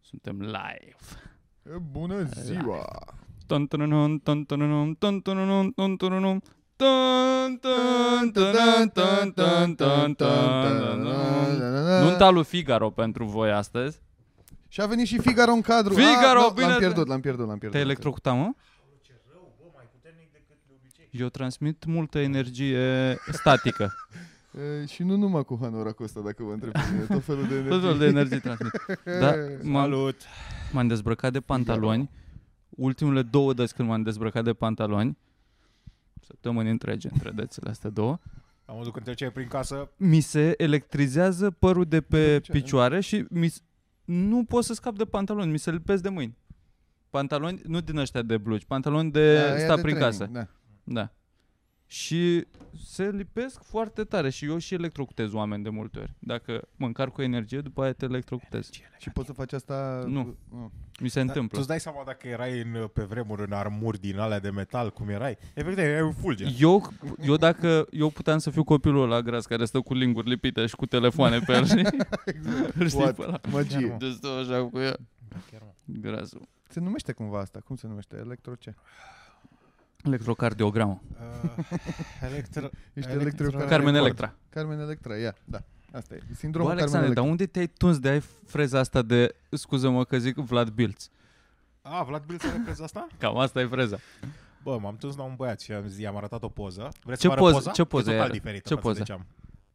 Suntem live. Bună ziua! Tontununum, tontununum, tontununum, tontununum, tun, tun, tun, tun, tun, tun, tun. Nunta lui Figaro pentru voi astăzi. Și a venit și Figaro în cadru. Figaro, Ah, nu, bine L-am te- pierdut, l-am pierdut, l-am pierdut. Te-ai electrocutat, mă? Eu transmit multă energie statică. E, și nu numai cu Hanora Costa, dacă vă întreb pe mine, tot felul de Tot felul de energie. energie transmit. Da, m-am, m-am dezbrăcat de pantaloni. Ultimele două dăți când m-am dezbrăcat de pantaloni. Săptămâni întregi între dățile astea două. La modul când treceai prin casă, mi se electrizează părul de pe De picioare, picioare. și mi s- nu pot să scap de pantaloni, mi se lipesc de mâini. Pantaloni, nu din ăștia de blugi, pantaloni de Da, e sta de prin training, casă. Da. Da. Și se lipesc foarte tare și eu și electrocutez oameni de multe ori. Dacă mă încarc cu energie, după aia te electrocutez. Și poți să faci asta... Nu. Nu. Mi se da, tu întâmplă. îți dai seama dacă erai în, pe vremuri în armuri din alea de metal, cum erai? Efectiv, erai un fulger. Eu, eu dacă eu puteam să fiu copilul ăla gras care stă cu linguri lipite și cu telefoane pe el, știi? Îl știi What? pe ăla. Magie. Te stă așa cu ea. Grasul. Se numește cumva asta? Cum se numește? Electro ce? Electrocardiogramă. Uh, electro... Ești Electro- electro... Carmen Electra. Carmen Electra, ia, da. Asta e. Bă, Sindromul Carmen Alexandre, Electra. dar unde te-ai tuns de ai freza asta de, scuză-mă că zic, Vlad Bilț? A, Vlad Bilț are preza asta? Cam asta e freza. Bă, m-am tuns la un băiat și am zis, i-am arătat o poză. Vreți Ce să vă poză- arăt poza? ce poză e era? total diferită Ce față de poză? ce am.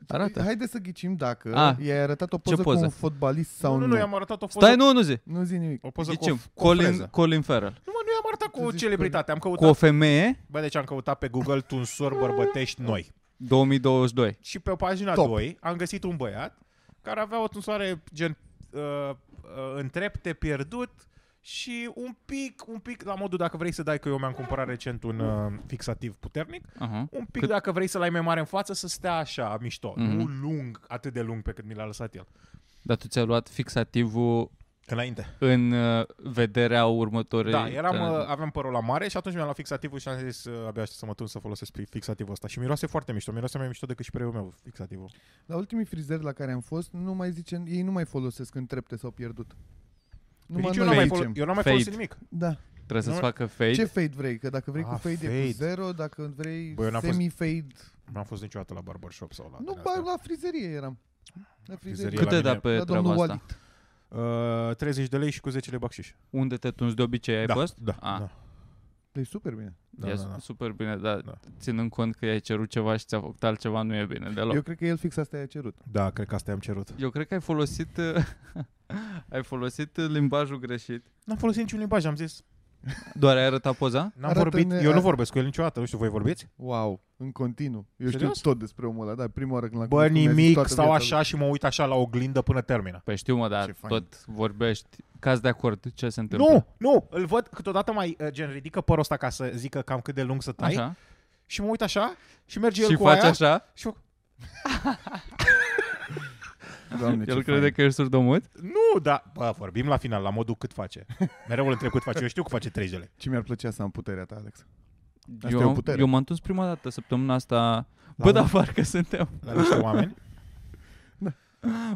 da, Arată. Haide să ghicim dacă A. i-ai arătat o poză, poză? cu un fotbalist sau nu, Da, nu. nu, nu, i-am arătat o poză. Stai, nu, nu zi. Nu zi nimic. O poză Zicem, cu, o, cu o Colin, freză. Colin Farrell. Nu, mă, nu i-am arătat cu da. Tu o zici celebritate. Am Cu căutat... o femeie, Bă, deci am căutat pe Google tunsori bărbătești noi. 2022. Și pe pagina Top. 2 am găsit un băiat care avea o tunsoare gen uh, uh, în trepte pierdut și un pic, un pic, la modul dacă vrei să dai, că eu mi-am cumpărat recent un uh, fixativ puternic, Aha. un pic Cât- Cât... dacă vrei să-l ai mai mare în față, să stea așa, mișto. Mhm. Mm-hmm. Nu lung, atât de lung pe cât mi l-a lăsat el. Dar tu ți-ai luat fixativul Înainte. în uh, vederea următoarei... Da, eram, uh, tra- aveam părul la mare și atunci mi-am luat fixativul și am zis uh, abia aștept să mă tun să folosesc pi- fixativul ăsta. Și miroase foarte mișto, miroase mai mișto decât și preiul meu fixativul. La ultimii frizeri la care am fost, nu mai zicem, ei nu mai folosesc în trepte sau pierdut. Păi Numai nici nu eu n-am mai, Fade. folo- eu n-am mai Fade. folosit nimic. Da. Trebuie să-ți nu- facă fade. Ce fade vrei? Că dacă vrei cu Ah, fade, e fade. cu zero, dacă vrei Bă, eu n-am fost- semi-fade... N-am fost niciodată la barbershop sau la... Nu, din ba, astea. la frizerie eram. La frizerie. frizerie Cât la te da mine- pe la treaba domnul asta? Walid. Uh, 30 de lei și cu 10 lei bacșiș. Unde te tunzi de obicei ai da, fost? Da, Ah. da. Păi super bine. Da, e da, da. super bine, dar Da. ținând cont că ai cerut ceva și ți-a făcut altceva, nu e bine deloc. Eu cred că el fix asta i-a cerut. da, cred că asta i-am cerut. Eu cred că ai folosit uh, ai folosit uh, limbajul greșit. N-am folosit niciun limbaj, am zis. Doar ai arătat poza? N-am Arată-ne- vorbit, eu ar- nu vorbesc cu el niciodată, nu știu, voi vorbiți? Wow, în continuu. Eu știu Serios? tot despre omul ăla, da, prima oară când l-am Bă, cunoscut, mi-a zis nimic, toată stau viața așa și mă uit așa la oglindă până termină. Păi știu, mă, dar Ce fain. tot vorbești. Caz de acord ce se întâmplă. Nu, nu, îl văd câteodată mai uh, gen ridică părul ăsta ca să zică cam cât de lung să tai Așa. și mă uit așa și merge el Și cu faci aia așa? și eu, lui. Doamne, ce El crede fain. că ești surdomut? nu, da, bă, vorbim la final, la modul cât face. Mereu îl întreb cât face, eu știu că face 30 de lei. Ce mi-ar plăcea să am puterea ta, Alex. Asta eu, e o am- putere. Da, eu m-am întors prima dată săptămâna asta. Bă, un- dar parcă suntem, La niște oameni.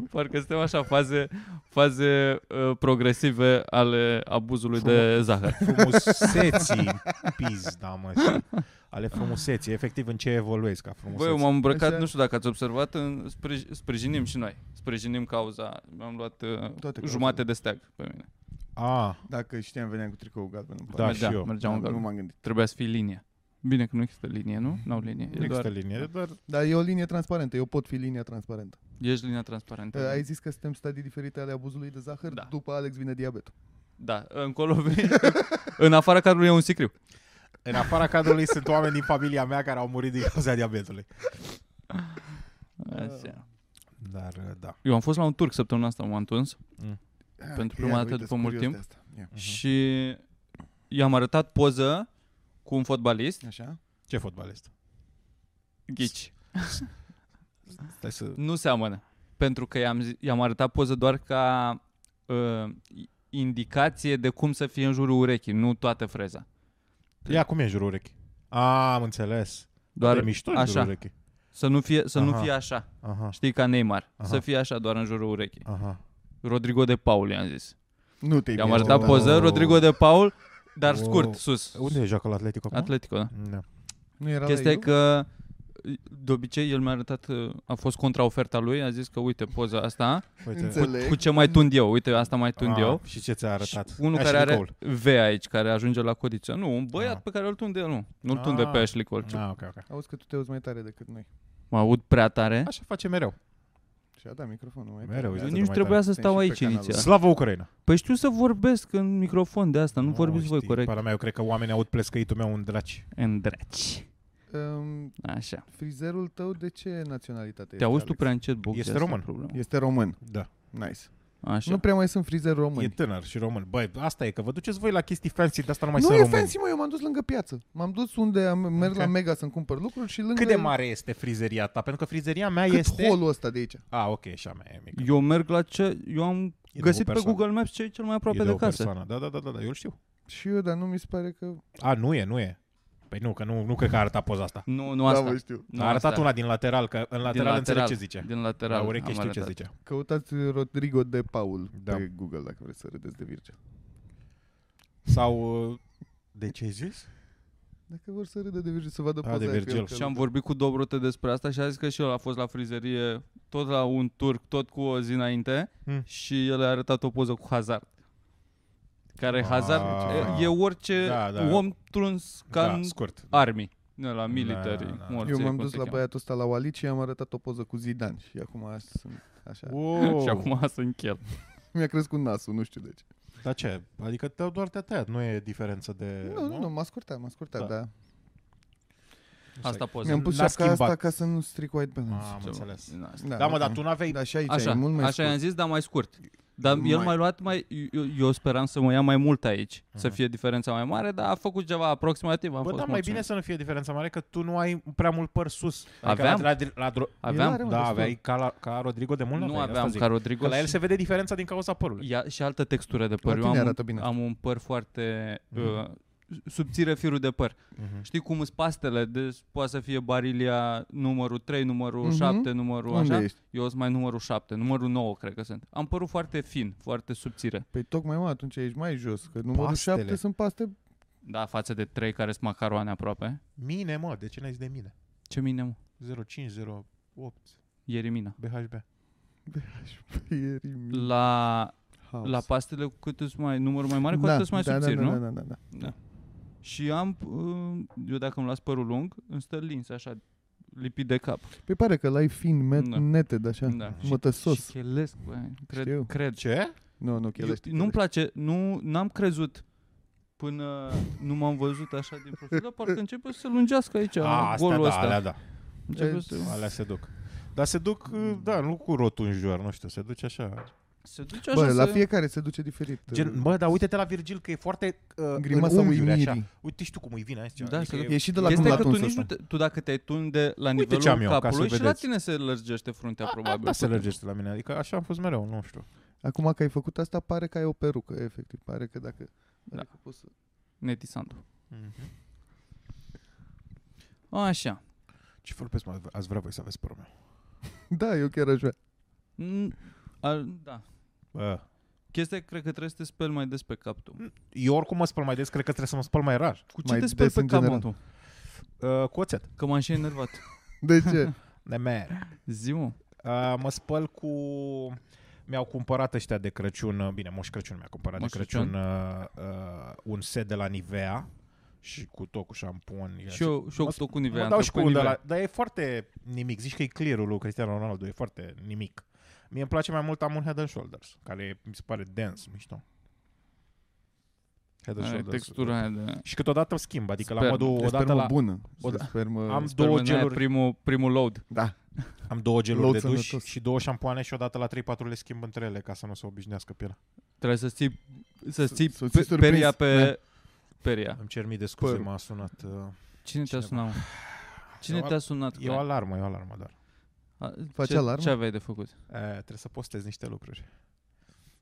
parcă suntem așa faze, faze uh, progresive ale abuzului de zahăr. frumuseții în pizda, mă. știi? Ale frumuseții, efectiv în ce evoluezi ca Bă, frumusețe. eu m-am îmbrăcat, Așa. nu știu dacă ați observat, în, sprij- sprijinim și noi. Sprijinim cauza. Mi-am luat uh, Toate cauzele. jumate de steag pe mine. A, Dacă știam, veneam cu tricou galben. îmi Da, pare. mergeam, și eu. mergeam în nu galben. m-am gândit. Trebuia să fie linie. Bine că nu există linie, nu? N-au linie. nu E există doar, linie, doar... Da. Dar e o linie transparentă, eu pot fi linia transparentă. ești linia transparentă. Uh, Ai zis că suntem stadii diferite ale abuzului de zahăr, Da. după Alex vine diabetul. Da, încolo vei- În afara cadrului e un sicriu. În afara cadrului sunt oameni din familia mea care au murit din cauza diabetului. Așa. Dar, da. Eu am fost la un turc săptămâna asta, m-am întors Mhm. Ah, prima ia, dată uite, după sunt mult curios timp. de asta. Ia. și i-am arătat poză cu un fotbalist. Așa? Ce fotbalist? Ghici. Stai să... Nu seamănă. Pentru că i-am, zi- i-am arătat poză doar ca uh, indicație de cum să fie în jurul urechii, nu toată freza. Ia, cum e în jurul urechii? A, am înțeles. Doar e mișto în așa. jurul urechii. Să nu fie, să nu Aha. fie așa. Aha, Știi, ca Neymar. Aha. Să fie așa doar în jurul urechii. aha. Rodrigo de Paul, i-am zis. Nu te-ai I-am prins, arătat da. da. poză, Rodrigo de Paul, dar Wow. scurt, sus. Unde e joacă la Atletico acum? Atletico, da. Da. Nu era la Chestia e Edu? că de obicei el mi-a arătat, uh, a fost contraoferta lui, a zis că uite poza asta, Uite. Înțeleg. cu ce mai tund eu, uite asta mai tund Ah, eu. Și ce ți-a arătat? Și unul Ashley care are Cole. V aici, care ajunge la codiță. Nu, un băiat Ah. pe care îl tunde el, nu. Nu-l tunde Ah. pe Ashley Cole. ci Ah, ok, ok. Auzi că tu te auzi mai tare decât noi. Mă aud prea tare. Așa face mereu. Și a dat microfonul mai Mereu, Eu uite-te nici mai trebuia tare. să stau Suntem și aici pe canalul. inițial. Slavă Ucraina. Păi știu să vorbesc în microfon de asta, nu vorbiți voi Ah, știi, corect. Pana mea, eu cred că oamenii aud plescăitul meu în draci. În dreci. Um, Așa. frizerul tău de ce naționalitate Te este, auzi tu Alex? prea încet, Bob. Este asta e român. problema. Este român. Da. Nice. Așa. Nu prea mai sunt frizeri E români. tânăr și român. Băi, asta e, că vă duceți voi la chestii fancy, de asta nu mai nu sunt e români. fancy, mă, eu m-am dus lângă piață. M-am dus unde am merg la Ok. Mega să-mi cumpăr lucruri și lângă... Cât de mare este frizeria ta? Pentru că frizeria mea Cât este... holul ăsta de aici. A, ok, și a mea e mică. Eu merg la ce... Eu am E de o găsit pe persoană. Google Maps ce e cel mai aproape e de o casă. persoană. Da, da, da, da, da, eu îl știu. Și eu, dar nu mi se pare că... A, nu e, nu e. Păi nu, că nu, nu cred că a arătat poza asta. Nu, nu Da, asta. vă știu. Nu a arătat asta. una din lateral, că în lateral, lateral. înțeleg ce zice. Din lateral. La ureche am știu ce arătat. zice. Căutați Rodrigo de Paul Da. pe Google dacă vreți să râdeți de Virgil. Sau... uh, De ce ai zis? Dacă vor să râdă de Virgil, să vadă A, poza Da, aia de cu el Virgil. că- Și am vorbit cu Dobrote despre asta și a zis că și el a fost la frizerie tot la un turc, tot cu o zi înainte Mm. și el a arătat o poză cu Hazard. Care Ah. Hazard e, e orice Da, da. om truns ca da, în scurt. armii, de la military. Da, da, da. morții, Eu m-am cum dus se la cheamă. băiatul ăsta la Walid și i-am arătat o poză cu Zidane și acum sunt așa. Wow. Da. Și acum sunt el. Mi-a crescut nasul, nu știu de ce. Dar ce? Adică te doar te-a tăiat, nu e diferență de... Nu, nu, nu, m-a scurtat, m-a scurtat, Da. da. Asta poza. Mi-am pus N-a șapca asta schimbat. ca să nu stric white balance. Am înțeles. Din asta. Da, Da, mă, ok. dar tu n-aveai... Da, și aici Așa, e mult mai așa i-am scurt. zis, dar mai scurt. Dar el Mai. mai luat mai... Eu, eu speram să mă ia mai mult aici, să Mhm. fie diferența mai mare, dar a făcut ceva aproximativ. Am Bă, fost dar mai mulțumit. bine să nu fie diferența mare că tu nu ai prea mult păr sus. Adică Aveam. La, la, la, dro- Aveam, are, mă, da, destul. aveai ca, la, ca Rodrigo de mult nu aveai, asta aveam zic. ca Rodrigo Că la el și- se vede diferența din cauza părului. Ia și altă textură de păr. La Eu tine am, arată un, bine am un păr foarte uh, subțire firul de păr. Mhm. Știi cum sunt pastele? Deci poate să fie barilia numărul 3, numărul Mhm. 7, numărul Unde așa. ești? Eu sunt mai numărul 7, numărul 9 cred că sunt. Am părul foarte fin, foarte subțire. Păi tocmai, mă, atunci ești mai jos, că numărul Pastele. 7 sunt paste. Da, față de 3 care sunt macaroane aproape. Mine, mă, de ce n-ai zis de mine? Ce mine, mă? 05, 08, Ieremina. BHB. Ieri mi- La, house. la pastele cu cât sunt mai numărul mai mare, cu atât sunt mai da, subțiri, da, nu? Da, da, da, da. Și am, uh, eu dacă îmi las părul lung, îmi stă lins așa, lipit de cap. Păi pare că l-ai fin, met, Da. neted, așa. Da. Și- Mătăsos. Și chelesc, băi. Cred, Știu. cred. Ce? Nu, nu, Eu, chelești. nu-mi place, nu, n-am crezut până nu m-am văzut așa din profil, dar parcă începe să se lungească aici, A, astea golul da, ăsta. alea da. Începe E, să... Alea se duc. Dar se duc, Mm. da, nu cu rotunjor, nu știu, se duce așa. Se duce așa Bă, să... la fiecare se duce diferit. Gen, bă, dar uite-te la Virgil că e foarte uh, Grimasa în unghiuri, uimirii. așa. Uite și tu cum îi vine aici. Da, se duc. E și de la Păi, Chestia cum e l-a că tu, tuns nici nu ăsta. te, tu dacă te-ai tunde la Uite nivelul ce am eu, ca să capului și la vedeți. tine se lărgește fruntea, probabil. păi, Da, se lărgește la mine, adică așa am fost mereu, nu știu. Acum că ai făcut asta, pare că ai o perucă, efectiv. Pare că dacă... Da. Pare că poți să... Neti Sandu. Așa. Ce vorbesc, mă, ați vrea voi să aveți părul meu. Da, eu chiar aș vrea. Mm, al, da. Bă. Chestia e că cred că trebuie să te speli mai des pe cap tu. Eu oricum mă spăl mai des, cred că trebuie să mă spăl mai rar. Cu ce Mai te speli des pe în cap, mă, general. tu? Uh, cu oțet. Că m-am și enervat. De ce? De mere. Zi, mă. Uh, mă spăl cu... Mi-au cumpărat ăștia de Crăciun, uh, bine, Moș Crăciun mi-a cumpărat Moș de Crăciun uh, uh, un set de la Nivea și cu tot cu șampon. e Și așa. eu, și eu Mă cu tot cu Nivea. mă dau am și cu trecut unul de Nivea. la... Dar e foarte nimic. Zici că e clearul lui Cristiano Ronaldo, e foarte nimic. Mie îmi place mai mult am un Head and Shoulders, care mi se pare dens, mișto. Head and Are Shoulders. textura aia de... Și câteodată schimb, adică la Spermă. modul O odată la... bună. o da- Este Spermă... Am Sper două mă, n-ai geluri Primul, primul load. Da. Am două geluri Lot de duș sănătos. și două șampoane și odată la 3-4 le schimb între ele ca să nu se obișnuiască pielea. Trebuie să ții, să Să- ții să pe- ții surprins. peria Da. pe... Peria. Îmi cer mii de scuze, Păr. m-a sunat. Uh, Cine te-a Cineva. sunat? mă? Cine Eu- te-a sunat? e o Clare? alarmă, e o alarmă doar. A- Face ce, alarmă? Ce aveai de făcut? E, trebuie să postez niște lucruri.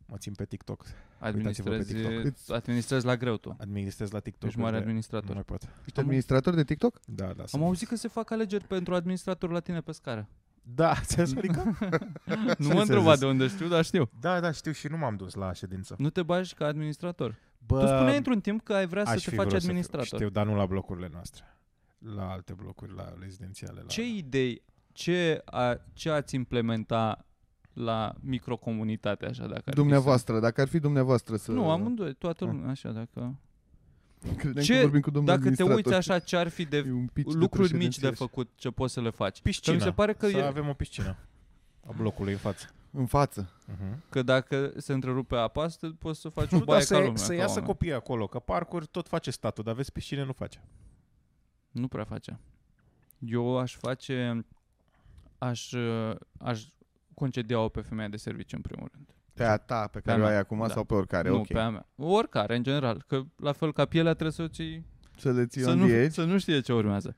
Mă țin pe TikTok. Administrezi, TikTok. administrezi la greu tu. Administrez la TikTok. Ești mare uite, Nu administrator. mai pot. Ești administrator de TikTok? Da, da. Am sunt. auzit că se fac alegeri pentru administrator la tine pe scară. Da, ți-ai săricat? Nu mă Ce să întreba zic? de unde știu, dar știu. Da, da, știu și nu m-am dus la ședință. Nu te bagi ca administrator. Bă, Tu spuneai într-un timp că ai vrea să aș te fi faci vrut să fiu- administrator. Știu, dar nu la blocurile noastre. La alte blocuri, la rezidențiale. La... Ce idei, ce, a, ce ați implementa la microcomunitate, așa, dacă ar fi Dumneavoastră, dacă ar fi dumneavoastră să- să... Nu, amândoi, toată Ah. lumea, așa, dacă... Credeam Ce- Că vorbim cu domnul Dacă te uiți administrator. așa, ce ar fi de E un pic lucruri mici de președinție așa. făcut, ce poți să le faci? Că Piscina. mi se pare că, Să e, avem o piscină a blocului în față. În față. Uh-huh. că dacă se întrerupe apa, să te- poți să faci o Nu, dar baie ca să, lumea. să ca iasă oameni. copiii acolo, că parcuri tot face statul, dar vezi piscine nu face. Nu prea face. Eu aș face... Aș, uh, aș concedia-o pe femeia de serviciu, în primul rând. Pe a ta, pe a care o mea, ai acum da. sau pe oricare, nu, ok. pe a mea. Oricare, în general. Că la fel ca pielea trebuie să o ții... Să le ții Să în nu, dieci. să nu știe ce urmează.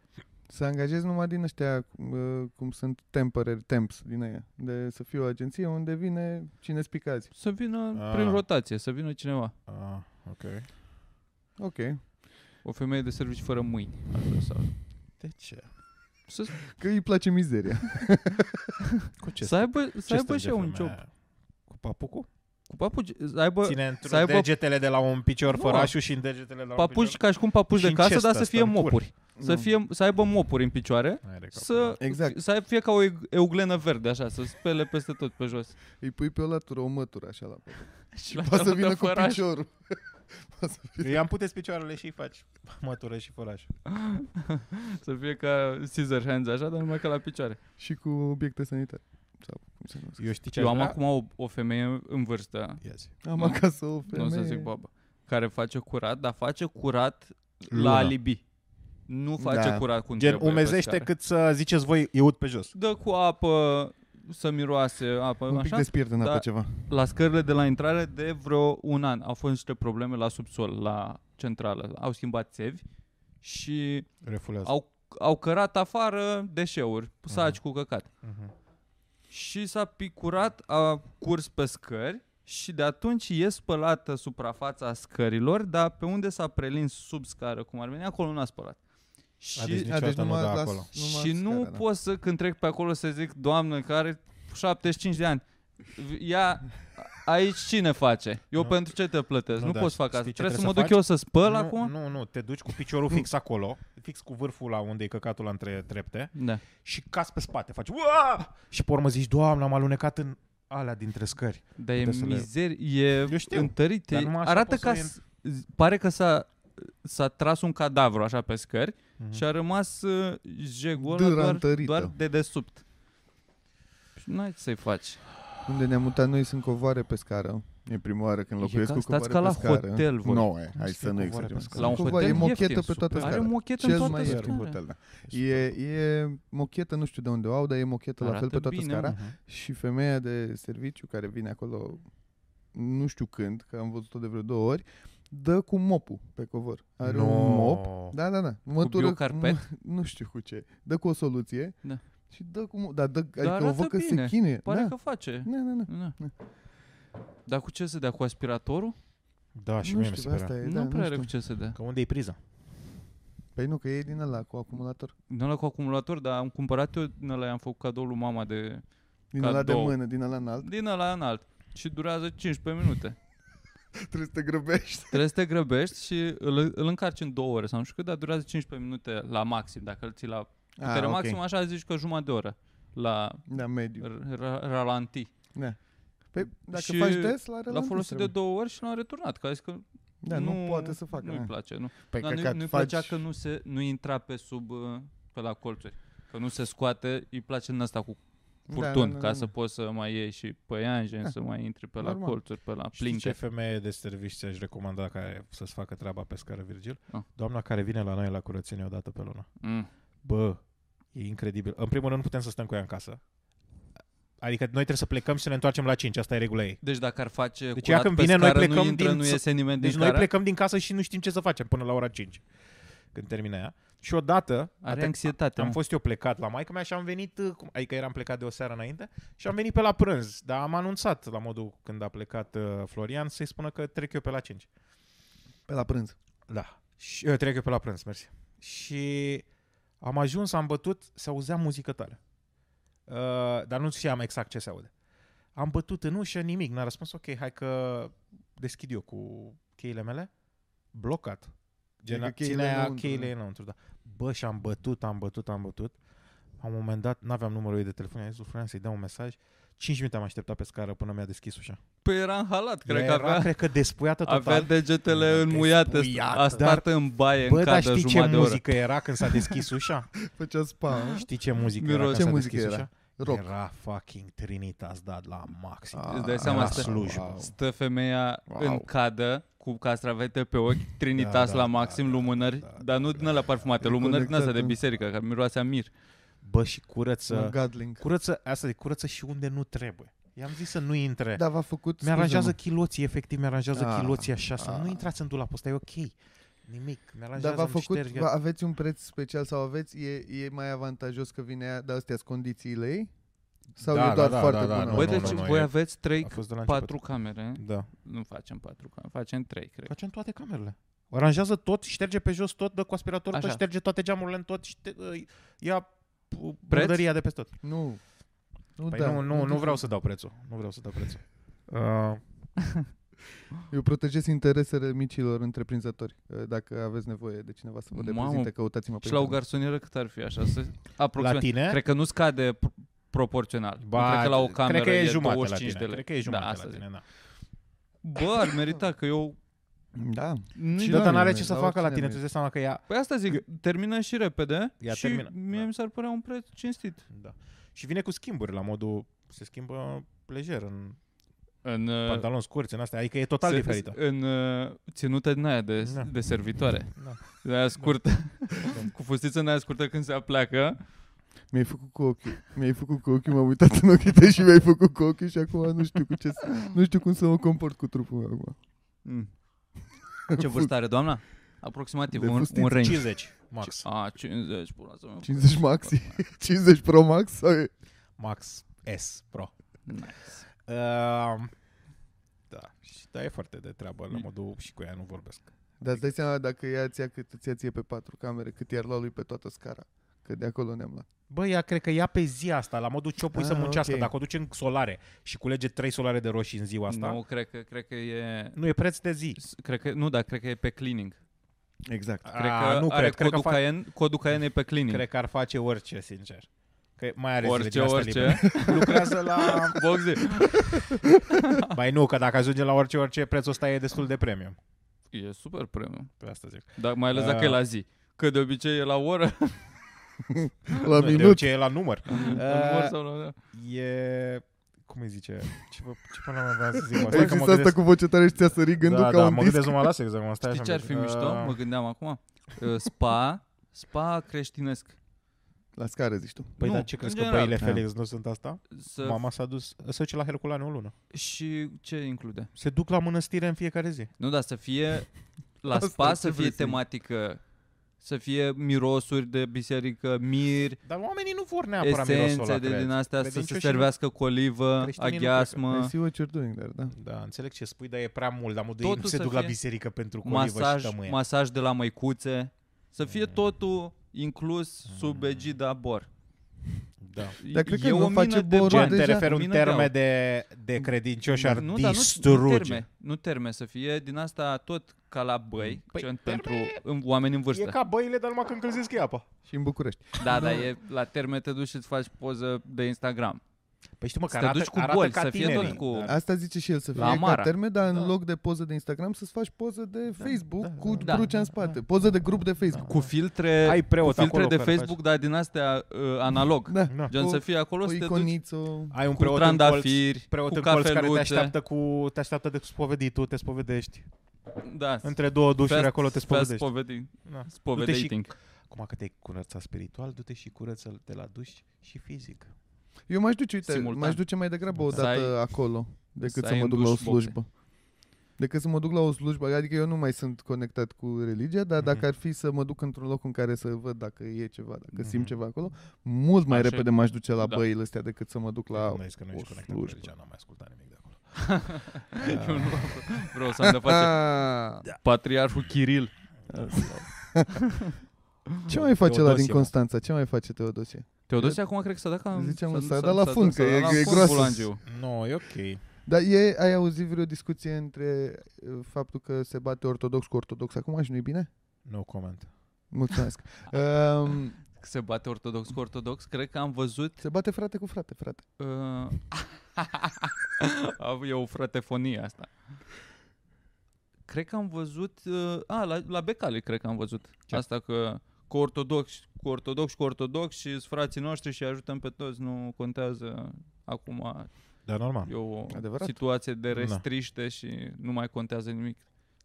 Să angajezi numai din ăștia uh, cum sunt temporary temps din aia. De să fie o agenție unde vine cine spicați. Să vină Ah. prin rotație, să vină cineva. Ah, ok. Ok. O femeie de serviciu fără mâini. aș vrea Sau... De ce? Să, Că îi place mizeria. Cu ce? să aibă, să aibă strânge și ea un femeia job. aia? Cu papucul? Cu papuci, să aibă Ține într să aibă- degetele de la un picior Nu. fărașul și în degetele de la un papuci picior. ca și cum papuci Și de în casă, cestă dar să asta, fie în cur. mopuri. Să, Nu. fie, să aibă mopuri în picioare, Hai de capul să, meu. Exact. să aibă- fie ca o eg- euglenă verde, așa, să spele peste tot pe jos. Îi pui pe o latură, o mătură așa la pământ. Și la Poate să vină cu făraș. piciorul. Poate să vină- I-am puteți picioarele și îi faci mătură și făraș. Să fie ca scissor hands, așa, dar numai ca la picioare. Și cu obiecte sanitare. Sau cum se numește. Eu știi ce Eu aș am vrea? acum o, o femeie în vârstă, Ia zi. Am Nu. acasă o nu o femeie. să zic baba, care face curat, dar face curat la Luna. alibi. Nu face Da. curat cum Gen, trebuie pe umezește scară. cât să ziceți voi, eu ud pe jos. Dă cu apă să miroase apă, Un pic așa. de spirit în apă Da. ceva. La scările de la intrare de vreo un an au fost niște probleme la subsol, la centrală. Au schimbat țevi și Refulează. au, au cărat afară deșeuri, saci cu căcat. Uh-huh. Și s-a picurat, a curs pe scări și de atunci e spălată suprafața scărilor, dar pe unde s-a prelins sub scară, cum ar veni, acolo nu a spălat. Și, A, deci A, deci Niciodată nu numai da las- acolo. numai și în nu scara, da. pot să, când trec pe acolo, să zic, doamnă, care are 75 de ani, v- ia, aici cine face? Eu Nu. pentru ce te plătesc? Nu, Nu, da, pot să fac știi asta. ce Trebuie să trebuie mă să duc faci? eu să spăl nu, acum? Nu, nu, te duci cu piciorul fix acolo, fix cu vârful la unde e căcatul la între trepte Da. și cas pe spate, faci Uaa! și pe urmă zici, doamne, am alunecat în alea dintre scări. Dar e Puteți să le- mizer, e Eu știu, întărit. dar e- numai așa Arată poți ca... să s- z- Pare că s-a, s-a tras un cadavru așa pe scări Mhm. și a rămas uh, jegul ăla Dâra doar, întărită. doar de desubt. Și nu ai ce să-i faci. Unde ne-am mutat noi sunt covoare pe scară. E prima oară când E locuiesc ca- cu stați covoare ca la pe scară. hotel, voi. Nu, e, hai Nu să știu nu covoare pe exagerăm. scară. La un Covoare, hotel E mochetă ieftin, pe toată super. Are scara. un mochet în Cel toată mai ieftin scara. hotel, da. E, e mochetă, nu știu de unde o au, dar e mochetă la Arată fel pe toată bine, scara. mă. Mhm. Și femeia de serviciu care vine acolo nu știu când, că am văzut-o de vreo două ori, dă cu mopul pe covor. Are No. un mop. Da, da, da. Mătură, biocarpet? mă- nu știu cu ce. Dă cu o soluție. Da. Și dă cu mop. Dar dă, adică o arată văd că bine. se chinuie. Pare da. că face. Nu, nu, nu. Da. Da. Dar cu ce să dea? Cu aspiratorul? Ah, Da, și nu mie mi se știu, părea. asta e, nu da, prea nu are știu. cu ce să dea. Că unde e priza? Păi nu, că e din ăla cu acumulator. Nu la cu acumulator, dar am cumpărat eu din ăla, i-am făcut cadou lui mama de... Din Ca ăla de două. mână, din ăla înalt. Din ăla înalt. Și durează 15 minute. Trebuie să te grăbești. Trebuie să te grăbești și îl, îl încarci în două ore sau nu știu cât, dar durează 15 minute la maxim. Dacă îl ții la putere Ah, ok. maxim, așa zici că jumătate de oră la Da, mediu. r- r- ralanti. Da. Păi, dacă Și faci des, la L-a relantis folosit de trebuie. două ori și l-a returnat, că a zis că Da, nu, poate să facă. Nu-i da. place, nu. Păi Dar nu-i, căcat, nu-i faci- plăcea că nu, se, nu intra pe sub, uh, pe la colțuri. Că nu se scoate, îi place în asta cu Da, furtun, da, da, ca da. să poți să mai iei și pe ianjen, Da. să mai intri pe la Normal. colțuri, pe la Știi ce plinche. femeie de servici ți-aș recomanda care să-ți facă treaba pe scară, Virgil? Ah. Doamna care vine la noi la curățenie o dată pe lună. Mm. Bă, e incredibil. În primul rând nu putem să stăm cu ea în casă. Adică noi trebuie să plecăm și să ne întoarcem la 5, asta e regula ei. Deci dacă ar face Deci ea curat când pe vine, noi scară, nu plecăm intră, din- nu iese nimeni Deci din noi scară, plecăm din casă și nu știm ce să facem până la ora 5, când termină ea. Și odată, are ate- anxietate. am mă. fost eu plecat la maică mea și am venit, uh, cum- adică eram plecat de o seară înainte, și am venit pe la prânz, dar am anunțat la modul când a plecat uh, Florian să-i spună că trec eu pe la 5. Pe la prânz. Da. Și eu trec eu pe la prânz, mersi. Și am ajuns, am bătut, se auzea muzică tare. Uh, dar nu știam exact ce se aude. Am bătut în ușă, nimic, n-a răspuns, ok, hai că deschid eu cu cheile mele. Blocat. Adică Gen, cheile ține aia înăuntru, cheile da. înăuntru, da. Bă, și am bătut, am bătut, am bătut. La un moment dat, n-aveam numărul ei de telefon, i-am zis, Florian, să-i dau un mesaj. 5 minute am așteptat pe scară păi până mi-a deschis ușa. Păi era în halat, cred că Era, avea, cred că despuiată total. avea degetele Era înmuiate, despuiată. a stat în baie Bă, în dar cadă știi ce jumătate de oră. muzică era când s-a deschis ușa? Făcea spa. Da. Știi ce muzică Miros. era când Ce s-a muzică deschis era? ușa? Rock. Era fucking Trinitas dat la maxim. Ah, Îți dai seama, era stă, slujbă. wow. stă femeia Wow. în cadă cu castravete pe ochi, trinitas Da, da, la da, maxim, da, lumânări, da, dar nu din alea parfumate, E lumânări din astea de conectat, nu? biserică, că miroase a mir. Bă, și curăță, Mă, Gatling. Da. curăță, asta e, curăță și unde nu trebuie. I-am zis să nu intre. Da, v-a făcut... mi-aranjează scuze-mă. chiloții, efectiv, mi-aranjează Ah, chiloții așa. Să ah. nu intrați în dulap, ăsta e ok. Nimic, Dar mi-aranjează, v-a îmi făcut, șterge. v- aveți un preț special sau aveți, e, e mai avantajos că vine aia, dar astea sunt condițiile ei? Sau Da, e doar da, da, foarte da, da, bună? Băi, nu, deci nu, voi e- aveți trei, A fost de la patru început. camere, Da. nu facem patru camere, facem trei, cred. Facem toate camerele. Aranjează tot, șterge pe jos tot, dă cu aspiratorul Așa. tot, șterge toate geamurile în tot, ște- uh, ia uh, Preț? burdăria de pe tot. Nu. Nu, Păi da, nu, nu, nu te- vreau să dau prețul. Nu vreau să dau prețul. Uh, Eu protejez interesele micilor întreprinzători. ă, Dacă aveți nevoie de cineva să vă Mamă. reprezinte, căutați-mă pe Și la o internet. garsonieră cât ar fi așa? Să, la aproximativ. tine? Cred că nu scade pro- proporțional. Ba, Ba, cred că la o cameră cred că e, jumate 25 la de tine. lei. Cred că e jumate da, la asta zic. tine, da. Bă, ar merita că eu... Da. Nu- Și Da, da, dar e n-are bine, ce să la facă la oricine tine, merge. tu seama că ea... Păi asta zic, termină și repede Ea și termină, mie da. mi s-ar părea un preț cinstit. Da. Și vine cu schimburi la modul... Se schimbă lejer în În, uh, pantaloni scurți, în astea. Adică e total se- diferită. În uh, ținută din aia de, Da. de servitoare. Da. De aia scurtă. Cu fustiță în aia scurtă când se apleacă. Mi-ai făcut cu ochiul. Mi-ai făcut cu ochiul, m-am uitat în ochii tăi și mi-ai făcut cu ochiul și acum nu știu, cu ce, să- nu știu cum să mă comport cu trupul meu acum. Mm. Ce vârstă are doamna? Aproximativ De un, fustiță. un range. 50, max. A, 50, pula să mă... 50 maxi? 50 Pro Max? Sau e? Max S Pro. Nice. Uh, da, și da, e foarte de treabă Mm. la modul și cu ea nu vorbesc. Dar îți dai seama dacă ea ți-a cât ți-a ție pe patru camere, cât i-ar lua lui pe toată scara. Că de acolo ne-am luat. Bă, ea cred că ia pe zi asta, la modul ce o pui să Ah, muncească. ok. Dacă o duce în solare și culege 3 solare de roșii în ziua asta, Nu, cred că, cred că e... nu e preț de zi. s- Cred că, nu, dar cred că e pe cleaning. Exact. Cred că nu are cred, cred, că codul fa- Cayenne, codul Cayenne e pe cleaning. cred că ar face orice, sincer. Că mai are orice, zile din astea orice. libere. Lucrează la... Boxe. Mai nu, că dacă ajunge la orice, orice, prețul ăsta e destul de premium. E super premium. Pe asta zic. Dar mai ales dacă Ah. e la zi. Că de obicei e la oră. La Nu, De minut. ce e la număr. Uh, în oră sau la... E... Cum îi zice? Ce, vă, ce până la vreau să zic? mă? Ai Stai Păi că zis mă asta gândesc- cu voce tare și ți-a sărit gândul da, ca da, un mă disc. gândesc numai la asta, exact. Mă stai Știi așa, ce ar fi mă- mișto? Uh, Mă gândeam acum. Uh, Spa, spa creștinesc. La scară, zici tu. Păi Nu, dar ce în crezi că general. băile Da. Felix nu sunt asta? Să... Mama s-a dus, se duce la Herculane o lună. Și ce include? Se duc la mănăstire în fiecare zi. Nu, dar să fie la Asta spa, ce să vrei fie să zic. tematică, să fie mirosuri de biserică, mir, Dar oamenii nu vor neapărat mirosul esențe ăla, de cred. din astea, să Credincioșii se nu- servească cu olivă, creștinii nu cred că- I aghiasmă, see what you're doing there, da. Da, înțeleg ce spui, dar e prea mult. La modul ei Totul nu se să duc la fie biserică pentru colivă și masaj, tămâie. masaj de la măicuțe, să fie Mm. totul inclus sub egida bor. da. Dar cred că e nu o face mină de Bor bani. Gen, deja- te referi un mină de terme aur. de, de credincioși ar Nu, dar nu, nu, distruge. terme, nu terme să fie, din asta tot ca la băi, Păi, gen, terme- pentru în- oameni în vârstă. e ca băile, dar numai că încălzesc apa. Și în București. Da, dar e, la terme te duci și îți faci poză de Instagram. Păi știi mă, că Să te arată, duci cu arată boli, ca să fie tinerii. Da. tot cu- Dar- Asta zice și el, să fie La Amara. ca terme, dar în Da. loc de poză de Instagram să-ți faci poză de Facebook da, cu da. crucea în spate. Poză de grup de Facebook. Cu filtre, Ai preot cu filtre acolo de care face- Facebook, dar din astea uh, analog. Da. Da. Gen O- să fie acolo, O să te duci iconiță. Ai un cu preot în colț, trandafiri, preot cu în colț care te cafeluțe. așteaptă, cu, te așteaptă de spovedit, tu te spovedești. Da, Între două dușuri fast- acolo te fast spovedești. Spoveding. Da. Spovedating. Acum că te-ai curățat spiritual, du-te și curăță-te la duș și fizic. Eu m-aș duce, uite, Simultan. m-aș duce mai degrabă o Să dată ai- acolo decât să să ai mă în duc la o duș boxe. slujbă. Decât să mă duc la o slujbă, adică eu nu mai sunt conectat cu religia, dar dacă Mhm. ar fi să mă duc într-un loc în care să văd dacă e ceva, dacă Mhm. simt ceva acolo, mult mai Așa e. repede m-aș duce la Da. băile astea decât să mă duc la... Nu zici că nu o ești conectat cu slujbă. religia, n-am mai ascultat nimic de acolo. Eu nu vreau să am de face Ah! patriarhul Kiril. Ce mai face la din Constanța? Ce mai face Teodosie? Teodosie acum cred că s-a dat ca... Ziceam, s-a dat la fund, că e- dat la e fund groasă. bulangiul. Nu, e ok. Dar e, ai auzit vreo discuție între uh, faptul că se bate ortodox cu ortodox acum și nu-i bine? No comment. Mulțumesc. um, Că Se bate ortodox cu ortodox. Cred că am văzut... se bate frate cu frate, frate. Uh... a, e o fratefonie asta. Cred că am văzut... Uh... A, la, la Becali cred că am văzut. Ce? Asta că cu ortodox, cu ortodox, cu ortodox și sunt frații noștri și ajutăm pe toți. Nu contează acum. Dar normal. E o Adevărat. situație de Da. restriște și nu mai contează nimic.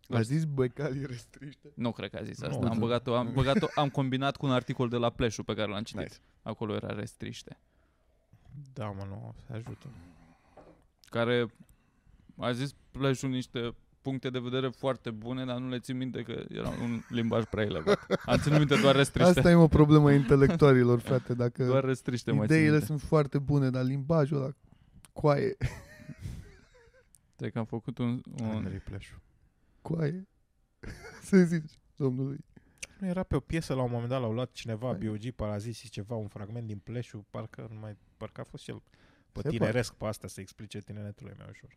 A zis becalii restriște. Nu cred că a zis Nu, asta. nu. am băgat-o, am, băgat-o, am combinat cu un articol de la Pleșu pe care l-am citit. Nice. Acolo era restriște. Da, mă, nu, se ajută. Care a zis Pleșu niște puncte de vedere foarte bune, dar nu le țin minte că era un limbaj prea elevat. Am ținut minte doar restriște. Asta e o problemă a intelectualilor, frate, dacă Doar restriște mai țin ideile minte. sunt foarte bune, dar limbajul ăla coaie, Cred că am făcut un... un... Henry Pleșu. coaie. să zici domnului. Nu era pe o piesă la un moment dat, l-au luat cineva, Hai. B.O.G. Parazisis, ceva, un fragment din Pleșu, parcă nu mai, parcă a fost și el pe Se tineresc pe asta să explice tineretului meu ușor.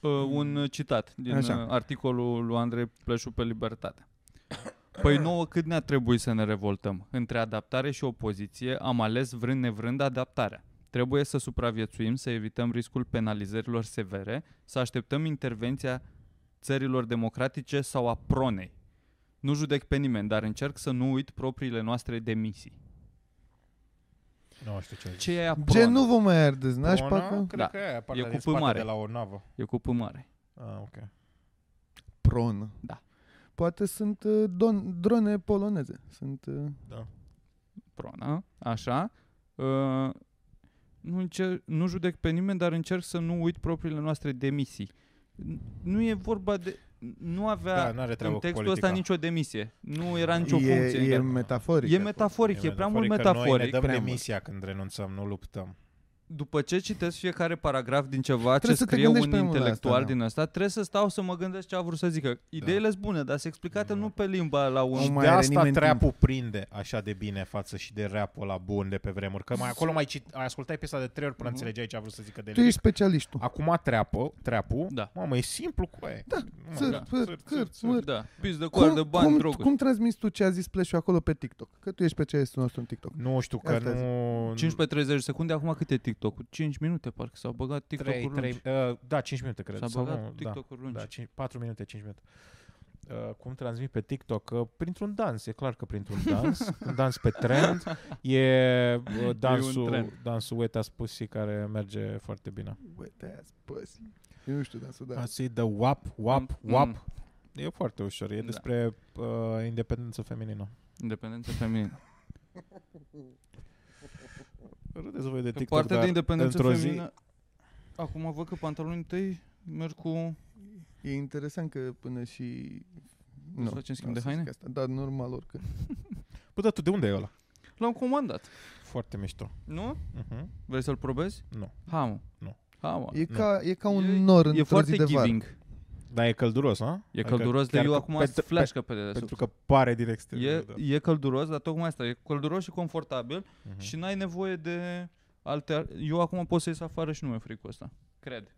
Uh, un citat din Așa. uh, articolul lui Andrei Pleșu pe Libertate. Păi nouă cât ne-a trebuit să ne revoltăm? Între adaptare și opoziție am ales vrând nevrând adaptarea. Trebuie să supraviețuim, să evităm riscul penalizărilor severe, să așteptăm intervenția țărilor democratice sau a pronei. Nu judec pe nimeni, dar încerc să nu uit propriile noastre demisii. Nu știu ce a zis. Ce e a prone? Gen, nu vă mai ardeți nașpa Prona? că... Cred Da. că aia, E partea cu din P spate mare. de la o navă. E cu P mare. Ah, ok. Pron. Da. Poate sunt uh, don, drone poloneze. Sunt... Uh, prona, așa. Uh, nu, încer- nu judec pe nimeni, dar încerc să nu uit propriile noastre demisii. N- Nu e vorba de... Nu avea Da, n-are treabă în cu textul politica. ăsta nicio demisie. Nu era nicio e, funcție. în e el. metaforic. e metaforic, e, prea mult că Noi ne metaforic. dăm prea mult. demisia când renunțăm, nu luptăm. După ce citesc fiecare paragraf din ceva Trebuie ce să te scrie un gândești pe mult la intelectual asta, da. din asta, trebuie să stau să mă gândesc ce a vrut să zică. Ideile sunt bune, dar se explicate Da. nu pe limba la un... Nu Și mai de are asta nimeni treapul prinde așa de bine față și de rapul la bun de pe vremuri. Că mai acolo mai cit, ai ascultat piesa de trei ori până Mhm. înțelegeai ce a vrut să zică de Tu ești specialistul. Acum treapă, treapul, Da. mamă, e simplu cu aia. Da, țăr, țăr, țăr, țăr. Da, pis de coar de bani, cum, droguri. cum transmiți tu ce a zis Pleșu acolo pe TikTok? Că tu ești specialistul nostru în TikTok. Nu știu că Asta nu... 5 pe 30 secunde, acum cât e TikTok-ul? 5 minute parcă s-au băgat TikTok-uri 3, lungi. 3, uh, da, 5 minute cred. S-au sau băgat nu, da. TikTok-uri lungi. Da, 5, 4 minute, 5 minute. Uh, cum transmit pe TikTok? Uh, printr-un dans, e clar că printr-un dans. un dans pe trend. E uh, dansul, trend. dansul Wet As Pussy care merge foarte bine. Wet ass pussy. Eu nu știu dansul, da. I see the wap, wap, Mm, wap. mm. E foarte ușor. E Da. despre uh, independență feminină. Independență feminină. Râdeți voi de Pe TikTok, partea dar de independență într-o zi- feminină, acum văd că pantalonii tăi merg cu... E interesant că până și... să facem schimb n-o de să zic haine? Asta, dar normal oricând. Bă, dar tu de unde e ăla? L-am comandat, Foarte mișto. nu? Uh-huh. Vrei să-l probezi? Nu. Ha, mă. Nu. Ha, mă. E Nu. ca, e ca E- un nor E într-o zi foarte de vară. giving. Dar e călduros, a? E călduros, dar eu acum pentru, flash pe deasupra. pentru că pare din E, exterior. da. e călduros, dar tocmai asta, e călduros și confortabil Mhm. și n-ai nevoie de alte... ar- Eu acum pot să ies afară și nu mi-e frică ăsta. Cred.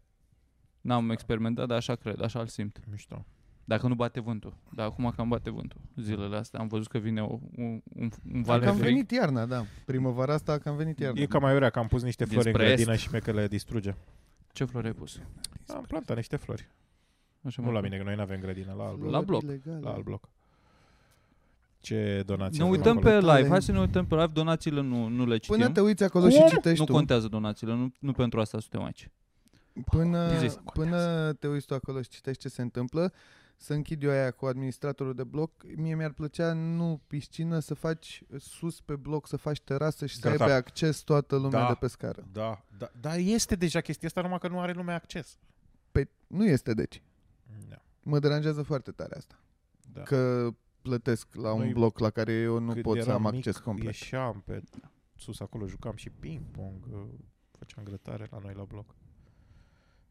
N-am experimentat, dar așa cred, așa îl simt. Mhm. Mișto. Dacă nu bate vântul. Dar acum că am bate vântul zilele astea, am văzut că vine o, un, un, un val Că de am frig. venit iarna, da. Primăvara asta că am venit iarna. E cam aiurea că am pus niște flori Dinspre în grădină și pe că le distruge. Ce flori ai pus? Am plantat niște flori. Așa Nu mă- la mine, că noi nu avem grădină, la alt bloc. La bloc. La alt bloc. Ce donații? Ne avem uităm acolo? pe Tale. live, hai să ne uităm pe live, donațiile nu, nu le citim. Până te uiți acolo Cum? și citești nu tu. contează donațiile, nu, nu pentru asta suntem aici. Până, Zis. până te uiți tu acolo și citești ce se întâmplă, să închid eu aia cu administratorul de bloc, mie mi-ar plăcea, nu piscină, să faci sus pe bloc, să faci terasă și Da, să Gata. aibă acces toată lumea Da. de pe scară. Da, da, da, este deja chestia asta, numai că nu are lumea acces. Pe, nu este deci. Da. Mă deranjează foarte tare asta. da. Că plătesc la un Noi, bloc la care eu nu Cât pot să eram am mic, acces complet. Ieșeam pe sus acolo, jucam și ping-pong, uh, făceam grătare la noi la bloc.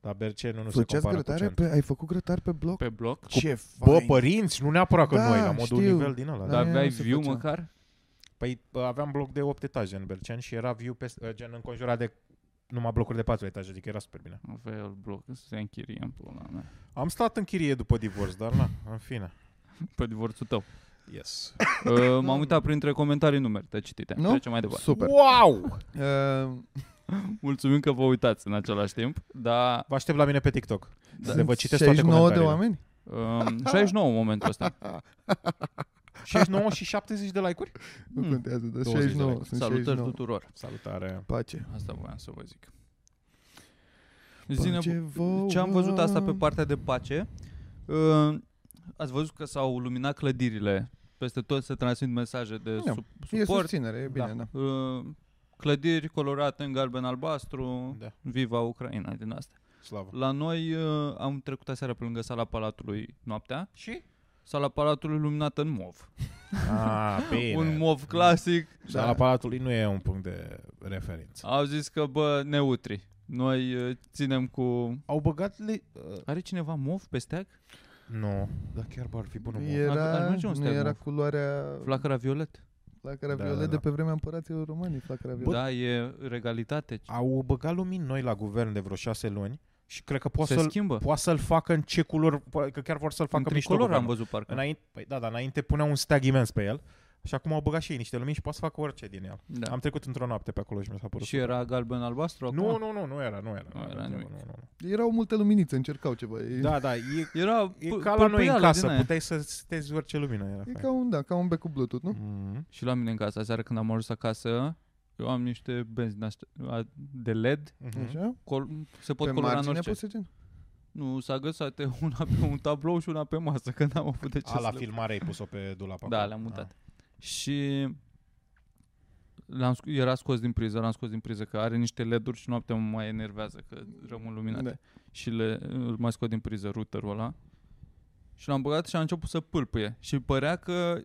Dar Bercenu nu se Făceați compară cu grătare? centru. pe, ai făcut grătar pe bloc? Pe bloc, Ce Bă, fain. părinți, nu neapărat că Da, noi, la modul știu. nivel din ăla. Da, Da. dar aia aveai nu se view făcea. măcar? Păi uh, aveam bloc de 8 etaje în Bercean și era view peste, uh, gen înconjurat de numai blocuri de 4 etaje, adică era super bine. Avea el bloc să se închirie în pula mea. Am stat în chirie după divorț, dar na, în fine. Pe divorțul tău. Yes. Uh, m-am uitat printre comentarii, nu merită citite. Nu? Trecem mai departe. Super. Wow! Uh, Mulțumim că vă uitați în același timp, dar Vă aștept la mine pe TikTok. Da. Să vă citesc toate 69 de comentariile. oameni? um, 69 în momentul ăsta. 69 și 70 de like-uri? Nu Mm. contează, dar 20 de 69. like. Sunt Salutări 69. tuturor. Salutare. Pace. Asta voiam să vă zic. Pace Zine, vouă. ce am văzut asta pe partea de pace, uh, ați văzut că s-au luminat clădirile, peste tot se transmit mesaje de Da. sup- E suport, susținere, e bine, da. da. Uh, clădiri colorate în galben-albastru, Da. viva Ucraina din astea. Slavă. La noi uh, am trecut aseară pe lângă sala Palatului noaptea, Și? sala Palatului luminată în mov. Ah, bine. Un mov clasic. Sala Da. Palatului nu e un punct de referință. Au zis că, bă, neutri. Noi uh, ținem cu... Au băgat... Le... Uh, Are cineva mov pe steag? nu. Dar chiar ar fi bună. E... Ar- ar Era, merge un nu steag era mov. culoarea Flacăra violet. flacăra Da, violet da, de da. pe vremea împăraților romani, flacăra Bă. violet. Da, e regalitate. Au băgat lumini noi la guvern de vreo șase luni și cred că poate Se să-l, schimbă. poate să-l facă în ce culori, po- că chiar vor să-l În facă mișto tricolor am guvernul. văzut parcă. Înainte, păi da, dar înainte punea un steag imens pe el și acum au băgat și ei niște lumini și poate să facă orice din el. Da. Da. Am trecut într-o noapte pe acolo și mi s-a părut. Și era galben-albastru acum? Nu, nu, nu, nu era, nu era. Nu era nimic. Nu, nu, nu. Erau multe luminițe, încercau ceva. E, Da, da, e, Era e pu- ca la noi în purpureală din casă, aia. puteai să setezi orice lumină. Era e fain. ca un, da, ca un bec cu Bluetooth, nu? Mhm. Și la mine în casă, aseară când am ajuns acasă, eu am niște benzi din astea, a- de LED, Mhm. Așa? col- se pot pe colora în margine orice. poți să gen? Nu, s-a găsat una pe un tablou și una pe masă, că n-am avut de ce A, la să le- filmare ai pus-o pe dulap acolo. Da, le-am mutat. Și l-am sc- era scos din priză, l-am scos din priză, că are niște LED-uri și noaptea mă mai enervează că rămân luminate. Da. și le, îl mai scot din priză routerul ăla și l-am băgat și a început să pâlpâie și părea că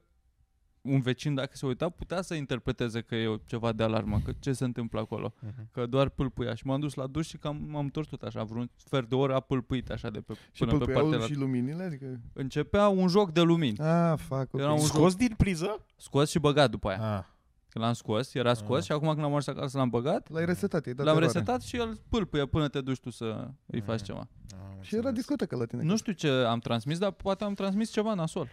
un vecin, dacă se uita, putea să interpreteze că e o- ceva de alarmă, că ce se întâmplă acolo, Ah. Mhm. că doar pâlpâia și m-am dus la duș și cam m-am întors tot așa, vreun sfert de oră a pâlpâit așa de pe, Și până pe partea pâlpâiau la... și luminile, adică... Începea un joc de lumini, Ah, fac, ok. Era un joc. Scos din priză? scos și băgat după aia. Ah. L-am scos, era scos Ah. Da, și acum când am ajuns acasă l-am băgat, L-ai resetat, i-ai dat l-am eroare. resetat și el pâlpâie până te duci tu să îi faci Mm. ceva. Am Și era înțeles. discotecă la tine. Nu știu ce am transmis, dar poate am transmis ceva nasol.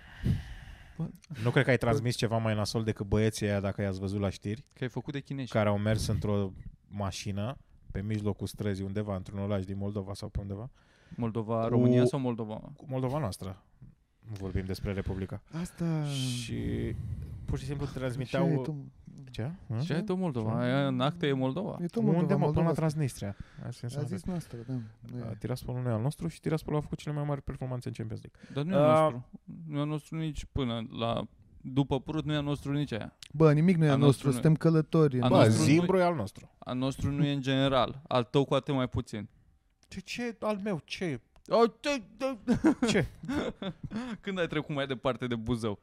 Nu cred că ai transmis ceva mai nasol decât băieții aia, dacă i-ați văzut la știri, Că ai făcut de chinești. care au mers într-o mașină pe mijlocul străzii undeva, într-un oraș din Moldova sau pe undeva. Moldova, Cu- România sau Moldova? Cu Moldova noastră. Nu Vorbim despre Republica. Asta... Și pur Ah. și simplu Ce transmiteau... ai tu? Ce? Ce ai tu Moldova? Ce? Aia în acte e Moldova. E tot Unde Moldova, mă? Până la Moldova. Transnistria. Ai A senzația. zis noastră, da. nu e. Uh, Tiraspolul nu e al nostru și Tiraspolul a făcut cele mai mari performanțe în Champions League. Dar nu e al A- nostru. Nu e al nostru nici până la... După Prut nu e al nostru nici aia. Bă, nimic nu e Al al nostru nostru, nu e. suntem călători. Al Bă, nostru nu- Zimbru e al nostru. Al nostru nu e în general. Al tău cu atât mai puțin. Ce, ce, al meu, ce? Ce? Ce? Când ai trecut mai departe de Buzău?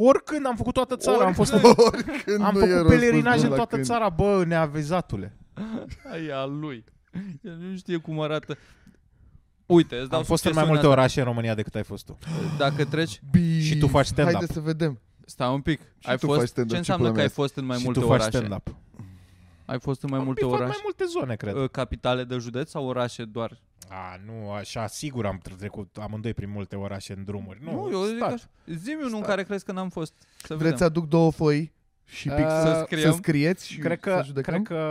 Oricând am făcut toată țara, am fost Oricând Am nu e făcut răspunsul pelerinaj în la toată când. țara, bă, neavezatule. Aia al lui. El nu știe cum arată. Uite, îți dau Am fost în mai multe succesiunea orașe în România decât ai fost tu. asta. Dacă treci, Bi- Și tu faci stand-up. Haide să vedem. stai un pic. ai tu fost, faci stand-up, ce ce înseamnă pula că mea ai este? fost în mai și multe tu faci orașe? stand-up. Ai fost în mai multe Am orașe? mai multe zone, cred. Uh, capitale de județ sau orașe doar? A, nu, așa, sigur am trecut amândoi prin multe orașe în drumuri. Nu, eu zic stat. așa. Zi-mi unul în Stat. care crezi că n-am fost. Să Vreți să vedem. aduc două foi și pic Uh, să, scriem? să scrieți și Cred să că, judecăm? cred că...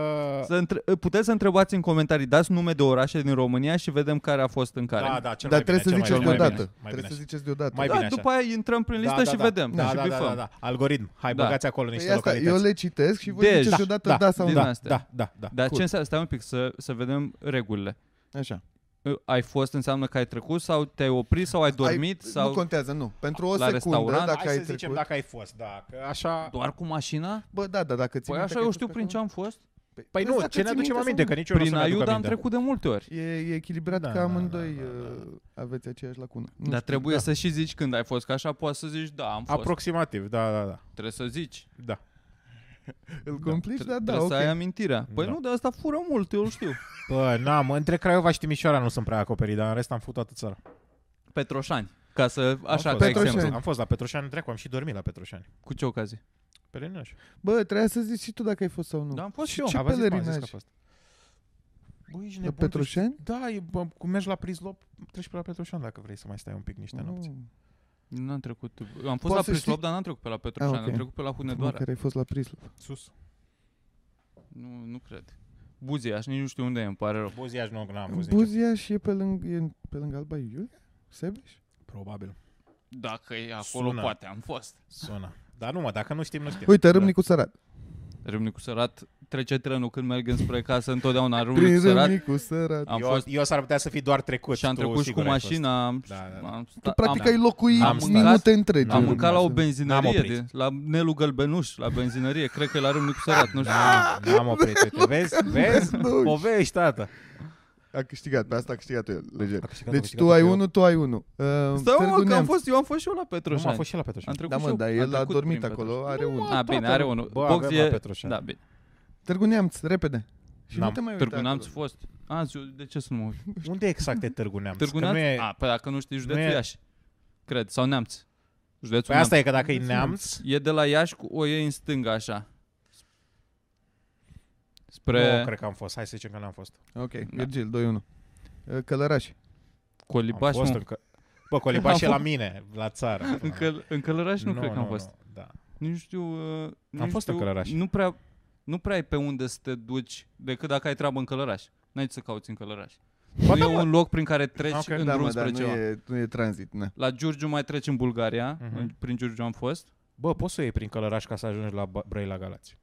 Să între- uh, puteți să întrebați în comentarii, dați nume de orașe din România și vedem care a fost în care. Da, da, Dar cel mai bine, trebuie să cel mai ziceți bine, mai deodată. bine, mai Trebuie bine să așa. ziceți deodată. Păi Mai da bine așa. după aia intrăm prin listă și vedem Da, și da, da, bifăm. da, da. Algoritm. Hai, Da. băgați acolo Păi niște asta, localități. eu le citesc și voi Deci, ziceți deodată da, sau din da. astea. da, da, da. Dar Cool. ce înseamnă, stai un pic, să, să vedem regulile. Așa. Uh, Ai fost înseamnă că ai trecut sau te-ai oprit sau ai dormit ai, sau Nu contează, nu. Pentru o la secundă, restaurant? dacă Hai ai să trecut... zicem dacă ai fost, da. că Așa... doar cu mașina? Bă, da, da, dacă ții Păi minte așa că eu ai știu fost prin pe ce am fost. Păi Vezi nu, dacă ce ne ții aducem minte aminte, sau că nici eu nu Prin să-mi aduc Aiuda am aminte. trecut de multe ori. E, e echilibrat Da, că da, amândoi da, da, da. uh, aveți aceeași lacună. Nu Dar știu. trebuie Da. să și zici când ai fost, că așa poți să zici da, am fost. Aproximativ, da, da, da. Trebuie să zici. Da. Îl complici, Tre- da, da, trebuie ok. să ai amintirea. Păi Da. nu, de asta fură mult, eu îl știu. Bă, n-am, între Craiova și Timișoara nu sunt prea acoperit, dar în rest am făcut toată țara. Petroșani. Ca să, Am așa, fost. ca Petroșani. exemplu. Am fost la Petroșani, dracu, am și dormit la Petroșani. Cu ce ocazie? Pelerinaj. Bă, trebuia să zici și tu dacă ai fost sau nu. Da, am fost și și eu. Ce Avea zis, m-a zis că pelerinaj? a fost. Bă, ești La nebun. Petroșeni? deci- Da, e, bă, cum mergi la Prislop, treci pe la Petroșan dacă vrei să mai stai un pic niște nopți. Mm. Nu am trecut. Am fost Poți la să Prislop, știi- dar n-am trecut pe la Petroșani. Ah, ok. Am trecut pe la Mă, Hunedoara. care ai fost la Prislop. Sus. Nu, nu cred. Buziaș, nici nu știu unde e, îmi pare rău. Buziaș nu, n-am Buzia și e pe lângă, e pe lângă Alba Iulia? Sebeș? Probabil. Dacă e acolo, Sună. poate am fost. Sună. Dar nu mă, dacă nu știm, nu știm. Uite, Râmnicu da. Sărat. Râmnicu Sărat trece trenul când merg înspre casă, întotdeauna Râmnicu Prin Sărat. Râmnicu Sărat. Am Da. eu, fost eu s-ar putea să fi doar trecut. și am tu trecut și cu sigur ai fost. mașina. Am, Da, da, da. am Tu sta- practic am, ai locuit Am minute stat- întregi. am în mâncat la o Râmnicu Sărat. N-am benzinărie, oprit. de, la Nelu Gălbenuș, la benzinărie. Cred că e la Râmnicu Sărat, nu știu. Da, n-am oprit. Uite, vezi? Vezi? Povești, tata. A câștigat, pe asta a câștigat el, lejer. A câștigat, a Deci câștigat tu ai eu. unul, tu ai unul. Uh, Stai Târgu mă, că am Neamț. fost, eu am fost și eu la Nu Petroșani. m-a fost și la Am Petroșani. trecut și Da, mă, eu. dar Am el a trecut dormit prin acolo, are unul. A, Bă, bine, tata, are bă. unul. Bă, Box avem la e- Petroșani. Da, bine. Târgu Neamț, repede. Și N-am. nu te mai uita Târgu Neamț acolo. fost. Azi, eu- de ce să nu mă uit? Unde exact e Târgu Neamț? Târgu Că Neamț? Nu e... A, păi dacă nu știi județul nu e- Iași. Cred, sau Neamț. Județul Păi Neamț. asta e că dacă e Neamț, E de la Iași, cu, o iei în stânga așa. Spre nu cred că am fost. Hai să zicem că n-am fost. Ok, Da. Virgil, 2-1. Uh, Călăraș. Am Colibaș, fost nu. încă... Bă, Colibaș e la Am mine, la țară. În, căl- în Călăraș nu, cred că am fost. nu, Da. Nici știu... Uh, nici fost știu, în Călăraș. Nu prea, nu prea ai pe unde să te duci decât dacă ai treabă în Călăraș. N-ai ce să cauți în Călăraș. Ba nu da, e mă. un loc prin care treci Ok. în Da, drum mă, dar spre nu ceva. e, nu e tranzit, na. La Giurgiu mai treci în Bulgaria. Mhm. în- Prin Giurgiu am fost. Bă, poți să o iei prin Călăraș ca să ajungi la Bă- Brăila Galați.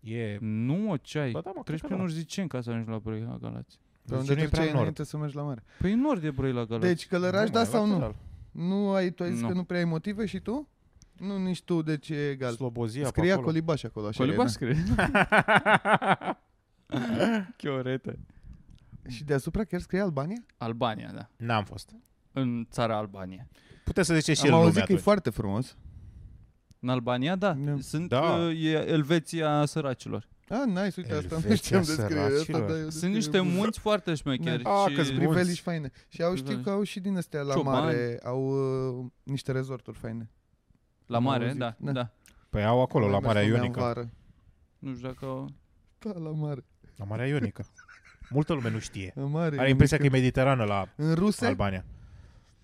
E... Nu, o ce ai? Bă, da, mă, cred Treci că prin da. Urziceni ca să ajungi la Brăila Galați. Pe unde Deci nu e treceai prea nord. înainte să mergi la mare. Păi în nord e Brăila Galați. Deci Călăraș, Nu, da mai sau nu? lateral. Nu ai, tu ai zis Nu. că nu prea ai motive și tu? Nu, nici tu, deci e egal. Slobozia pe Scria acolo. Colibaș acolo, așa Colibaș e, scrie. Chiorete. da. Și deasupra chiar scrie Albania? Albania, da. N-am fost. În țara Albania. Puteți să ziceți și Am el auzit lumea că e atunci. foarte frumos. În Albania, da. Da. Sunt, Da. uh, E Elveția săracilor. Ah, nice, uite, asta nu Elveția știam de scrie. Asta, săracilor. da, eu Sunt descrie- niște munți foarte șmecheri. Da. Ah, și... că-s bun. Priveliști faine. Și au știu Priveliști. că au și din astea la Ciobani. mare, au uh, niște resorturi faine. La Am mare, auzit, da, da. da, Păi au acolo, la Mai Marea mergeam Ionică. vară. Nu știu dacă... au- Da, la mare. La Marea Ionică. Multă lume nu știe. La mare. Are impresia că e mediterană la În ruse? Albania.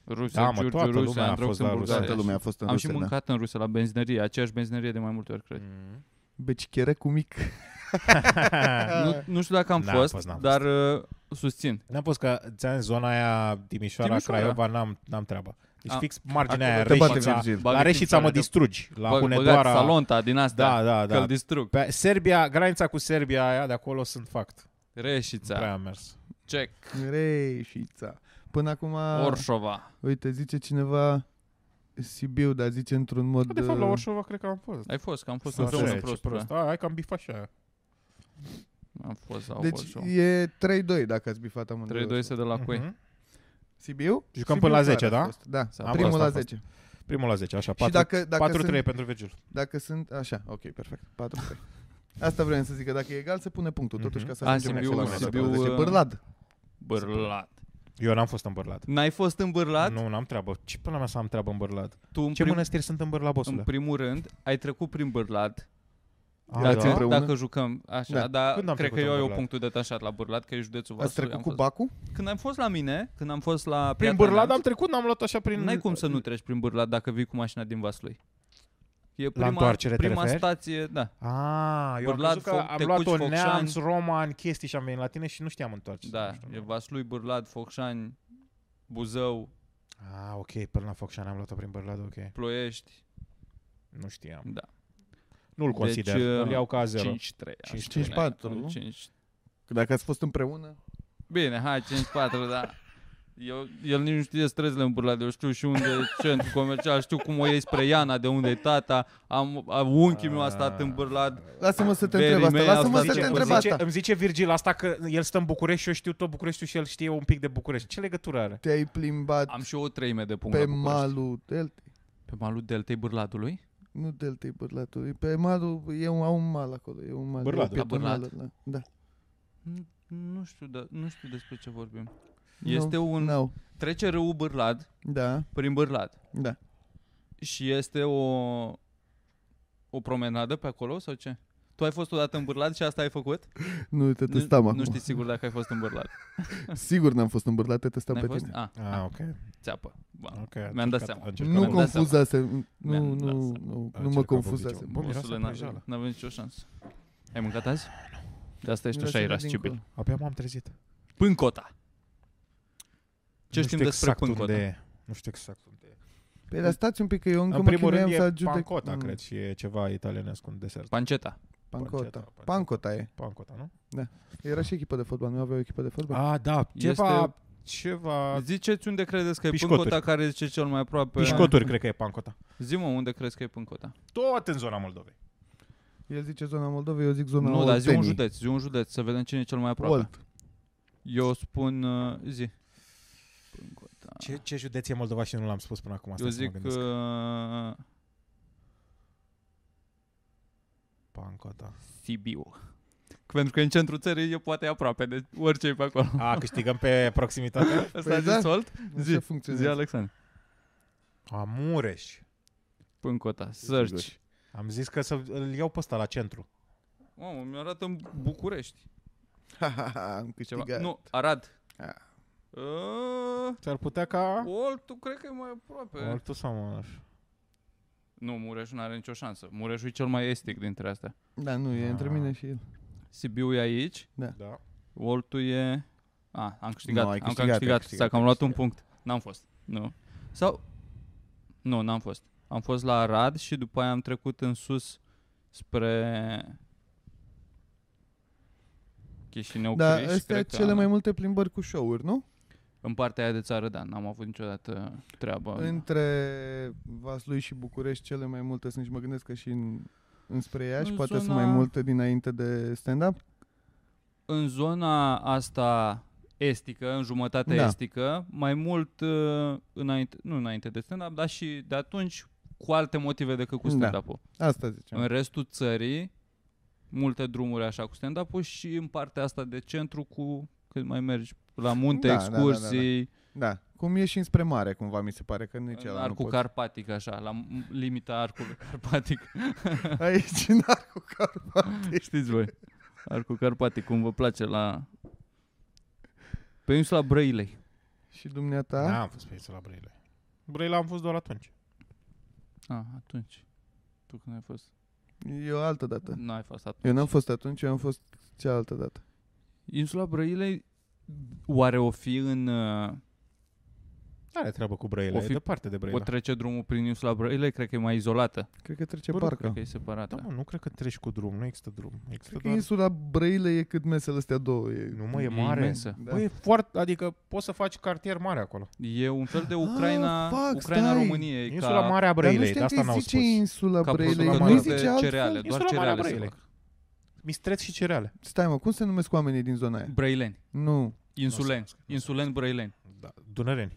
Rusia, Da, mă, Giurgiu, toată lumea Rusia, a am fost fost în la Rusia. Bulgaria. Toată lumea a fost în Am și ruse, da. mâncat în Rusia, la benzinărie, aceeași benzinărie de mai multe ori, Păi. cred. Mm. Becichere cu mic. Nu, nu știu dacă am N-am fost, Da. fost, n-am dar uh, susțin. N-am fost că ți-am zis, zona aia Timișoara, Timișoara. Craiova, n-am, n-am treabă. Deci A. fix marginea aia, Te bate Reșița. Virgil. Bagă La Reșița Timișoara mă de- distrugi. La Bă, Hunedoara. băgați salonta din astea, Da, da, că-l da. distrug. Pe Serbia, granița cu Serbia aia de acolo sunt fact. Da. Reșița, Prea am mers. Cec, Reșița. Până acum, Ah. Orșova. uite, zice cineva Sibiu, dar zice într-un mod... De fapt, la uh, Orșova cred că am fost. Ai fost, că am fost Sau așa împreună e, ce prost. da. prost. A, hai că am bifat și aia. Am fost la Deci Orșova. e 3-2 dacă ați bifat amândoi. 3-2 se de la cui? Mhm. Sibiu? Jucăm Sibiu până la clar 10, a da? fost, Da, Am primul fost, la am fost. 10. Primul la 10, așa. Și 4, dacă, dacă, 4-3 sunt, pentru Virgil. dacă sunt... Așa, ok, perfect. 4-3. Asta vreau să zic, că dacă e egal, se pune punctul, totuși, Mhm. ca să A, ajungem Sibiu, la Sibiu, 11. uh, Bârlad. Bârlat. Eu n-am fost în Bârlad. N-ai fost în Bârlat? Nu, n-am treabă. Ce până la mea să am treabă în Bârlad? Tu în, Ce prim, mănăstiri sunt în Bârlad, în bosule? primul rând ai trecut prin Bârlat. Ah, Ați dacă, împreună? dacă jucăm așa, Da. dar Când am cred trecut că eu în eu Bârlad? punctul detașat la Bârlat, că e județul Ați vostru. trecut am cu fost. Bacu? Când am fost la mine, când am fost la Prin Piatra Bârlad am Neamț, trecut, n-am luat așa prin... N-ai cum să nu treci prin Bârlat dacă vii cu mașina din Vaslui. E prima, întoarcere te prima referi? stație, da. Ah, eu Bârlad, am crezut că Foc- am Tecuci, luat un Focșani. neamț, roman, chestii și am venit la tine și nu știam întoarce. Da, Nu știu, e nu. Vaslui, Bârlad, Focșani, Buzău, Ah, ok, până la Focșani am luat-o prin Bârlad, ok. Ploiești, Nu știam. da. Nu-l Deci, consider, uh, îl iau ca 0. 5-3. aș spune. 5-3. 5-4, nu? 5 Că Dacă ați fost împreună? Bine, hai, 5-4, da. Eu, el nici nu știe străzile în Burlade, eu știu și unde e centru comercial, știu cum o iei spre Iana, de unde e tata, am, am unchiul meu a stat în Burlad. Lasă-mă să te Verii întreb asta, mei lasă-mă asta să zice- te îmi întreb zice, asta. îmi zice Virgil asta că el stă în București și eu știu tot Bucureștiul și el știe un pic de București. Ce legătură are? Te-ai plimbat Am și eu o treime de punct pe la București. malul Deltei. Pe malul deltei Burladului? Nu Deltei Bârlatului, pe malul, e un, au un mal acolo, e un mal. Bârladul. e La Bârlad. pietonală, da. da. N- Nu știu, da, nu știu despre ce vorbim. Nu, Este un... n-au. Trece râul Burlad Da, prin Burlad da. și este o... o promenadă pe acolo sau ce? Tu ai fost odată în Bârlad și asta ai făcut? Nu te Nu- testam nu, acum. știi sigur dacă ai fost în Bârlad. Sigur n-am fost îmbărlat, te testam N-ai pe fost? tine. Ah, Ah, ok. țeapă. Ba. ok. Mi-am dat seama. mi-am Nu dat seama. confuzase, nu, Mi-am nu, dat nu, seama. A nu mă încercat confuzase. obiceiul. Bă, miroase Ursul a n-avea- prăjeală. N-avem nicio șansă. Ai mâncat azi? De asta ești Miroase așa de irascibil. dincolo. Abia m-am trezit. Pâncota. Ce Nu știm știu despre exact pâncota? unde e. Nu știu exact unde e. Păi dar stați un pic, că eu încă În mă primul chinuiam rând să e ajutec. pancota, Mm, cred, și e ceva italianesc, un desert. Panceta. Pancota. Panceta, Pancota e. Pancota, nu? Era și echipă de fotbal, nu avea o echipă de fotbal? Ah, da. Ceva... Este- Ceva... Ziceți unde credeți că e Pișcoturi. pâncota care zice cel mai aproape. Pișcoturi, cred că e pancota. Zi-mă unde crezi că e pâncota. Tot în zona Moldovei. El zice zona Moldovei, eu zic zona nu, dar zi un Oltenii. județ, zi un județ, să vedem cine e cel mai aproape. Olt. Eu spun uh, zi. Pâncota. Ce, ce județ e Moldova și nu l-am spus până acum? Asta Eu să mă zic gândesc. uh, Pancota. Sibiu. Pentru că în centrul țării e poate aproape de orice e pe acolo. A, câștigăm pe proximitate? Asta Păi a da. zis Olt? Așa Zi, zi funcționează. Alexandru. Amureș. Pâncota, search. Am zis că să îl iau pe ăsta la centru. Mamă, mi arată în București. Ha, ha, ha, am Ceva. Adică- câștigat. Nu, Arad. Ah. Uh, S-ar putea ca... Oltul cred că e mai aproape. Altul sau Mureș? Nu, Mureșul nu are nicio șansă. Mureșul e cel mai estic dintre astea. Da, nu, e Ah. între mine și el. Sibiu e aici. Da. Oltul e... A, am câștigat, Nu, am câștigat, ai câștigat, ai câștigat, câștigat, câștigat că am ai luat un punct. N-am fost, nu. Sau... Nu, n-am fost. Am fost la Arad și după aia am trecut în sus spre... Chișinău Da, Criș, astea cred că cele am- mai multe plimbări cu show-uri, nu? În partea aia de țară, da, n-am avut niciodată treabă. În... Între Vaslui și București cele mai multe sunt și mă gândesc că și în, înspre Iași, În poate sunt zona- mai multe dinainte de stand-up. în zona asta estică, în jumătatea Da. estică, mai mult uh, înainte, nu înainte de stand-up, dar și de atunci cu alte motive decât cu Da. stand-up-ul. Asta ziceam. În restul țării, multe drumuri așa cu stand-up-ul și în partea asta de centru cu cât mai mergi la munte, Da, da, da, da, da. excursii, Da, cum e și înspre mare, cumva, mi se pare că nici în ăla nu arcul poți. carpatic așa, la m- limita arcului carpatic. Aici, da. în arcul carpatic. Știți voi, arcul carpatic, cum vă place la... Pe insula Brăilei. Și dumneata? Da. N-am fost pe insula Brăila. Brăila am fost doar atunci. Ah, atunci. Tu când ai fost? Eu altă dată. Nu ai fost atunci. Eu n-am fost atunci, eu am fost cealaltă dată. Insula Brăilei, oare o fi în... uh, Are treabă cu Brăila, O fi- e departe de O Brăila. trece drumul prin insula Brăilei? Cred că e mai izolată. Cred că trece Bă, da, parcă. Cred că e separată. Da, mă, nu cred că treci cu drum, nu există drum. Există Cred că doar... insula Brăile e cât mesele astea două. E... Da. Nu mă, e E mare. imensă. Bă, e foarte, adică poți să faci cartier mare acolo. E un fel de Ucraina, Ah, fuck, Ucraina stai. României Insula ca, Mare a Dar nu Brăilei, de știam că asta n-au îi zice spus. insula ca Brăile. producător Nu îi mare de zice altfel? cereale, doar Insula Mare a cereale se Brăilei. fac. Mistreți și cereale. Stai mă, cum se numesc oamenii din zona aia? Brăileni, Nu. insuleni, cunosc, nu insuleni brăileni, Da, Dunăreni.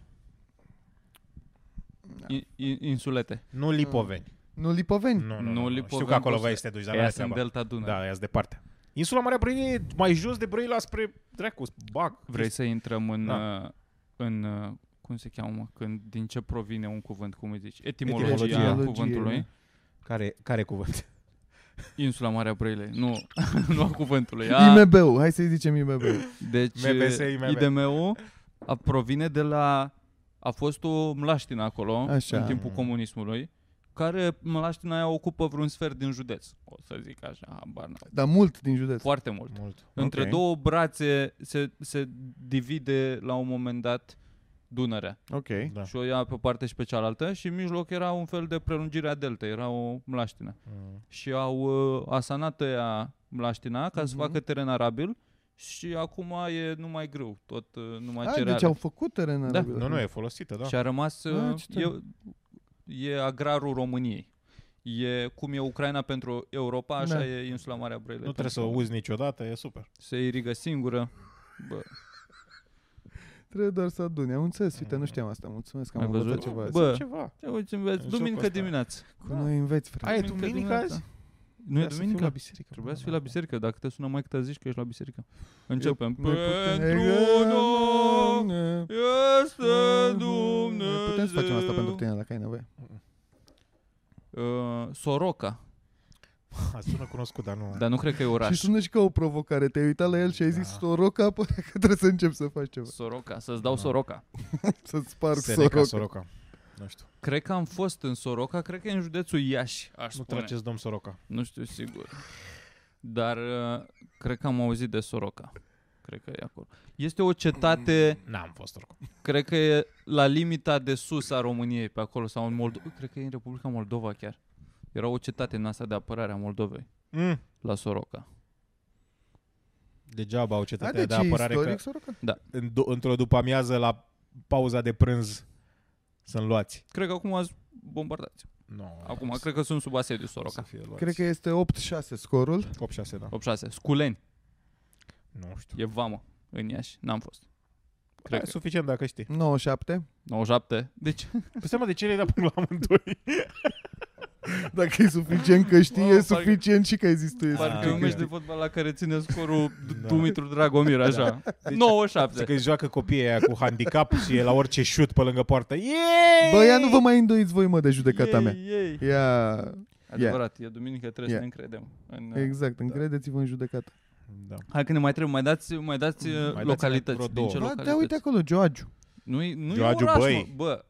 in, in, insulete. Nu Lipoveni. Nu Lipoveni? Nu, Nu nu, nu, nu. Știu Lipoveni, că acolo poți vei să- să te duci, dar Aia n-are sunt treaba. delta Dunării. Da, ia departe. Insula Marea Brăilei e mai jos de Brăila spre Dracu, Bac. Vrei să intrăm în, Da. uh, în uh, cum se cheamă, când, din ce provine un cuvânt, cum îi zici? Etimologia, Etimologia. Etimologia Etimologie, cuvântului. Care, care cuvânt? Insula Marea Brăilei, nu, nu a cuvântului. da. A, IMB-ul, hai să-i zicem IMB-ul. deci MBS, uh, IMB. IDM-ul a, provine de la... A fost o mlaștină acolo, Așa. în timpul comunismului, care mlaștina aia ocupă vreun sfert din județ. O să zic așa, habar n-am. Dar mult din județ. Foarte mult. Mult. Între Ok. două brațe se, se divide la un moment dat Dunărea. Ok. Da. Și o ia pe o parte și pe cealaltă și în mijloc era un fel de prelungire a deltei, era o mlaștină. Mm. Și au uh, asanat ea mlaștina ca să Mhm. facă teren arabil și acum e numai grâu, tot uh, numai Ah, cereale. deci au făcut teren Da. arabil. Nu, nu, e folosită, da. Și a rămas... Ah, uh, ce e, tare. e agrarul României. E cum e Ucraina pentru Europa, așa Da. e insula Marea Brăilei. Nu trebuie să pentru o uzi niciodată, e super. Se irigă singură. Bă, Trebuie doar să adune. Am înțeles, uite, nu știam asta. Mulțumesc că am Ai văzut? învățat ceva. Bă. Sunt ceva. te uiți, înveți. În Duminică jocul ăsta. dimineață. Cu noi înveți, frate. Ai Duminică duminică dimineața. azi? Nu e Trebuia să fiu la duminică? biserică. Da. Trebuia să fii până la acum. biserică. Dacă te sună mai să zici că ești la biserică. Începem. Eu- noi putem- Pentru noi este Mm, Dumnezeu. Putem să facem asta pentru tine dacă ai nevoie. Uh, Soroca. Da, sună cunoscut, dar nu... Dar nu cred că e Și oraș. sună și ca o provocare. Te-ai uitat la el și ai zis, Da. Soroca, poate că trebuie să încep să faci ceva. Soroca, să-ți dau Da. Soroca. Să-ți sparg Seneca, Soroca. Soroca. Nu știu. Cred că am fost în Soroca, cred că e în județul Iași, aș Nu spune. trageți domn Soroca. Nu știu sigur. Dar uh, cred că am auzit de Soroca. Cred că e acolo. Este o cetate, N-am fost oricum. cred că e la limita de sus a României, pe acolo, sau în Moldova. Cred că e în Republica Moldova chiar. Era o cetate în asta de apărare a Moldovei, Mm. la Soroca. Degeaba au Da, cetatea deci de e apărare istoric, că... că Păi. Soroca? în du- într-o după-amiază la pauza de prânz sunt luați. Cred că acum ați bombardați. Nu. Acum, cred că sunt sub asediu Soroca. Cred că este 8-6 scorul. 8-6, da. 8-6. Sculeni. Nu știu. E vamă în Iași. N-am fost. Cred Cred că e că. suficient dacă știi. 9-7. 97. Deci, Pe Păi seama de ce le-ai dat până la amândoi? Dacă e suficient că știi, Mamă, e parcă- Da. suficient și că ai zis tu. e parcă suficient e că un meci știi. de fotbal la care ține scorul Da. Dumitru Dragomir, așa. Deci- 9-7. Zic că joacă copiii aia cu handicap și e la orice șut pe lângă poartă. Yeee! Bă, ia nu vă mai îndoiți voi, mă, de judecata Ei, Da. mea. ei. Ia, Adevărat, e duminică, trebuie Yeah. să ne încredem. În, uh, exact, încredeți-vă în judecată. Da. Hai că ne mai trebuie, mai dați, mai dați uh, dați-ne localități. vreo din ce două. Ba, localități? da, uite acolo, Geoagiu. Nu, e- nu Gioagiu, e oraș, băi. mă. Bă,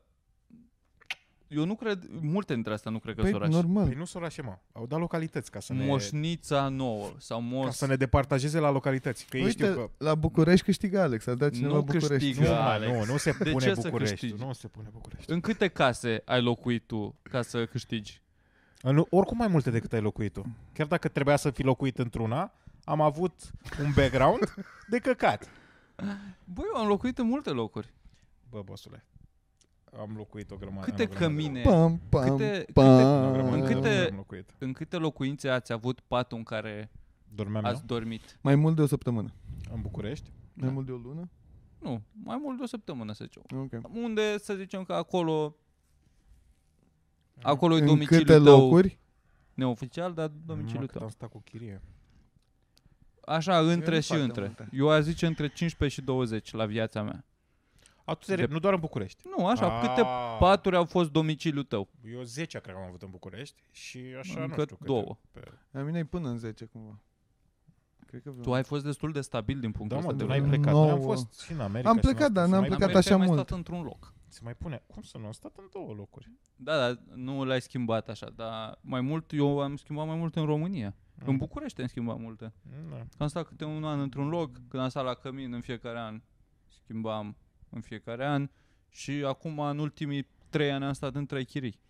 eu nu cred, multe dintre astea nu cred că Păi, sunt oraș. Păi normal. nu sunt orașe, mă. Au dat localități ca să ne, Moșnița nouă sau ca Moș... să ne departajeze la localități. Că ei știu că... Păi, Uite, la București câștigă Alex, a dat cineva Nu București. câștigă. Nu, mă, Alex. nu, nu se De pune ce să București. câștigi? Nu se pune București. În câte case ai locuit tu ca să câștigi? În, oricum mai multe decât ai locuit tu. Chiar dacă trebuia să fi locuit într-una, am avut un background de căcat. Băi, eu am locuit în multe locuri. Bă, bosule, am locuit o grămadă. Câte am o grămadă de cămine, Pam, pam, Câte- câte- locuri. Am o grămadă pam. în de câte- locuri am locuit. În câte locuințe ați avut patul în care Dormeam ați eu dormit? Mai mult de o săptămână. în București. Mai Da. mult de o lună? Nu, mai mult de o săptămână, să zicem. Ok. Unde, să zicem că acolo... Acolo e În domiciliul câte tău locuri? neoficial, dar Numai domiciliul cât tău. am stat cu chirie. Așa, între nu și fac de între. multe. Eu aș zice între 15 și 20 la viața mea. A, tu de... De- nu doar în București. Nu, așa, A, câte paturi au fost domiciliul tău? Eu 10 cred că am avut în București și așa Încă nu știu câte. două. Pe... La mine e până în 10 cumva. Cred că vreo- Tu ai fost destul de stabil din punctul Da, mă, ăsta de tu de n-ai vedere. vreo plecat. Noi am nouă. fost și în America. Am și plecat, n-am dar stat- n-am se Dar mai plecat pe așa pune- ce ai mai mult. stat într-un loc. Se mai pune. Cum să nu? Am stat în două locuri. Da, da, nu l-ai schimbat așa, dar mai mult, eu am schimbat mai mult în România. Mm. În București am schimbat multe. Da. Că am stat câte un an într-un loc, când am stat la cămin în fiecare an, schimbam în fiecare an și acum în ultimii trei ani am stat în trei chirii.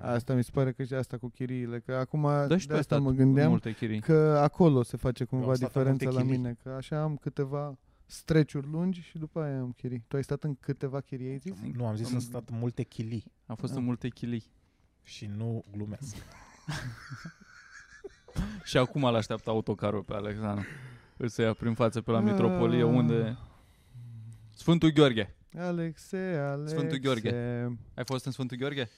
Asta mi se pare că și asta cu chiriile, că acum Da, și tu de ai asta stat mă în gândeam multe chirii. că acolo se face Eu cumva am stat în diferența multe la chirii. mine, că așa am câteva streciuri lungi și după aia am chirii. Tu ai stat în câteva chirii, ai zis? Nu, am zis Am- am stat în multe chilii Am fost Da. în multe chirii. și nu glumesc. Și acum îl așteaptă autocarul pe Alexandru. Îl să ia prin față pe la Ah. Mitropolie, unde... Sfântul Gheorghe. Alexe, Alexe. Sfântul Gheorghe. Ai fost în Sfântul Gheorghe?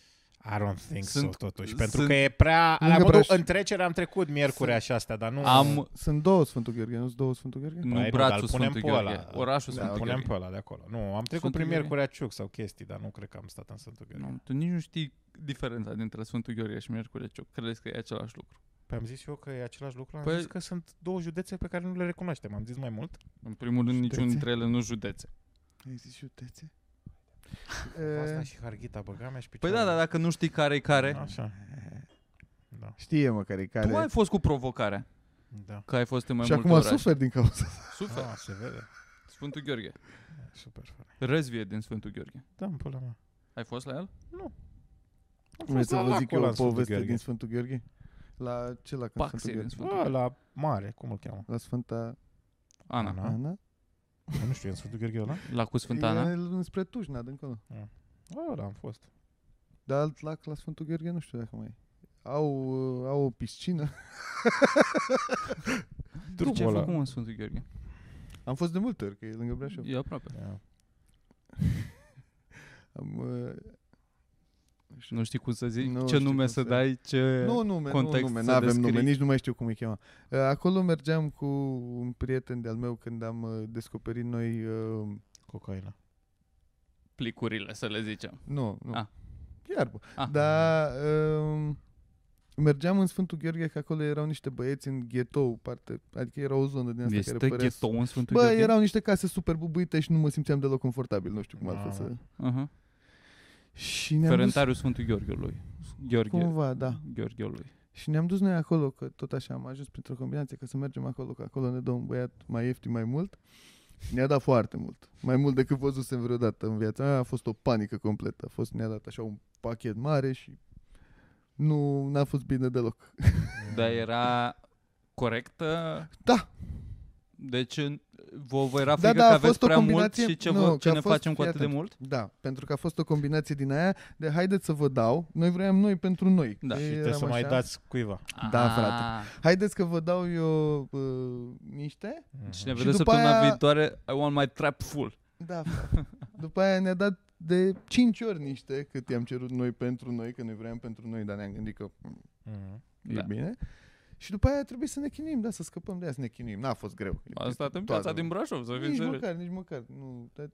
I don't think Sunt- so, totuși. Pentru sunt- că e prea... Lângă La modul, Brașov. în trecere am trecut miercurea și astea, dar nu... Am... Sunt două Sfântul Gheorghe, nu sunt două Sfântul Gheorghe? Nu Păi nu, Mm. dar brațul îl punem Sfântul pe ăla. Gheorghe. Orașul Da, Da, Sfântul punem Gheorghe. pe ăla de acolo. Nu, am trecut Sfântul prin Gheorghe. miercurea Ciuc sau chestii, dar nu cred că am stat în Sfântul Gheorghe. Nu, tu nici nu știi diferența dintre Sfântul Gheorghe și Miercurea Ciuc. Crezi că e același lucru. Păi am zis eu că e același lucru, am Păi- zis că sunt două județe pe care nu le recunoaștem. Am zis mai mult. În primul rând, niciunul Județe? dintre ele nu județe. Ai zis județe? Asta E, și Harghita, băga mea și Păi da, dar dacă nu știi care e care... Așa. Da. știe mă care care. Tu ai fost cu provocarea, Da. că ai fost în mai și multe acum orașe. suferi din cauza. asta. Suferi. Ah, se vede. Sfântul Gheorghe. Super fără. Răzvie din Sfântul Gheorghe. Da, în pula mea. Ai fost la el? Am Vrei fost să la vă zic lacul eu o ăla în Sfântul poveste Gheorghe. din Sfântul Gheorghe? La ce lac în Paxie Sfântul din Gheorghe? Sfântul Bă, Gheorghe. la mare, cum îl cheamă? La Sfânta Ana. Ana. Ana? Bă, Nu știu, e în Sfântul Gheorghe ăla? La cu Sfântana. E înspre Tujna, de încolo. Bă, ăla am fost. Dar alt lac la Sfântul Gheorghe nu știu dacă mai e. Au, uh, au o piscină. Tu ce ai ăla. făcut mă, în Sfântul Gheorghe? Am fost de multe ori, că e lângă Brașov. E aproape. Da. Am, uh, Nu știi cum să zici, Nu ce știu nume cum să să- dai, ce... nu nume, nu context nume, să nu avem descrii. nume, nici nu mai știu cum îi chema. Uh, Acolo mergeam cu un prieten de-al meu când am uh, descoperit noi... uh, Cocaina. Plicurile, să le zicem. Nu, nu. Ah. Iarbă. Ah. Dar um, mergeam în Sfântul Gheorghe, că acolo erau niște băieți în ghetou, parte, adică era o zonă din asta Este care părea... ghetou în Sfântul Bă, Gheorghe? erau niște case super bubuite și nu mă simțeam deloc confortabil, nu știu cum Ah. altfel Mamă. să... Aha. Și ne-am dus Ferentariu Sfântul Gheorghelui. Gheorghe. cumva, da. Gheorghelui. Și ne-am dus noi acolo, că tot așa am ajuns printr-o combinație, că să mergem acolo, că acolo ne dă un băiat mai ieftin, mai mult. Ne-a dat foarte mult. Mai mult decât văzusem vreodată în viața mea. A fost o panică completă. A fost, ne-a dat așa un pachet mare și nu n-a fost bine deloc. Dar era corectă? Da. Deci în- vă, vă era Da, frică că da, a aveți fost o prea mult combinație- și ce, nu, vă, ce că a ne fost- facem cu fii atât de atent. mult? Da, pentru că a fost o combinație din aia de haideți să vă dau, noi vreau noi pentru noi. Da. Că Și Și eram trebuie să mai așa. dați cuiva. Da, Ah. frate. Haideți că vă dau eu uh, niște Și ne Și vedem după săptămâna aia- viitoare. I want my trap full. Da, frate. După aia ne-a dat de 5 ori niște cât i-am cerut noi pentru noi, că noi vreau pentru noi, dar ne-am gândit că Mhm. e Da. bine. Și după aia trebuie să ne chinuim, da, să scăpăm de aia, să ne chinuim. N-a fost greu. A stat în Toată piața din lumea. Brașov, să fim Nici serios. măcar, nici măcar. Nu, dar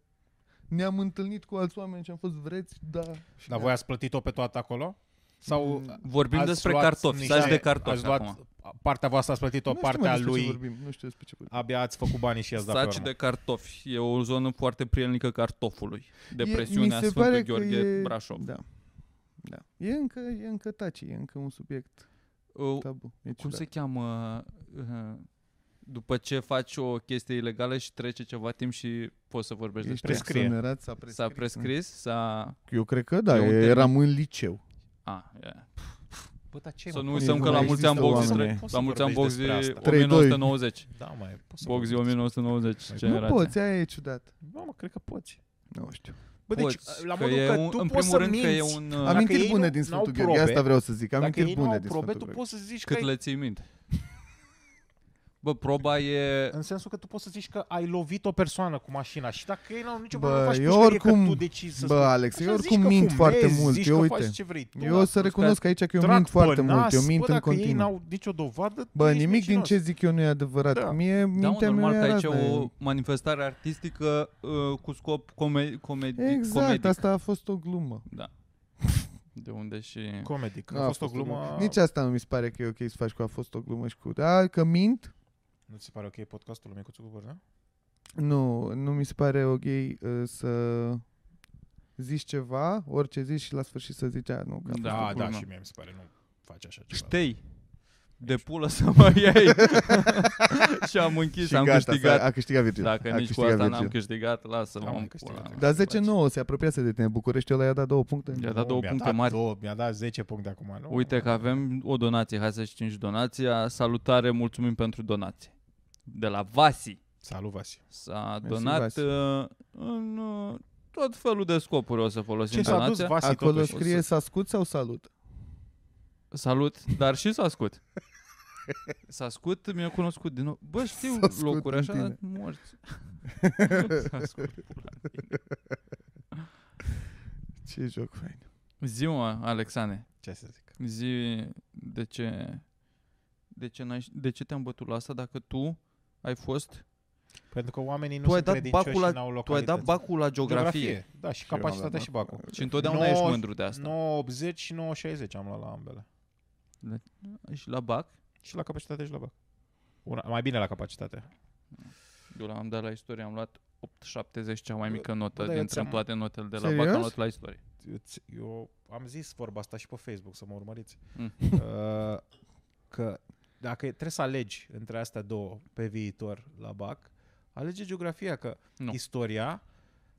ne-am întâlnit cu alți oameni și am fost vreți, da. Și Dar ne-am- voi ați plătit-o pe toată acolo? Sau Mm, Vorbim ați despre luat cartofi, niște- saci de cartofi ați luat acum. Partea voastră ați plătit-o, nu știu, mă, partea despre ce lui vorbim, nu știu despre ce vorbim. abia ați făcut banii și i-ați dat pe Saci urmă. de cartofi. E o zonă foarte prielnică cartofului. mi se Depresiunea Sfântul pare că Gheorghe, e- Brașov. Da. Da. E încă, e încă taci, e încă un subiect Uh, tabu. E Cum ciudat. se cheamă uh, după ce faci o chestie ilegală și trece ceva timp și poți să vorbești Ești despre ea? prescrie. exonerat, s-a S-a prescris. prescris? S-a... Eu cred că da, E un eu termen. eram în liceu. A, yeah. Bă, dar ce Să mă, nu poți- uităm nu că la mai mulți ani există Boxi oameni. tre- Poți să la mulți ani vorbești Boxi despre asta. 1990. Da, mai poți să Boxi vorbești. 1990 Nu generația. Nu poți, Păi aia e ciudat. Bă, mă, cred că poți. Nu știu. Bă, deci, Poți, la că modul e că un- tu în poți primul să rând că e minți, un, Dacă uh, Amintiri ei bune nu- din n-au Sfântul Gheorghe, probe, asta vreau să zic. dacă Amintiri ei nu bune au din probe, tu Sfântul Gheorghe. poți să zici că Cât le ții minte. Bă, proba e... În sensul că tu poți să zici că ai lovit o persoană cu mașina și dacă ei n-au nicio Bă, problemă, faci eu pușcărie oricum- că tu decizi să Bă, spui. Alex, Așa eu zici oricum că mint fumezi, foarte mult, zici eu că uite. faci ce vrei tu, Eu o da, să tu recunosc aici că eu trag mint foarte pe mult, nas, eu mint bă, în dacă ei continuu. n-au nicio dovadă, tu Bă, ești nimic din mincinos. ce zic eu nu e adevărat. Da. Mie Da, mă, mintea normal mea că era aici e asta. o manifestare artistică uh, cu scop come- comedi- Exact, comedic. asta a fost o glumă. De unde și... Comedy, că Da, a fost o glumă... Nici asta nu mi se pare că e ok să faci cu a fost o glumă și cu... Da, că mint? Nu ți se pare ok podcastul lui Micuțu Cubor, da? Nu, nu mi se pare ok uh, să zici ceva, orice zici și la sfârșit să zici aia, nu, că a fost Da, o Da, da, glumă. și mie mi se pare, nu faci așa ceva. Ștei. De pulă să mă iei. și am închis, Și am gata, câștigat. s-a- A câștigat Virgil. Dacă a nici cu câștigat asta n-am Virgil. câștigat, lasă-mă Am în câștigat. pula. Dar 10-9 se apropiase de tine. București ăla i-a dat da, două puncte. I-a dat Nu, două mi-a puncte dat mari. Două, mi-a dat 10 puncte acum, Da. nu? Uite că avem o donație, hai să cinci donația. Salutare, mulțumim pentru donație. De la Vasi Salut, Vasi. s-a Mersi, donat Vasi. uh, în uh, tot felul de scopuri o să folosim Ce s-a dus donația. Vasi Acolo totuși? scrie să ascult sau salut? Salut, dar și s-a scut. S-a scut, mi-a cunoscut din nou. Bă, știu S-a scut locuri în așa, tine. dar morți. S-a scut, pula mea. Ce joc fain. Ziua, Alexane. Ce să zic? Zi de ce de ce, n-ai, de ce te-am bătut la asta dacă tu ai fost, Pentru că oamenii nu Tu ai sunt dat credincioși bacul la- și n-au tu ai localități. dat bacul la geografie. Da, și Și eu am capacitatea dat și bacul. bacul. Și întotdeauna ești Nouă- mândru de asta. 9,80 și 9,60 am luat la ambele. Și la BAC, Și la capacitate și la bac. Una, mai bine la capacitate. eu l-am dat la istorie, am luat 8,70 cea mai Bă, mică notă bă, da, eu dintre ți-am- toate notele de la Serios? BAC, am luat la istorie. Eu ți- Eu am zis vorba asta și pe Facebook, să mă urmăriți. Mm. Uh, că dacă e- trebuie să alegi între astea două pe viitor la BAC, alege geografia, că Nu. istoria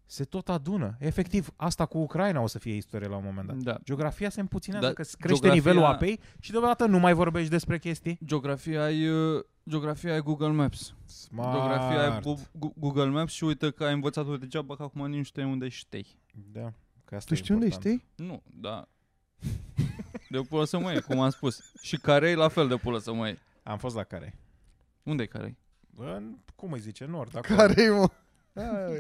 se tot adună. Efectiv, asta cu Ucraina o să fie istorie la un moment dat. Da. Geografia se împuținează, Da, da, că îți crește geografia- nivelul apei și deodată nu mai vorbești despre chestii. Geografia ai, uh, geografia ai Google Maps. Smart. Geografia ai Gu- Gu- Google Maps și uite că ai învățat-o degeaba că acum nu știi unde știi. Da. Că asta Tu e știi unde important. știi? Nu, da. De pulă să mă iei, cum am spus. Și care e la fel de pulă să mă iei. Am fost la care? Unde e care În, cum îi zice? Nord, acolo. Care-i, mă?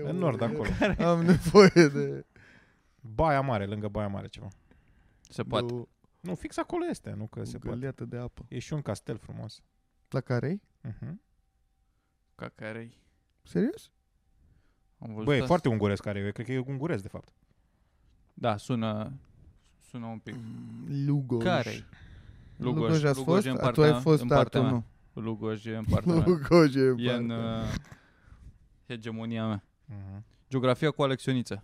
În nord, acolo. Am nevoie de... Baia Mare, lângă Baia Mare ceva. Se poate. de o- Nu, fix acolo este, nu că o se poate. găleată de apă. E și un castel frumos. La care Uh-huh. Ca care Serios? Am văzut Bă, e asta. foarte unguresc care e. Cred că e unguresc, de fapt. Da, sună sună un pic. Lugoj. care Lugoj. Lugoj ați Lugoj fost? e în tu partea- ai fost, în da, partea tu mea. Da. nu. Lugoj e în partea mea. Lugoj e în E în partea. uh, hegemonia mea. Mhm. Geografia cu Alexioniță.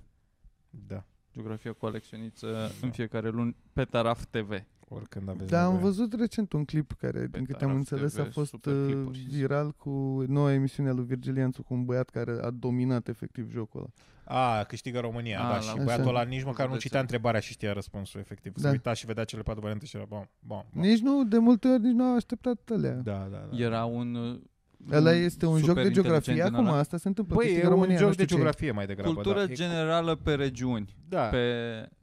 Da, Geografia cu Alexioniță în fiecare luni pe Taraf TV. oricând aveți Dar Da, am nevoie. văzut recent un clip care, Pe din câte am Taraf înțeles, a TV, fost super uh, clipuri. viral cu noua emisiune a lui Virgilianțu cu un băiat care a dominat efectiv jocul ăla. A, câștigă România, A, da, la- și Așa. băiatul ăla nici măcar nu Județean. citea întrebarea și știa răspunsul efectiv. Se Da. uita și vedea cele patru variante și era bom, bom, bom. Nici nu, de multe ori, nici nu a așteptat alea. Da, da, da. Era un... uh, Ăla un este un joc super de geografie, inteligent în acum ăla. asta se întâmplă. Băi, Câștigă e un România, nu joc de știu ce e. geografie mai degrabă. Cultură da. E- generală pe regiuni, Da, pe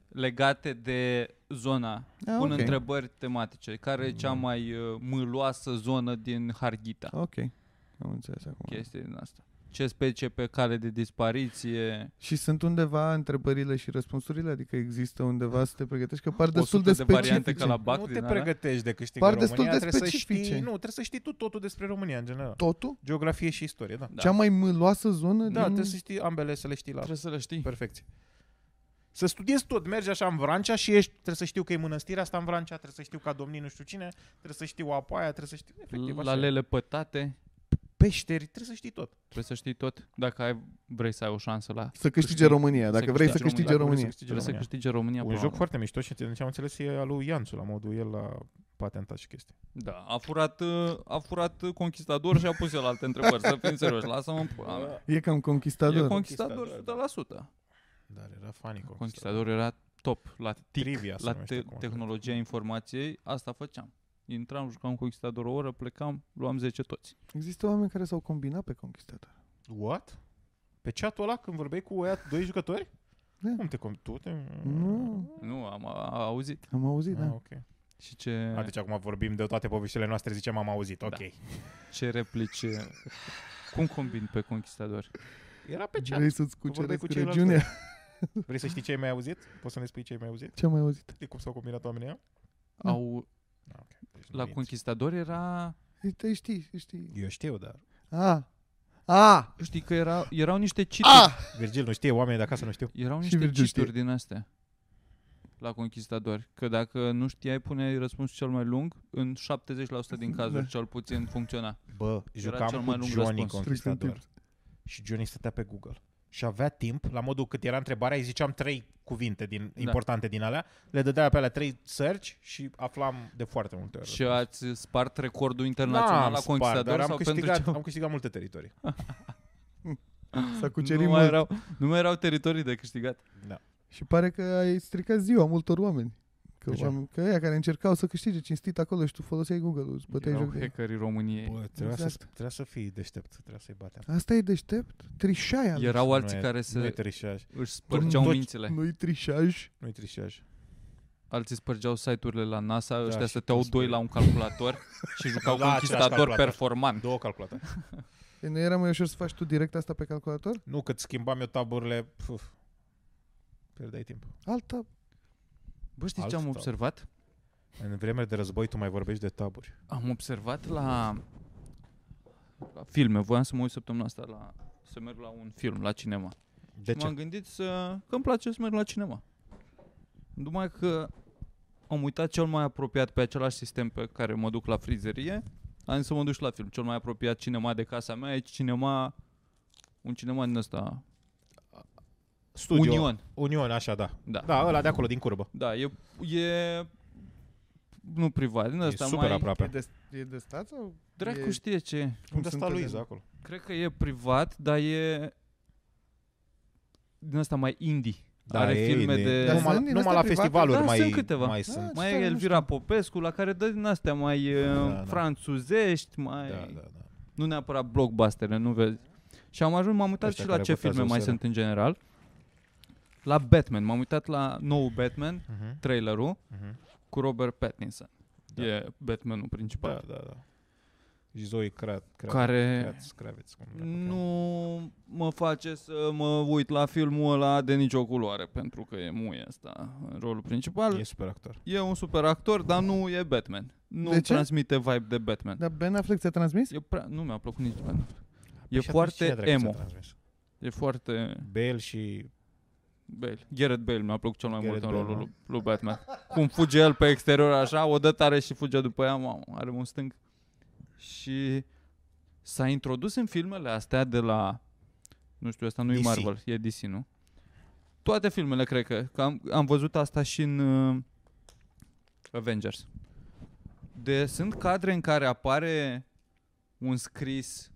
legate de zona. Ah, Pun ok. întrebări tematice. Care e cea Mm. mai uh, mâloasă zonă din Harghita? Ok, am înțeles acum. Chestii din asta. Ce specie pe cale de dispariție? Și sunt undeva întrebările și răspunsurile? Adică există undeva să te pregătești? Că par destul 100 de de variante specifice. ca la BAC nu te din alea? pregătești de câștigă Par România, destul de trebuie să știi, specifice. nu, trebuie să știi tu totul despre România în general. Totul? Geografie și istorie, da. Da. Cea mai mâloasă zonă Da, din... trebuie să știi ambele să le știi la Trebuie să le știi. perfecție. Să studiezi tot, mergi așa în Vrancea și ești, trebuie să știu că e mănăstirea asta în Vrancea, trebuie să știu că a domnii nu știu cine, trebuie să știu apa aia, trebuie să știu efectiv La așa. lele pătate. peșteri, trebuie să știi tot. Trebuie să știi tot. Dacă ai, vrei să ai o șansă la... Să câștige câștigi- România, dacă vrei Deci să câștige România. Trebuie să câștige România. Un până la joc urmă. foarte mișto și din ce am înțeles e al lui Ianțu, la modul el la patentat și chestii. Da, a furat, uh, a furat uh, conquistador și a pus el alte întrebări. Să fim serioși, lasă-mă în pula mea. E cam E conquistador. conquistador 100%. Dar era funny Conquistador era top la TIC, Trivia se la numește te- acum, cred. tehnologia informației, asta făceam. Intram, jucam Conquistador o oră, plecam, luam 10 toți. Există oameni care s-au combinat pe conquistador. What? Pe chatul ăla când vorbeai cu ăia doi jucători? Da. Cum te com? Tu te... Nu, Nu, am a, auzit. am auzit, Ah, da. ok. Și ce, A, deci acum vorbim de toate poveștile noastre, zicem am auzit, ok. Da. ce replici... uh, Cum combin pe Conquistador? Era pe chat. Vrei să-ți vorbeai cuceresc cu ceilalți regiunea? Vrei să știi ce ai mai auzit? Poți să ne spui ce ai mai auzit? Ce am mai auzit? De cum s-au combinat oamenii ăia? Da. Au, Ah, ok. Deci nu la minți. Conquistador era... Te știi, știi. Eu știu, dar... A, a, Știi că era, erau niște cituri a! Virgil nu știe, oamenii de acasă nu știu. Erau Și niște Virgil știe. cheaturi din astea la conquistadori, că dacă nu știai, puneai răspunsul cel mai lung, în 70% din cazuri Da. cel puțin funcționa. Bă, cel jucam mai cu lung Johnny răspuns. Conquistador. Și Johnny stătea pe Google. Și avea timp, la modul cât era întrebarea, îi ziceam trei cuvinte din, Da. importante din alea, le dădea pe alea trei search și aflam de foarte multe ori. Și ați spart recordul internațional N-am la spart, conquistador Da, dar am sau câștigat, pentru am câștigat multe teritorii. S-a ce? cucerit Nu mai, mult. erau, nu mai erau teritorii de câștigat. Da. Și pare că ai stricat ziua multor oameni. Că, De ce? oameni, că aia care încercau să câștige cinstit acolo și tu foloseai Google-ul, îți băteai erau joc de ei. hackerii României. Bă, trebuia trebuia, Exact. să, să- trebuia să fii deștept, trebuia să-i batem. Asta e deștept? Trișaj, Alex. erau alții nu e, care Nu-i se trișaj. își spărgeau Toți- mințile. Nu-i trișaj? Nu-i trișaj. Alții spărgeau site-urile la NASA, ăștia și stăteau toți doi pe- la un calculator și jucau Da, același conquistador calculator. performant. Două calculatoare. E, Nu era mai ușor să faci tu direct asta pe calculator? Nu, cât schimbam eu taburile, puf, pierdeai timp. Alta? Bă, știi ce Altfel. am observat? În vremea de război tu mai vorbești de taburi. Am observat la, la filme, voiam să mă uit săptămâna asta la, să merg la un film, la cinema. De ce? M-am gândit să, că îmi place să merg la cinema. Numai că am uitat cel mai apropiat pe același sistem pe care mă duc la frizerie, am zis să mă duc și la film. Cel mai apropiat cinema de casa mea e cinema, un cinema din ăsta, Studio. Union. Union, așa, da. Da. Da, ăla de acolo, din curbă. Da, e, e nu privat, din ăsta e super mai... E aproape. de, e de stat sau? Dracu e- știe ce e. Unde sunt sta ele? Luiza acolo? Cred că e privat, dar e din asta mai indie. Da, Are filme de- Dar Numai, sunt din numai astea la private? festivaluri Da, mai, sunt câteva. mai Da, sunt. Mai Stai, e nu Elvira Popescu, la care dă din astea mai Da, da, da. franțuzești, mai Da, da, da. nu neapărat blockbustere, nu vezi. Și am ajuns, m-am uitat Ăștia și la care ce votează filme mai USR. sunt în general. La Batman, m-am uitat la nou Batman, Mhm, trailerul mhm. cu Robert Pattinson. Da. E Batmanul principal. Da, da, da. Și Zoe Krat, Krat, Care- Kratz, Kravitz, cum dracu o cheamă. Nu mă face să mă uit la filmul ăla de nicio culoare, pentru că e muie asta în rolul principal. E super actor. E un super actor, dar nu e Batman. Nu De ce? transmite vibe de Batman. Dar Ben Affleck ți-a transmis? E prea, nu mi-a plăcut nici Ben Affleck. Păi Da. și atunci foarte cine dracu ți-a emo. transmis? E foarte... Bale și Bale. Gareth Bale mi-a plăcut cel mai Gareth mult în Bale, rolul da. lui, lui Batman. Cum fuge el pe exterior așa, o dă tare și fuge după ea, mamă, are un stâng. Și s-a introdus în filmele astea de la, nu știu, asta nu e DC. Marvel, e DC, nu? Toate filmele, cred că, că am, am văzut asta și în uh, Avengers. De, sunt cadre în care apare un scris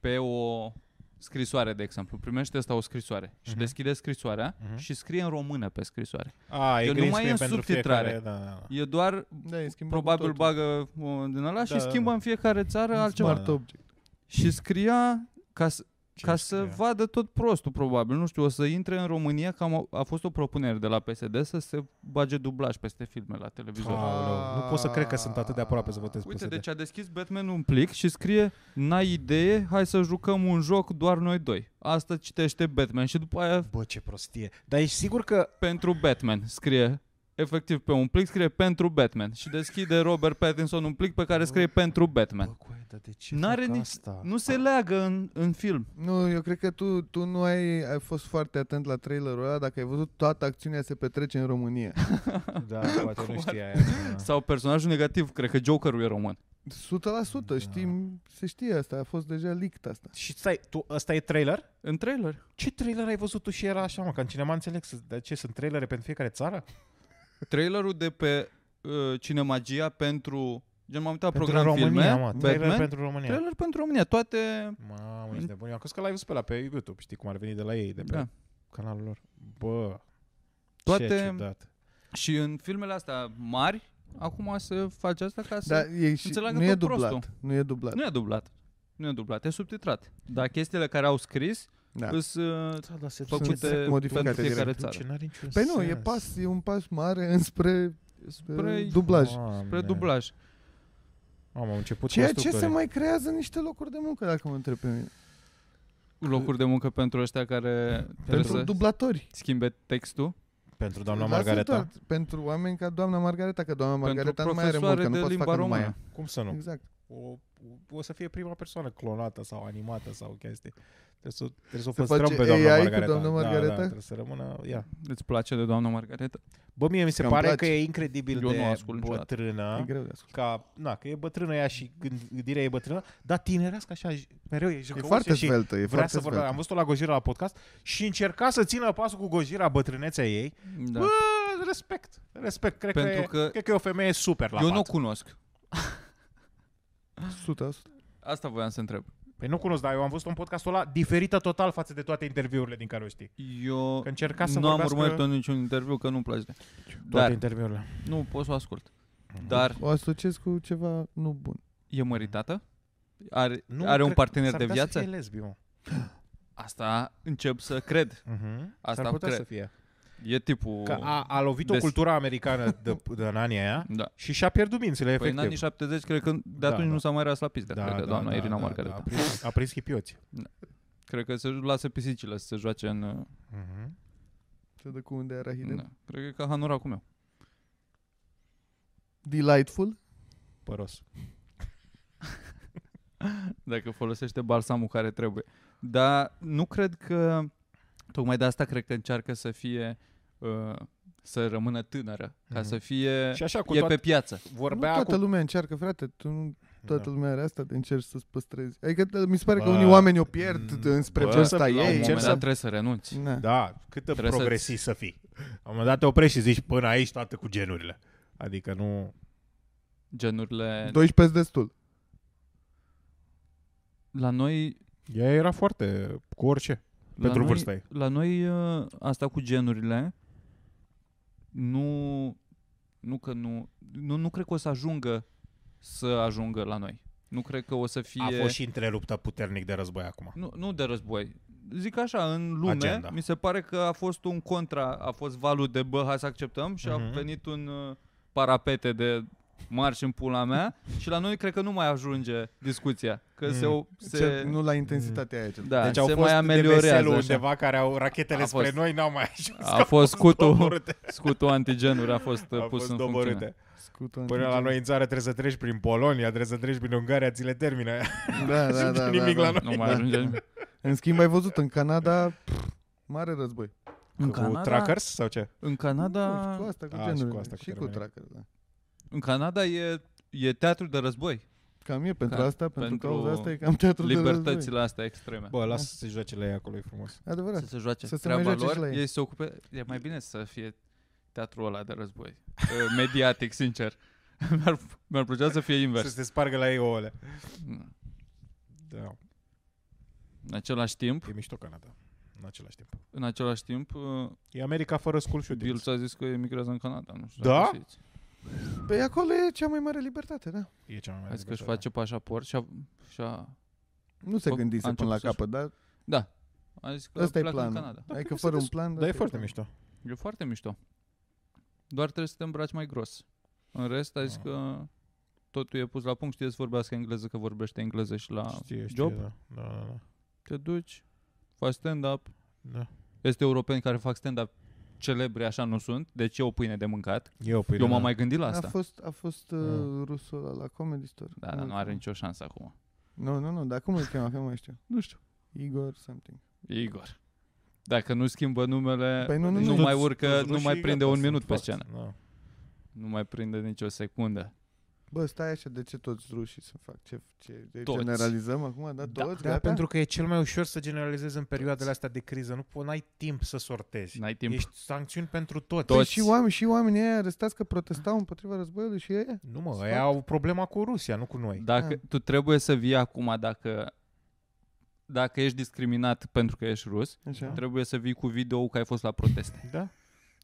pe o scrisoare, de exemplu. Primește asta o scrisoare și Mhm. deschide scrisoarea Mhm. și scrie în română pe scrisoare. A, Eu e nu green mai e screen în pentru subtitrare. fiecare. Da, da, da. E doar, Da, e schimbat probabil totul. bagă o din ăla Da, și da, schimbă da. în fiecare țară Un altceva. Smart object. Și scria ca, să- Ce ca scrie? să vadă tot prostul, probabil. Nu știu, o să intre în România, că am, a fost o propunere de la PSD să se bage dublaj peste filme la televizor. Ah. Aoleu, nu pot să cred că sunt atât de aproape să votez Uite, PSD. deci a deschis Batman un plic și scrie N-ai idee, hai să jucăm un joc doar noi doi. Asta citește Batman și după aia Bă, ce prostie. Dar ești sigur că... pentru Batman scrie efectiv pe un plic scrie pentru Batman și deschide Robert Pattinson un plic pe care scrie pentru Batman. coe, dar de ce N-are fac nici, asta? nu se leagă în, în film. Nu, eu cred că tu, tu nu ai, ai fost foarte atent la trailerul ăla dacă ai văzut toată acțiunea se petrece în România. Da, poate nu știa aia. da. Sau personajul negativ, cred că Jokerul e român. 100%, da. știm, se știe asta, a fost deja leaked asta. Și stai, tu, ăsta e trailer? În trailer. Ce trailer ai văzut tu și era așa, mă? Ca în cinema înțeleg, să- de ce sunt trailere pentru fiecare țară? Trailerul de pe uh, Cinemagia pentru... Gen, m-am uitat la Pentru program România, filme, mă. Trailer Batman, pentru România. trailer pentru România, toate... Mamă, ești de bun. Eu am crezut că l-ai văzut pe la pe YouTube, știi cum ar veni de la ei, de pe Da. canalul lor. Bă, ce Toate- ciudat. Și în filmele astea mari, acum se face asta ca să... Dar e și, înțeleagă nu e tot dublat, prostul. nu e Da. dublat. Nu e dublat. Nu e dublat, e subtitrat. Dar chestiile care au scris Da. îs uh, Da, dar se făcute sunt pentru modificate fiecare direct. țară. Ce n-are niciun Păi nu, sens. e, pas, e un pas mare înspre Spre, Păi, spre dublaj. Doamne. spre dublaj. Am, am început Ceea ce se constructorii. mai creează niște locuri de muncă, dacă mă întreb pe mine. Locuri de muncă pentru ăștia care trebuie Pentru să dublatori. schimbe textul. Pentru doamna Lasă Margareta. doar Pentru oameni ca doamna Margareta, că doamna Margareta nu pentru mai are profesoare muncă, nu de poate să limba facă numai română. ea. Cum să nu? Exact. O, o să fie prima persoană clonată sau animată sau chestii. Trebuie să, trebuie să o Se păstrăm face pe doamna AI cu Margareta. doamna Da, Margareta? da, trebuie să rămână ea. Îți place de doamna Margareta? Bă, mie mi se Că îmi pare place. că e incredibil Eu nu de ascult niciodată. E bătrână. greu de ascultat. Ca, na, că e bătrână ea și gând- gândirea e bătrână, dar tinerească așa, j- mereu e E jucăuță foarte și sveltă, e vrea foarte să vorbească. Am sveltă. văzut-o la Gojira la podcast și încerca să țină pasul cu Gojira bătrânețea ei. Da. Bă, respect, respect. Cred, Pentru că, e, că- cred că e o femeie super la Eu pat. nu o cunosc. 100%. Asta voiam să întreb. Păi nu cunosc, dar eu am văzut un podcastul ăla diferită total față de toate interviurile din care o știi. Eu Că încerca să nu am vorbească- urmărit niciun interviu, că nu-mi place. Toate Dar interviurile. nu pot să o ascult. Dar O asociez cu ceva nu bun. e măritată? Are, are un partener de viață? Să fie lesbiu. Asta încep să cred. Uh-huh. Asta putea cred. să fie. E tipul... Că a, a lovit o Des- cultură americană de, de în anii aia Da. și și-a pierdut mințile, Păi în anii efectiv. 70, cred că de Da, atunci da. nu s-a mai ras la pizda, cred că doamna Irina Margareta. A prins, a prins hipioți. Cred că se lasă pisicile să se joace în... uh, Uh-huh. Se dă cu unde arahide. Da. Cred că e ca hanoracul meu. Delightful. Păros. Dacă folosește balsamul care trebuie. Dar nu cred că... Tocmai de asta cred că încearcă să fie... Uh, să rămână tânără. Ca Mhm. să fie... Și așa, cu e toate, pe piață. vorbea nu toată cu... lumea încearcă, frate. Tu nu toată Da. lumea are asta de încerci să-ți păstrezi. Adică mi se pare că Bă, unii oameni o pierd bă, înspre bă, vârsta la La un ei. moment încerc dat să- trebuie să renunți. Na. Da, cât de Trebuie să-ți- progresist să fii. La un moment dat te oprești și zici până aici toate cu genurile. Adică nu... Genurile... 12 destul. La noi... Ea era foarte cu orice. la Pentru noi, vârsta ei. La noi uh, asta cu genurile nu nu că nu, nu nu cred că o să ajungă să ajungă la noi. Nu cred că o să fie A fost și întreruptă puternic de război acum. nu, nu de război. Zic așa, în lume, Agenda. mi se pare că a fost un contra, a fost valul de bă, hai să acceptăm și Mhm. a venit un uh, parapete de marș în pula mea și la noi cred că nu mai ajunge discuția, că Mm. se, o- Cel- se Nu la intensitatea aia. cel puțin. da, Deci se au fost mai de ameliorează. veselul așa. undeva care au rachetele A spre fost. noi, n-au mai ajuns. că A au fost scutul, doborâte. scutul antigenuri a fost uh, Au pus fost în funcțiune. doborâte. Scutul Până la antigen. noi în țară trebuie să treci prin Polonia, trebuie să treci prin Ungaria, ți le termină. Da, da, da, Nimic da, la da. Nu mai Da. ajunge nimic. În schimb, ai văzut în Canada pff, mare război. În Cu Canada, trackers sau ce? în Canada, Nu, Cu asta, cu A, și cu genurile. asta, cu și cu termenele. tracker, da. în Canada e, e teatru de război. Cam e pentru Ca- asta, pentru pentru cauza asta e cam teatru de război. Libertățile astea extreme. Bă, lasă să se joace la ei acolo, e frumos. Adevărat. Să se joace Să se mai treaba joace și lor, la ei. ei se ocupe, e mai bine să fie teatrul ăla de război. Uh, Mediatic, sincer. Mi-ar, mi-ar plăcea să fie Să invers. se spargă la ei ouăle. Mm. Da, În același timp, e mișto Canada, în același timp. în același timp, uh, E America fără school Bill shootings. ți-a zis că emigrează în Canada, nu știu. Da? dacă știți. Păi acolo e cea mai mare libertate, da. E cea mai mare A zis că își libertate. face pașaport și a, și a Nu se Fă- a gândise până la început să-și- capăt, dar Da. A zis că ăsta e pleacă în planul. Canada. Adică trebuie fără să un plan... Dar ăsta e foarte planul. mișto. E foarte mișto. Doar trebuie să te îmbraci mai gros. În rest, ai zis Ah. că totul e pus la punct. Știi să vorbească engleză, că vorbește engleză și la Știe, știe, Ah, job. da. Da, da, da. Te duci, faci stand-up. da. Este europeni care fac stand-up celebre, așa nu sunt. Deci e o pâine de mâncat. E o pâine, Eu m-am da. mai gândit la A asta. fost, a fost uh, Mm. rusul ăla la Comedy Store. Da, dar nu are nicio șansă acum. Nu, nu, nu, dar cum îl cheamă? Că nu mai știu. Nu știu. Igor something. Igor. Dacă nu schimbă numele, Păi nu, nu, nu, nu nu. mai Toți- urcă, toți nu mai rușii, prinde gata, un minut sunt pe fapt. scenă. Da. Nu mai prinde nicio secundă. Bă, stai așa, de ce toți rușii să fac? Ce, ce de Toți. generalizăm acum? Da, Da. toți, Da, gata? pentru că e cel mai ușor să generalizezi în perioadele astea de criză. Nu po- n-ai timp să sortezi. N-ai timp. Ești sancțiuni pentru toți. Toți. Păi și oameni, și oamenii aia arestați că protestau împotriva războiului și ei? Nu mă, Sfat. aia au problema cu Rusia, nu cu noi. Dacă, tu trebuie să vii acum dacă, dacă ești discriminat pentru că ești rus, Așa. trebuie să vii cu video că ai fost la proteste. Da?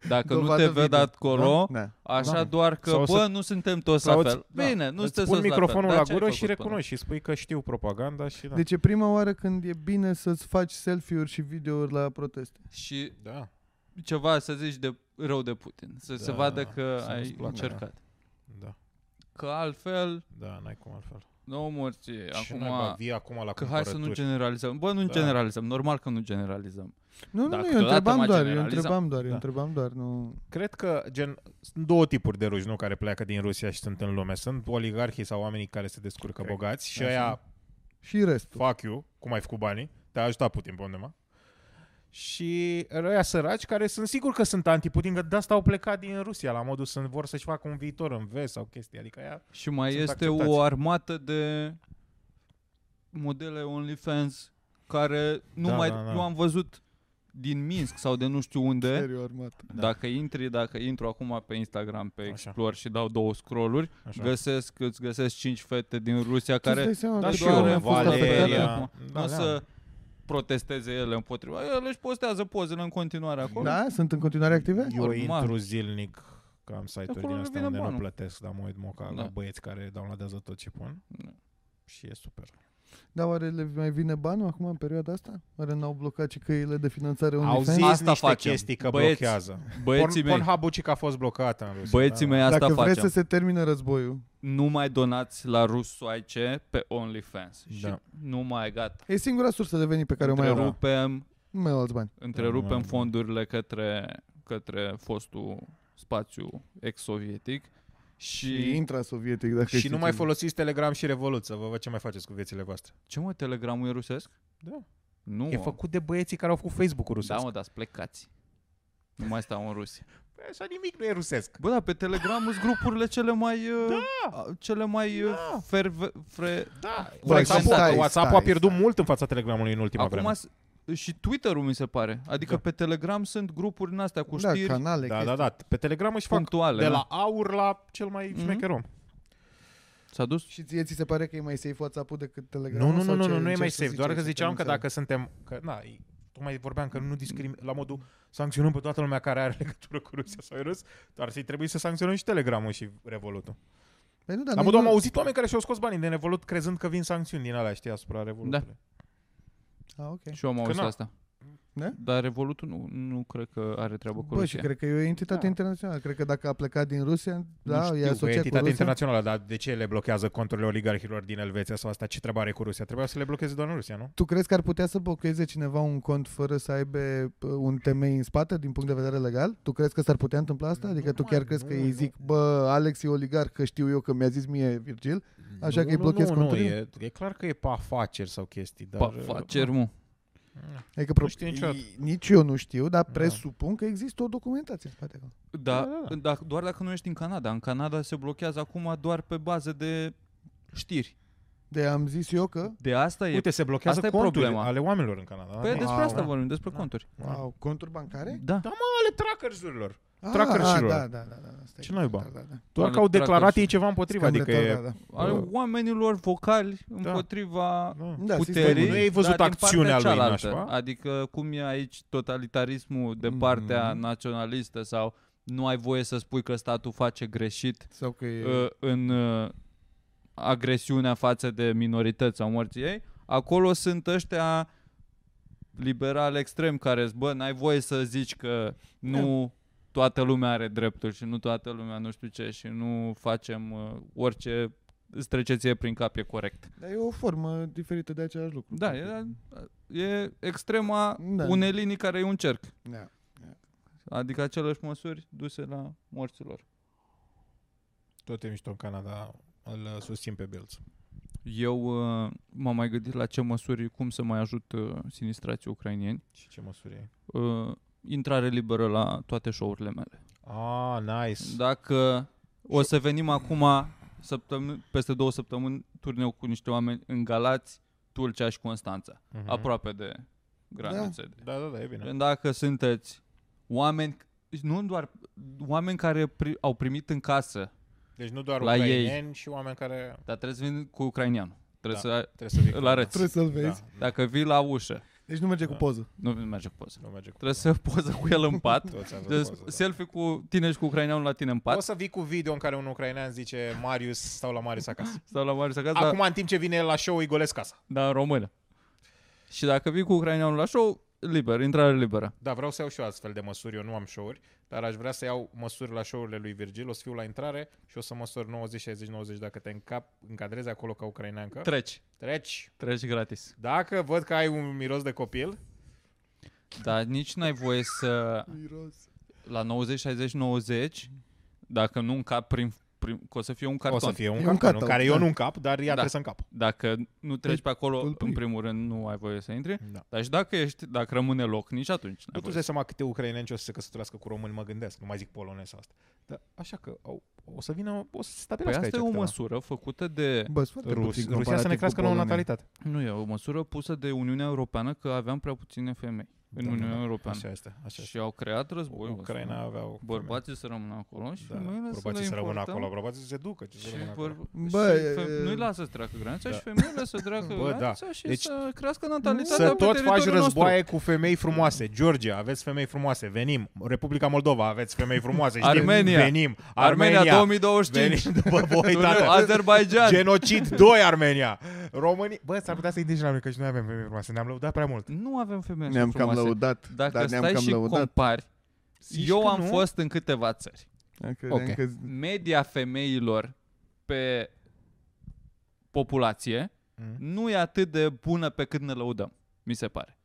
Dacă Dovadă nu te ved video. acolo, Da? Da. da? așa Da. da. doar că, Sau sau să- bă, nu suntem toți Sau la îți- fel. Bine, nu Îți sunteți pun toți microfonul la, fel. la Dar ce ai gură și făcut până? recunoști și spui că știu propaganda și da. Deci e prima oară când e bine să-ți faci selfie-uri și videouri la proteste. Și da, ceva să zici de rău de Putin, să da, se Da, vadă că să nu-ți ai placă, da. încercat. da, Că altfel, da, n-ai cum altfel. nu morți și acum. n-ai vii acum la Că hai să nu cumpărături. generalizăm. Bă, nu Da. generalizăm, normal că nu generalizăm. Nu, nu, Dacă nu, eu Da, câteodată mai întrebam doar, eu generalizăm. întrebam doar, eu Da. întrebam doar, nu... Cred că gen, sunt două tipuri de ruși, nu, care pleacă din Rusia și sunt în lume. Sunt oligarhii sau oamenii care se descurcă Cred. bogați și Așa. aia Și restul. fuck you, cum ai făcut banii, te-a ajutat Putin pe undeva. Și răia săraci care sunt sigur că sunt anti-Putin, că de asta au plecat din Rusia, la modul să vor să-și facă un viitor în vest sau chestii, adică aia... Și mai Sunt este acceptați. o armată de modele OnlyFans care nu Da, mai... da, da. Eu am văzut din Minsk sau de nu știu unde, Seriu armat. da. dacă intri, dacă intru acum pe Instagram, pe Așa. Explore și dau două scrolluri, Așa. găsesc, îți găsesc cinci fete din Rusia Care... Tu care îți dai seama Da, că și doar eu, am fost la Valeria. fetele Valeria. acum. Da, nu o să protesteze ele împotriva. Ele își postează pozele în continuare acolo. Da? Sunt în continuare active? Eu Normal. intru zilnic că am site-uri Acolo din le astea vine unde nu banul. plătesc, dar mă uit moca la Da. băieți care downloadează tot ce pun Da. și e super. Dar Da, oare le mai vine banul acum în perioada asta? Oare n-au blocat și căile de finanțare Au OnlyFans? zis Asta niște facem. chestii că Băieți- blochează. Băieții Porn, mei, Pornhub-ul cic a fost blocat în Rusia. băieții da, mei, asta Dacă facem. vreți să se termine războiul. nu mai donați la rusoaice pe OnlyFans. Da. Și Da. nu mai gata. E singura sursă de venit pe care o mai au. Întrerupem, Nu mai au alți bani. întrerupem Da, da, da. fondurile către, către fostul spațiu ex-sovietic Și și... intrasovietic, dacă Și știi nu mai ce zic. folosiți Telegram și Revolut să vă văd ce mai faceți cu viețile voastre. Ce mă, Telegramul e rusesc? Da. Nu, E mă. făcut de băieții care au făcut Facebook-ul rusesc. Da, mă, dar plecați. Nu mai stau în Rusia. Păi așa nimic nu e rusesc. Bă, dar pe Telegram sunt grupurile cele mai... Da. Cele mai da. ferve... Fre... Da. Bă, WhatsApp-ul, stai, WhatsApp-ul a stai, pierdut stai. mult în fața Telegramului în ultima Acum vreme. s- și Twitter-ul mi se pare. Adică Da. pe Telegram sunt grupuri în astea cu Da, știri canale, Da, chestii. da, da. Pe Telegram își fac punctuale. da. de la aur la cel mai Mhm. șmecher om. S-a dus Și ție ți se pare că e mai safe WhatsApp-ul decât Telegram? Nu, nu, nu, nu, nu, nu e mai safe. Doar că ziceam că dacă suntem... Că, na, e- tocmai vorbeam Mm. că nu discrim... La modul sancționăm pe toată lumea care are legătură cu Rusia sau e rus, dar să-i trebuie să sancționăm și Telegramul și Revolutul. Păi nu, dar La nu- modul am nu- auzit oameni care și-au scos banii din Revolut crezând că vin sancțiuni din alea, știi, asupra Da. Revolutului. Ah, ok. Și eu am Că auzit na. asta. Da? Dar Revolutul nu, nu cred că are treabă cu Bă, și Rusia. cred că e o entitate Da. internațională. Cred că dacă a plecat din Rusia, nu da, știu, e e asociat cu entitate Rusia. internațională, dar de ce le blochează conturile oligarhilor din Elveția sau asta? Ce treabă are cu Rusia? Trebuia să le blocheze doar în Rusia, nu? Tu crezi că ar putea să blocheze cineva un cont fără să aibă pă, un temei în spate din punct de vedere legal? Tu crezi că s-ar putea întâmpla asta? Nu, Adică tu mă, chiar crezi că nu, ei nu. zic, bă, Alex e oligarh, că știu eu că mi-a zis mie Virgil, așa Nu, că îi nu, blochez nu, nu, contul? e, e clar că e pe afaceri sau chestii, dar... uh, Pa, faceri, mă. Adică Nu pro- știu niciodată. i- nici eu nu știu, dar Da. presupun că există o documentație în spate acolo. Da, Da, da, da, da. doar dacă nu ești în Canada. În Canada se blochează acum doar pe bază de știri. De am zis eu că... De asta e. Uite, se blochează asta e conturile problema. ale oamenilor în Canada. păi nu? despre Wow. asta vorbim, Da. despre conturi. Wow, conturi Păi? bancare? Da. Ale trackersurilor. Ah, Mm. Trackerșilor. da, da, da, da, stai Ce că- naiba? Da, da, da. Doar Ale că au declarat ei trackersul. ceva împotriva, Scam adică e... retardat, da. Ale Da. oamenilor vocali împotriva Da. Da, puterii. sistemul. Nu ai dar văzut din acțiunea partea lui, cealaltă. nașpa? Adică cum e aici totalitarismul de partea Mhm. naționalistă sau nu ai voie să spui că statul face greșit Sau că e... uh, în uh, agresiunea față de minorități sau morții ei, acolo sunt ăștia liberal extrem care zic, bă, n-ai voie să zici că nu toată lumea are drepturi și nu toată lumea nu știu ce și nu facem uh, orice îți trece ție prin cap e corect. Dar e o formă diferită de același lucru. Da, e, e extrema Da. da. unelinii care e un cerc. Da. Adică aceleași măsuri duse la morților. Tot e mișto în Canada, îl uh, susțin pe Bills. Eu uh, m-am mai gândit la ce măsuri, cum să mai ajut uh, sinistrații ucrainieni. Și ce măsuri e? Uh, intrare liberă la toate show-urile mele. Ah, nice. Da. Dacă o să venim acum, săptămâni, peste două săptămâni, turneu cu niște oameni în Galați, Tulcea și Constanța. Mhm. Aproape de granițe. De. Da, da, da, e bine. Dacă sunteți oameni, nu doar oameni care pri, au primit în casă, Deci nu doar La ei. ucraineni și oameni care dar trebuie să vin cu ucrainianul. Trebuie Da. da. să... trebuie să vii. Îl arăți. Trebuie să-l Da, vezi. Dacă vii la ușă, Deci nu merge cu Da. poză. nu nu merge cu poză. nu merge cu Trebuie să poză cu el în pat. Toți am Deci, văzut poză, da. selfie cu tine și cu ucraineanul la tine în pat Poți să vii cu video în care un ucrainean zice Marius, stau la Marius acasă. sau la Marius acasă, dar- Acum, în timp ce vine el la show, îi golesc casa. dar în română. Și dacă vii cu ucraineanul la show, liber, intrare liberă. Da, vreau să iau și eu astfel de măsuri, eu nu am show-uri, dar aș vrea să iau măsuri la show-urile lui Virgil, o să fiu la intrare și o să măsor 90, 60, 90 dacă te încap, încadrezi acolo ca ucraineancă. Treci. Treci. Treci gratis. Dacă văd că ai un miros de copil, Dar nici n-ai voie să Miros. la 90, 60, 90, dacă nu încap prin, prin că o să fie un o să carton. fie un, E un carton, cutout, în care da. eu nu încap, dar ea trebuie să încap. Dacă nu treci pe îl acolo, prind. în primul rând nu ai voie să intri. Da. Dar și dacă ești, dacă rămâne loc, nici atunci Nu n-ai tu îți voie. dai seama câte ucraineni o să se căsătorească cu români, mă gândesc, nu mai zic polonez asta. Dar așa că au, o să vină, o să se Păi stabilească asta e o aici câteva. măsură făcută de Bă, sunt foarte Rus, puțin Rusia comparativ să ne cu crească nouă polonii. natalitate. Nu e o măsură pusă de Uniunea Europeană că aveam prea puține femei în Da, da, Uniunea da. Europeană. Așa este, așa este. Și au creat război. Ucraina aveau... Bărbații să rămână acolo și da, femeile bărbații le să rămână importăm acolo, bărbații să se ducă. Ce să Și rămână acolo? vor... Bă, Bă, e- și fe... nu-i lasă să treacă granița Da. și femeile să treacă Bă, da. granița și Deci, să crească natalitatea Să Da, pe tot faci teritoriul războaie nostru. cu femei frumoase. Georgia, aveți femei frumoase, venim. Republica Moldova, aveți femei frumoase, știm, Armenia. venim. Armenia, Armenia 2025. venim după voi, Dumnezeu, tată. Azerbaijan. Genocid 2 Armenia. Românii... Bă, s-ar putea să-i indici la noi, că și noi avem femei frumoase. Ne-am lăudat prea mult. Nu avem femei Ne-am așa cam frumoase. lăudat. Dacă dar ne-am stai cam și lăudat. compari, Zici eu că am nu? fost în câteva țări. Da, credeam Ok. că- Media femeilor pe populație Mm. nu e atât de bună pe cât ne lăudăm, mi se pare.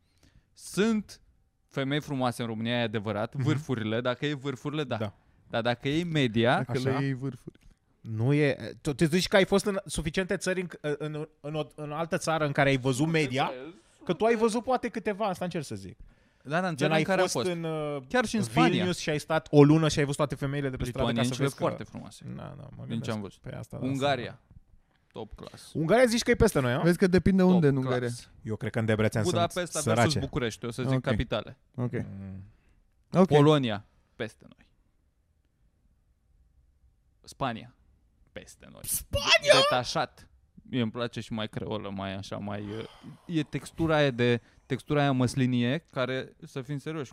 Sunt femei frumoase în România, e adevărat, vârfurile, dacă e vârfurile, da. Mhm. Da. Dar dacă e media, Dacă Așa. le iei vârful. Nu e... Tu te zici că ai fost în suficiente țări, în, în, în, o, în altă țară în care ai văzut media, că tu ai văzut poate câteva, asta încerc să zic. da, da, în Gen, țara ai în care fost, a fost. în, uh, Chiar și în Spania. Vilnius și ai stat o lună și ai văzut toate femeile de pe stradă ca să Lituaniancele vezi că... foarte frumoase. Na, na, mă Din ce am gândesc. văzut. Pe asta, da, asta. Ungaria, top class. Ungaria zici că e peste noi, a? Vezi că depinde Da. Top unde în class. Ungaria. Eu cred că în Debrețen Budapesta sunt versus sărace. București, eu să zic Ok. capitale. Ok. Mm. Ok. Polonia, peste noi. Spania, peste noi. Spania? Detașat. Mie îmi place și mai creolă, mai așa, mai... uh, E textura aia de... Textura aia măslinie, care, să fim serioși,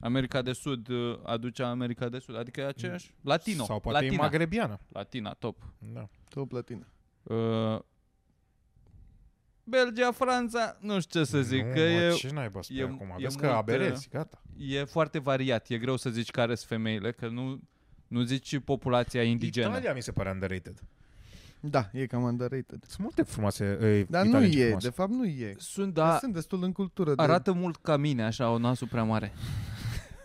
America de Sud uh, aduce America de Sud, adică e aceeași latino, Mm. Sau poate e latina, magrebiană. latina, top. Da. Top latină. Uh, Belgia, Franța, nu știu ce să zic, nu, că mă, e, Ce n-ai spui e- acum? e Vezi că mult, aberezi, gata. e foarte variat, e greu să zici care sunt femeile, că nu, nu zici și populația indigenă. Italia mi se pare underrated. Da, e cam underrated. Sunt multe frumoase. Ei, Dar nu italienci e, frumoase. de fapt nu e. Sunt, Da. da, Sunt destul în cultură. de- arată mult ca mine, așa, o nasul prea mare.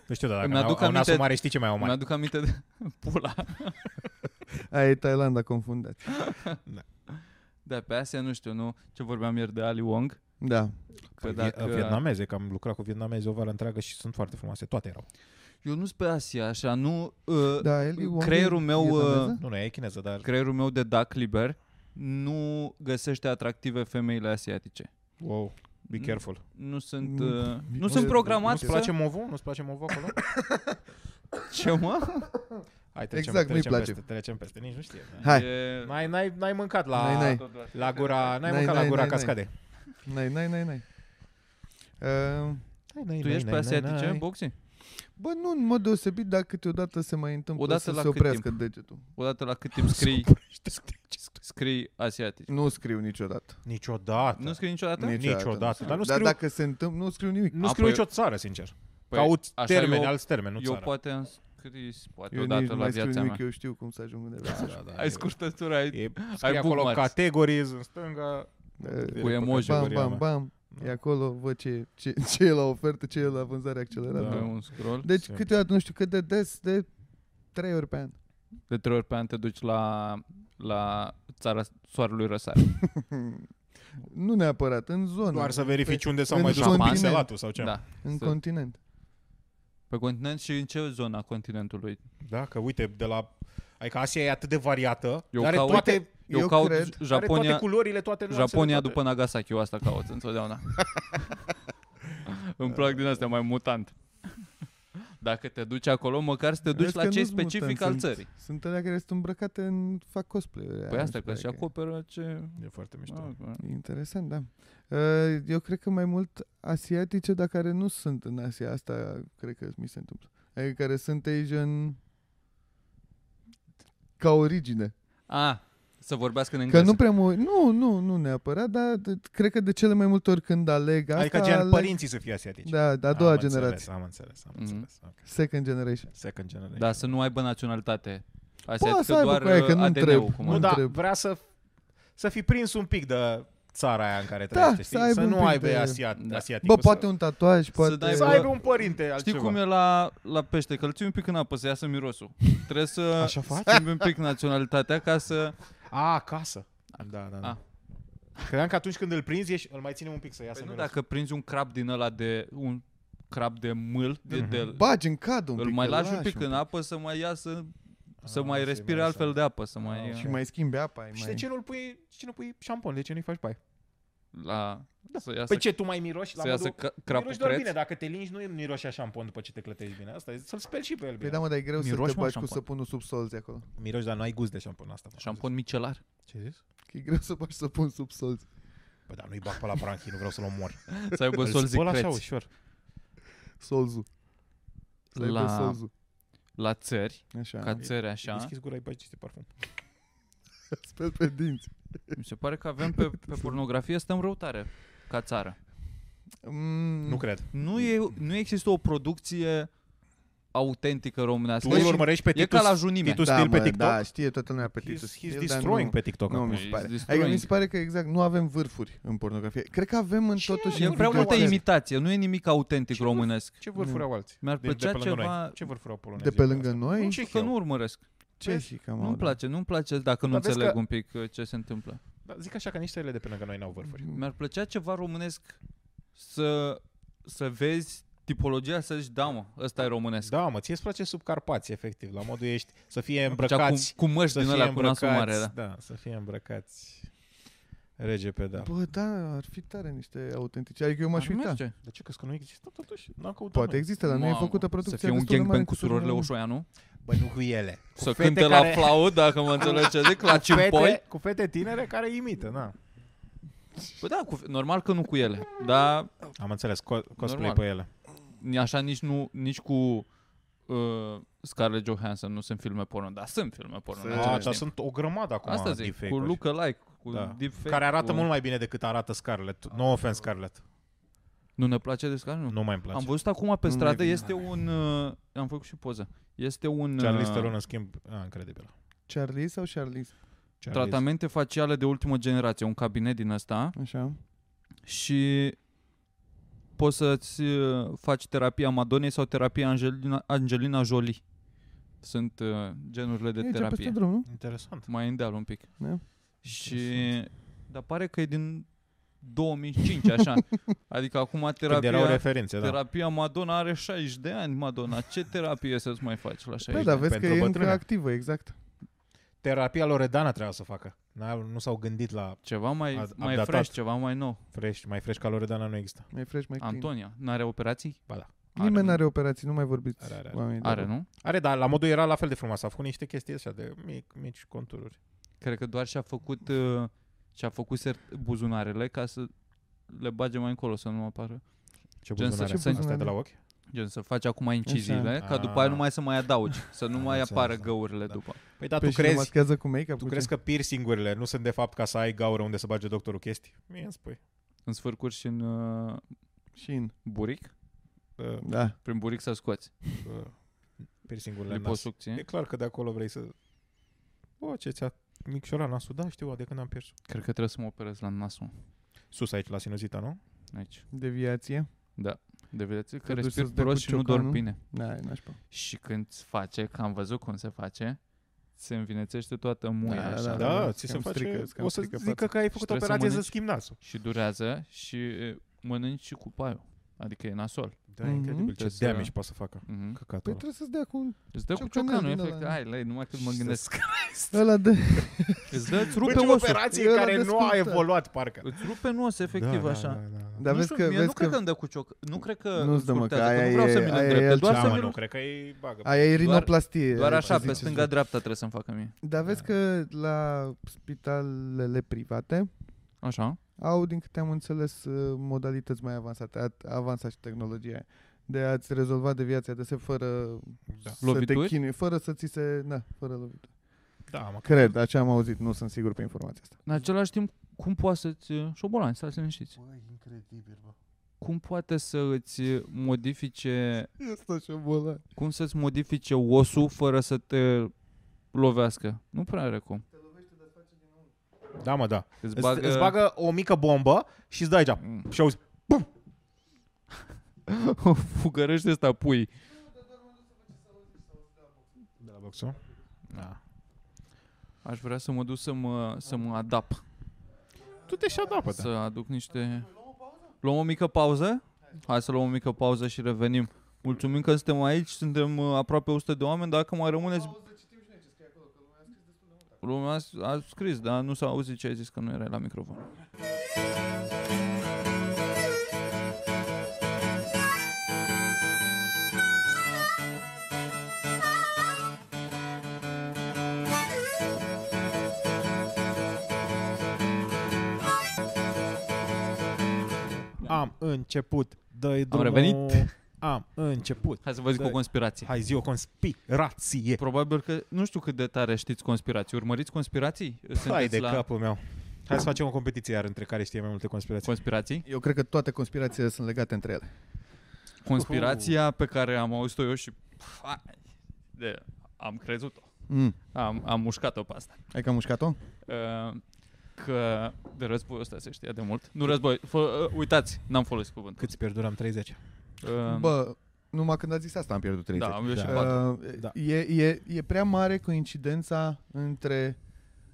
Nu știu, dar dacă Îmi n-au- aduc au nasul aminte- mare, știi ce mai au Mă mare? aduc aminte de pula. Aia e Thailanda, confundați. Da, pe Asia nu știu, nu, ce vorbeam ieri de Ali Wong, Da. Că Păi, dacă- dacă... Vietnameze, că am lucrat cu vietnamezi o vară întreagă și sunt foarte frumoase. Toate erau. Eu nu sunt pe Asia, așa, nu... Uh, da. da el e om creierul meu, uh, vietnameză? Nu, nu, ea e chineză, dar... Creierul meu de dac liber nu găsește atractive femeile asiatice. Wow, be Mm. careful. Nu sunt, Mm. uh, nu Nu sunt se- programat Nu-ți să... place movul? Nu-ți place movul acolo? Ce, mă? Hai, trecem, Exact, nu-i trecem place. peste, trecem peste, nici nu știe. Hai. uh, E... N-ai, n-ai, n-ai mâncat la, N-ai, n-ai. la gura, n-ai, N-ai, mâncat la n-ai, gura n-ai, cascade. N-ai, n-ai, n-ai, n-ai. Uh, N-ai, n-ai, Tu n-ai, ești pe n-ai, asiatice, n-ai. boxi? Bă, nu în mod deosebit, dar câteodată se mai întâmplă Odată să la se cât oprească degetul. Odată la cât timp scrii, scrii asiatice. Nu scriu niciodată. Niciodată. Nu scrii niciodată? Nici- Niciodată, nu scriu. dar nu Dar scriu- dacă se întâmplă, nu scriu nimic. Nu A, scriu păi- nicio țară, sincer. Păi, Caut așa termeni, eu, alți termeni, nu Eu țară. poate am scris, poate Eu nici odată nu la mai scriu viața nimic, mea. eu știu cum să ajung undeva. Da, da, Ai scurtătura, ai... E, scrie acolo bookmarks. categories în stânga. Cu Pe emoji. Bam, categoria bam, mea. bam. Da. E acolo, văd ce, ce, ce e la ofertă, ce e la vânzare accelerată. Da. Da. un scroll. Deci Simt. câteodată, nu știu cât de des, de trei ori pe an. De trei ori pe an te duci la, la țara soarelui răsar. Nu neapărat, în zonă, Doar să verifici unde s-au în mai dus cu continent. pixelatul sau ce. da. în să- continent. Pe continent și în ce zona a continentului? Da, că uite, de la... Adică Asia e atât de variată, Eu are, caut- toate, Eu, Eu caut cred- are toate Japonia, culorile, toate nuanțele, Japonia toate. după Nagasaki, eu asta caut întotdeauna. Îmi plac din astea mai mutant. Dacă te duci acolo, măcar să te duci Vezi la că ce nu-s specific mutanți, al sunt- Da, țării. Sunt alea care sunt îmbrăcate în fac cosplay. Păi asta că și acoperă ce... E foarte mișto. Ah, bă. E Interesant, da. Uh, Eu cred că mai mult asiatice, dar care nu sunt în Asia. Asta cred că mi se întâmplă. Adică care sunt Asian ca origine. A, să vorbească în Că engleză. nu prea mă... Nu, nu, nu neapărat, dar de- cred că de cele mai multe ori când aleg asta... Adică gen aleg- părinții să fie deci. asiatici. Da, de a doua generație. Am înțeles, am Mhm. Da, înțeles. ok. Second generation. Second generation. Dar să nu aibă naționalitate. Poate să Asiatică aibă doar cu aia, că nu ADN-ul, întreb. cum mă nu, ar- da, întreb. vrea să, să fi prins un pic de țara aia în care Da, trăiește, să știi? aibă să un nu pic aibă de- asiat, Da. asiatic. Bă, poate un tatuaj, poate... dai Să Bă, aibă un părinte Știi altceva. cum e la, la pește, că îl ții un pic în apă să iasă mirosul. Trebuie să Așa faci? schimbi un pic naționalitatea ca să... A, acasă. Da, da, A. da. Credeam că atunci când îl prinzi, ești, îl mai ținem un pic să iasă Păi nu mirosul. dacă prinzi un crab din ăla de... Un crab de mâl, de, Mhm. de, Bagi în cadă un pic. îl mai îl lași un lași pic în apă să mai iasă... Să Ah, mai să-i respire mai lăsăm. altfel de apă, să Ah, mai... Și mai schimbi apa. ai Și de mai... ce nu-l pui, de ce nu pui șampon? De ce nu-i faci bai? La, să iasă, Păi ce, tu mai miroși la să iasă modul... ca- crapul Miroși doar bine, da. creț? dacă te lingi nu miroși a șampon după ce te clătești bine. Asta e, să-l speli și pe el Păi bine. da, mă, dar e greu Miroși, să te mă, bagi cu șampon. săpunul sub solzi acolo. Miroși, dar nu ai gust de șampon asta. v-am Șampon micelar. zis. Ce zis? Că e greu să bagi săpun sub solzi. Păi dar nu-i bag pe la branchi, nu vreau să-l omor. Să aibă Îl solzi spăl așa creț. ușor. Solzul. Să ai pe La- solzul. La țări, Așa. ca Da. Ca... țări așa, Deschizi gura, îi bagi niște parfum. Speli pe dinți. mi se pare că avem pe, pe pornografie, stăm răutare ca țară. Mm, Nu cred. Nu, e, nu există o producție autentică Tu românească. îl Și urmărești pe e Titus, ca la junime. Titus da, Stil mă, pe TikTok? Da, știe toată lumea pe Titus. He's, he's El, dar destroying pe TikTok. Nu, nu acum. He's mi se pare. Adică destroying. mi se pare că exact nu avem vârfuri în pornografie. Cred că avem în Ce totuși... e? E în prea multă videocaset. imitație, nu e nimic autentic Ce românesc. Ce vârfuri Nu. au alții? Mi-ar De- de plăcea pe lângă ceva... noi. Ce vârfuri au polonezii? De pe lângă Nu noi? știu Că eu. nu urmăresc. Ce și cam Păi, Nu-mi place, nu-mi place dacă nu Dar vezi înțeleg că- un pic uh, ce se întâmplă. Dar Zic așa că nici țările de pe lângă noi n-au vârfuri. Mi-ar plăcea ceva românesc să, să vezi tipologia, să zici, da mă, ăsta e românesc. Da, mă, ție îți place sub Carpați, efectiv. La modul ești să fie Cea cu, îmbrăcați. cu măști Să din fie ăla cu nasul mare, îmbrăcați. da. Da, să fie îmbrăcați. Rege pedal. Bă, da, ar fi tare niște autentice. Adică eu m-aș Ar uita. merge. De ce? Că nu există totuși. N-am căutat. Poate noi. există, dar nu e Mamă, făcută Să producția fie un destul de mare gangbang cu încât să surorile nu- Oșoianu? Bă, nu cu ele. Cu Să fete cânte la care- flaut, dacă mă înțelegi ce zic, la cu fete- cimpoi. Cu fete tinere care imită, da. na. Păi da, cu, normal că nu cu ele, dar Am înțeles, co- cosplay Normal. pe ele. ni- așa nici, nu, nici cu uh, Scarlett Johansson nu sunt filme porno, dar sunt filme porno. în Sunt. același A, Ah, Deci, dar timp. sunt o grămadă acum Asta zic, cu deepfake-uri. look-alike, cu Da. deepfake. Care arată cu... mult mai bine decât arată Scarlett. No offense, Scarlett. Nu ne place de Scarlett? Nu. Nu mai îmi place. Am văzut acum pe Nu-mi stradă, vine. este un... Uh, am făcut și poză. Este un... Charlize uh, Theron, în schimb, a, incredibil. Charlie sau Charlize? Charlize. tratamente faciale de ultimă generație, un cabinet din ăsta Așa. și poți să-ți uh, faci terapia Madonei sau terapia Angelina, Angelina Jolie. Sunt uh, genurile de e cea peste terapie. drum, nu? Interesant. Mai îndeal un pic. Da. Și... Dar pare că e din 2005, așa. Adică acum Când erau terapia, referințe, da. terapia Madonna are 60 de ani, Madonna. Ce terapie să-ți mai faci la 60 de Păi da, ani? vezi că pentru e încă bătrâne. activă, exact. Terapia Loredana trebuia să facă. N-a- Nu s-au gândit la Ceva mai, Ad- mai updatat. fresh, ceva mai nou. fresh, mai fresh ca Loredana nu există. Mai fresh, mai clean. Antonia, n-are operații? Ba da. Nimeni nu? nu are operații, nu mai vorbiți Are, are, are. oamenii de Are, acolo. nu? Are, dar la modul era la fel de frumos. A făcut niște chestii așa de mic, mici contururi. Cred că doar și-a făcut, uh, și-a făcut ser- buzunarele ca să le bage mai încolo, să nu apară. Ce Gen să- buzunare. ce Astea de buzunare? la ochi? Gen să faci acum inciziile, Așa. ca după aia nu Ah. mai să mai adaugi, să nu Am mai înțeles, apară da. găurile Da. după. Păi da, Pe tu și le crezi, maschează cu make-up? tu cu crezi ce? că piercingurile nu sunt de fapt ca să ai gaură unde să bage doctorul chestii? Mie îmi spui. În sfârcuri și în uh, Și în... buric, Uh, Da. prin buric să scoți uh, piercingurile în nas. E liposucție. clar că de acolo vrei să... O, ce ți-a micșorat nasul? Da, știu, de când am pierdut. Cred că trebuie să mă operez la nasul, Sus aici, la sinuzita, nu? aici. Deviație? De vedeți că duci respir să-ți dea prost cu și nu dorm ciocanul? bine. Da, e nașpa. Și când îți face, că am văzut cum se face, se învinețește toată muia Da, da, așa. da. Da, ți se cam face... strică, cam o să strică zică că ai făcut trebuie să operație să mănânci. schimbi nasul. Și durează și e, mănânci și cu paiul. Adică e nasol. Da, Mhm. e incredibil ce Trebuie să- damage poate să facă. Mm-hmm. Păi Căcatul ăla. trebuie să-ți dea cu un... Îți dă cu Ciocanul ciocanul, din efectiv. ăla. Hai, lei, numai cât mă Jesus gândesc. Ăla de... Îți dă, îți Păi rupe ce osul. operație Era care nu a descurtat. evoluat, parcă. Îți rupe nos, efectiv, da, așa. Da, da, da. Dar nu vezi știu, că... mie nu Vezi cred că că... îmi dă cu cioc. Nu cred că Nu-ți îți dă, mă, că curtează, că aia nu vreau să e- mi aia e îndrepte. Doar Da, să mă, mi nu, cred că e bagă. Aia e Doar- rinoplastie. Doar ce așa, pe ziceți. stânga-dreapta trebuie să-mi facă mie. Dar vezi Da. că la spitalele private Așa. au, din câte am înțeles, uh, modalități mai avansate. A a avansat și tehnologia aia de a-ți rezolva de viața de se fără Da. să te Lovituri? chinui, fără să ți se... Na, fără lovituri. Da, mă, Cred, așa am auzit, nu sunt sigur pe informația asta. În același timp, cum poate să-ți... uh, Șobolani, stați liniștiți. Băi, incredibil, bă. Cum poate să îți modifice Asta și bolan. Cum să-ți modifice osul fără să te lovească? Nu prea are cum. da, mă, da. Îți Îți bagă... bagă... îți bagă o mică bombă și îți dai geam. Mm. Și auzi, Fugărește ăsta pui. de la boxul. Da. Aș vrea să mă duc să mă, să mă adapt. Tu te și adapă, Să aduc niște... Luăm o mică pauză? Hai să luăm o mică pauză și revenim. Mulțumim că suntem aici, suntem uh, aproape 100 de oameni, dacă mai rămâneți... Lumea a- a scris, dar nu s-a auzit ce ai zis că nu erai la microfon. Am început, dă Am revenit. Am început. Hai să vă zic Da. o conspirație. Hai zi o conspirație. Probabil că nu știu cât de tare știți conspirații. Urmăriți conspirații? Hai Sunteți de la capul meu. Hai să facem o competiție iar între care știe mai multe conspirații. conspirații? Eu cred că toate conspirațiile sunt legate între ele. Conspirația pe care am auzit-o eu și pf, ai, de, am crezut-o. Mm. Am, am mușcat-o pe asta. Ai că mușcat-o? Uh, Că de războiul ăsta se știa de mult. Nu război, fă, uh, uitați, n-am folosit cuvântul. Câți pierduri am? 30. Uh, Bă, numai când a zis asta am pierdut 30. da, am eu și Da. patru. Uh, Da. e, e, e prea mare coincidența între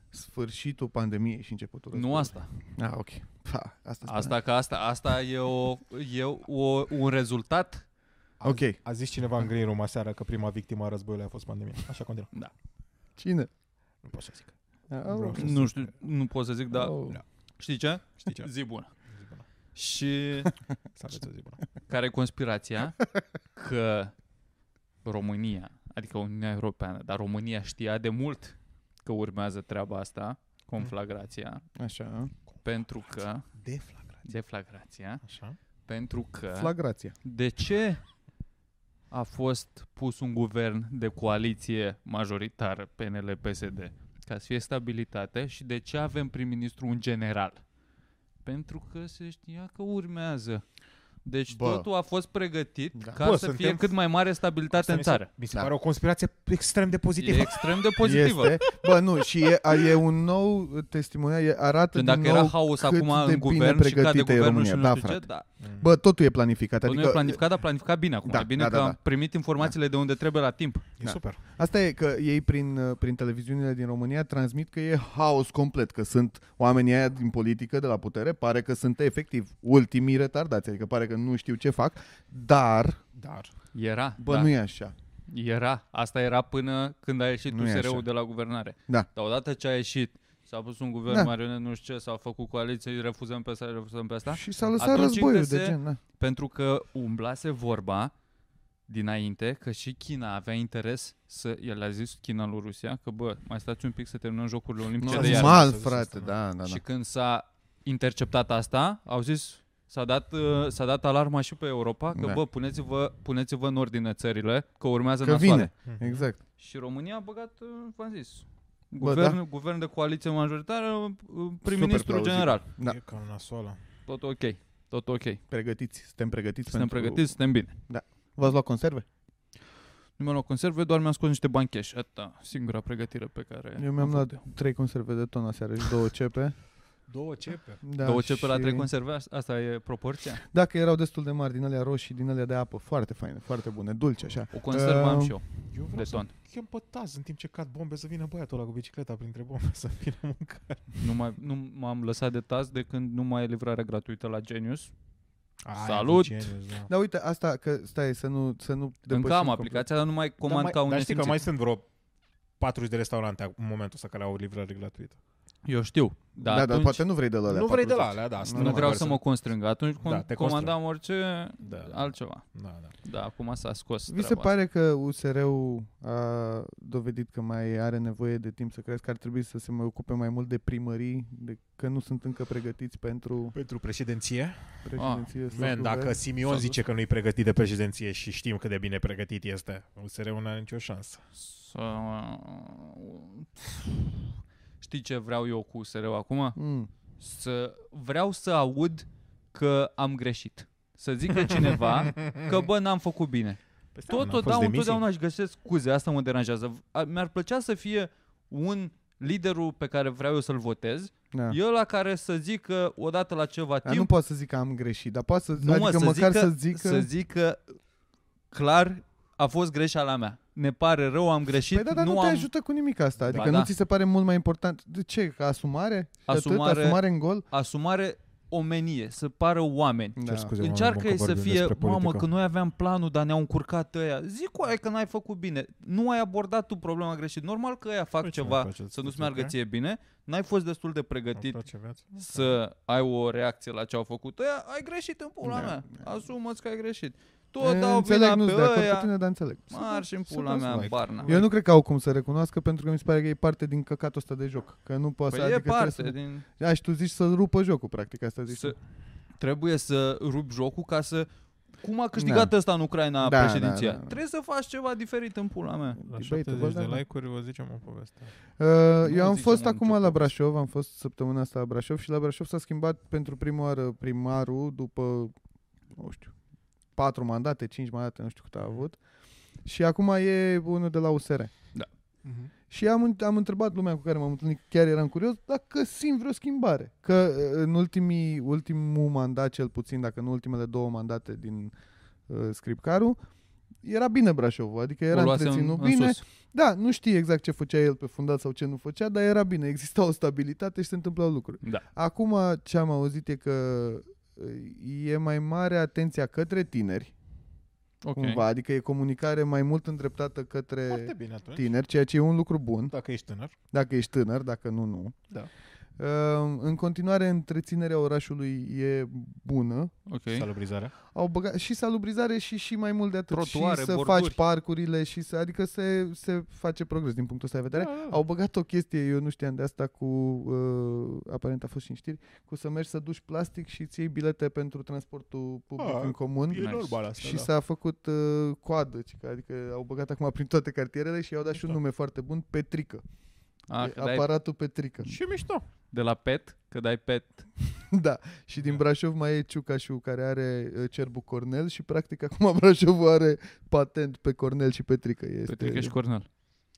sfârșitul pandemiei și începutul Nu războiului. asta. Ah, ok. Pa, asta, Asta că asta, asta e, o, e o, un rezultat. Ok. A zis cineva în Green Room aseară că prima victimă a războiului a fost pandemia. Așa continuă. Cine? Nu pot să zic. Ah, ok. Nu știu, nu pot să zic, dar Oh. Da. știi ce? Știi ce? Zi bună. Zi bună. Și Să aveți o zi bună. care e conspirația că România, adică Uniunea Europeană, dar România știa de mult că urmează treaba asta, Hmm. conflagrația, Așa. ah. pentru că Deflagrat. deflagrația, Așa. pentru că Flagrația. de ce a fost pus un guvern de coaliție majoritară PNL PSD ca să fie stabilitate și de ce avem prim-ministru un general? Pentru că se știa că urmează. Deci Bă. Bă. totul a fost pregătit Da. ca Bă, să fie suntem- cât mai mare stabilitate în mi se- țară. Mi se Da. pare o conspirație extrem de E pozitivă. extrem de pozitivă. Este. Bă, nu, și e, a, e un nou testimonial, e, arată Când din dacă nou era haos cât acum de în bine guvern și cade pregătită e guvernul România. și nu Da, știu ce, frate. da, Bă, totul e planificat. Adică, Adică, nu e planificat, dar planificat bine acum. Da, e bine da, că da, am da. primit informațiile de unde trebuie la timp. E Da. super. Asta e că ei prin, uh, prin televiziunile din România transmit că e haos complet, că sunt oamenii aia din politică, de la putere, pare că sunt efectiv ultimii retardați, adică pare că nu știu ce fac, Da. dar, Dar Era, bă, da. da. nu e așa. Era. Asta era până când a ieșit Nu e USR-ul așa. de la guvernare. Da. Dar odată ce a ieșit, s-a pus un guvern Da. da. marionet, nu știu ce, s-au făcut coaliții, refuzăm pe asta, refuzăm pe Da? asta. Și s-a lăsat Atunci războiul ITS de gen, da. Pentru că umblase vorba dinainte că și China avea interes să... El a zis China lui Rusia că, bă, mai stați un pic să terminăm Jocurile Olimpice Nu, de a zis iarnă. Mar- Normal, să zic frate, asta, da. da, da, da. Și când s-a interceptat asta, au zis, s-a dat, uh, s-a dat alarma și pe Europa că, Da. da. bă, puneți-vă, puneți-vă în ordine țările, că urmează Că nasoale. vine, exact. Și România a băgat, uh, v-am zis, Bă, guvern, da? guvern de coaliție majoritară, uh, prim-ministru plauzibil. general. Da. da. e cam nasoală. Tot ok, tot ok. Pregătiți, suntem pregătiți Suntem pentru... pregătiți, suntem bine. V-ați luat conserve? Nu mi-am luat conserve, doar mi-am scos niște bani cash. Asta, singura pregătire pe care... Eu am mi-am luat Da, făcut-o. trei conserve de ton aseară și două cepe. Două cepe. Da, Două cepe la și- trei conserve, as- asta e proporția. Dacă erau destul de mari din alea roșii, din alea de apă, foarte faine, foarte bune, dulce așa. O conservă am Um, și eu, Eu vreau de să ton. chem pe taz în timp ce cad bombe să vină băiatul ăla cu bicicleta printre bombe să vină mâncare. Nu, mai, nu m-am lăsat de taz de când nu mai e livrarea gratuită la Genius. Ai, Salut! Genius, da. Dar uite, asta că stai să nu să nu Încă depășim am complet. aplicația, dar nu mai comand mai, ca un dar știi că nesimțit. mai sunt vreo 40 de restaurante ac- în momentul ăsta care au livrare gratuită. Eu știu, dar da, atunci dar poate nu vrei de la alea nu vrei de la 40. alea, da. asta Nu nu mai vreau vor să mă constrâng. Atunci Da, da, te comandam orice Da, da. altceva. Da, da. Da, acum s-a scos Vi se treaba pare că USR-ul a dovedit că mai are nevoie de timp să crească, că ar trebui să se mai ocupe mai mult de primării, de că nu sunt încă pregătiți pentru Pentru președinție? președinție. Ah, Man, dacă Simion s-a zice că nu-i pregătit de președinție și știm cât de bine pregătit este, USR-ul n-are nicio șansă. Păi Să... uh, Știi ce vreau eu cu USR acum? Mm. Să vreau să aud că am greșit. Să zică cineva că bă, n-am făcut bine. Da. Păi Tot o dau, întotdeauna își găsesc scuze, asta mă deranjează. A- Mi-ar plăcea să fie un liderul pe care vreau eu să-l votez, Da. el la care să zică odată la ceva Dar timp, nu poate să zic că am greșit, dar poate să, nu mă, adică să măcar zică, să zică... să zică clar a fost greșeala mea. Ne pare rău, am greșit, Păi da, dar nu, nu, te am ajută cu nimic asta. Adică nu da. ți se pare mult mai important... De ce? Ca asumare? Și atât? Asumare- Asumare în gol? asumare omenie, să pară oameni. Da. Încearcă ei să fie, mamă, că noi aveam planul, dar ne-au încurcat ăia. Zic cu aia că n-ai făcut bine. Nu ai abordat tu problema greșit. Normal că ăia fac Păi ce mai ceva faceți? să nu-ți Sunteți meargă ok? ție bine. N-ai fost destul de pregătit să ai o reacție la ce au făcut ăia. Ai greșit în pula Da. mea. Asumă-ți că ai greșit. E, Tot dau înțeleg, vina nu pe de acord cu ăia. tine, dar înțeleg. Marș în Să pula dați mea, like. barna. Eu nu cred că au cum să recunoască pentru că mi se pare că e parte din căcatul ăsta de joc. Că nu poate Păi să... e adică trebuie parte Să... din... Da, și tu zici să rupă jocul, practic, asta zici. Să, trebuie să rup jocul ca să... Cum a câștigat ăsta în Ucraina Da, da, președinția? da, da. Trebuie să faci ceva diferit în pula mea. La Debate-ul, 70 da, de da. like-uri vă zicem o poveste. Uh, Nu eu am zic fost să mă acum încep la cu- Brașov, am fost săptămâna asta la Brașov și la Brașov s-a schimbat pentru prima oară primarul după, nu știu, patru mandate, cinci mandate, nu știu cât a avut. Și acum e unul de la USR. Mhm. Și am, am întrebat lumea cu care m-am întâlnit, chiar eram curios, dacă simt vreo schimbare. Că uh, în ultimii, ultimul mandat, cel puțin, dacă nu ultimele două mandate din uh, Scripcaru, era bine Brașovul, adică era O luase în- întreținut în bine. sus. Da, nu știi exact ce făcea el pe fundat sau ce nu făcea, dar era bine, exista o stabilitate și se întâmplau lucruri. Da. Acum ce am auzit e că uh, e mai mare atenția către tineri, Ok. cumva, adică e comunicare mai mult îndreptată Foarte către bine atunci. tineri, ceea ce e un lucru bun. Dacă ești tânăr. Dacă ești tânăr, dacă nu, nu. Da. Uh, În continuare, întreținerea orașului e bună. Ok. Salubrizarea. Au băgat și salubrizare și și mai mult de atât. Trotuare, și să borduri. faci parcurile și să, adică se, se face progres din punctul ăsta de vedere. Da, Au băgat o chestie, eu nu știam de asta cu, uh, aparent a fost și în știri, cu să mergi să duci plastic și îți iei bilete pentru transportul public Ah, în comun. E normal asta, Și da. s-a făcut uh, coadă, ci că- adică au băgat acum prin toate cartierele și i-au dat și un Mișto. nume foarte bun, Petrică. A, E Ah, Ah, că dai aparatul Petrică. Și mișto. de la pet, că dai pet. Da, și din Da. Brașov mai e Ciucașu care are uh, cerbul Cornel și practic acum Brașovul are patent pe Cornel și Petrică. Este, Petrică și Cornel.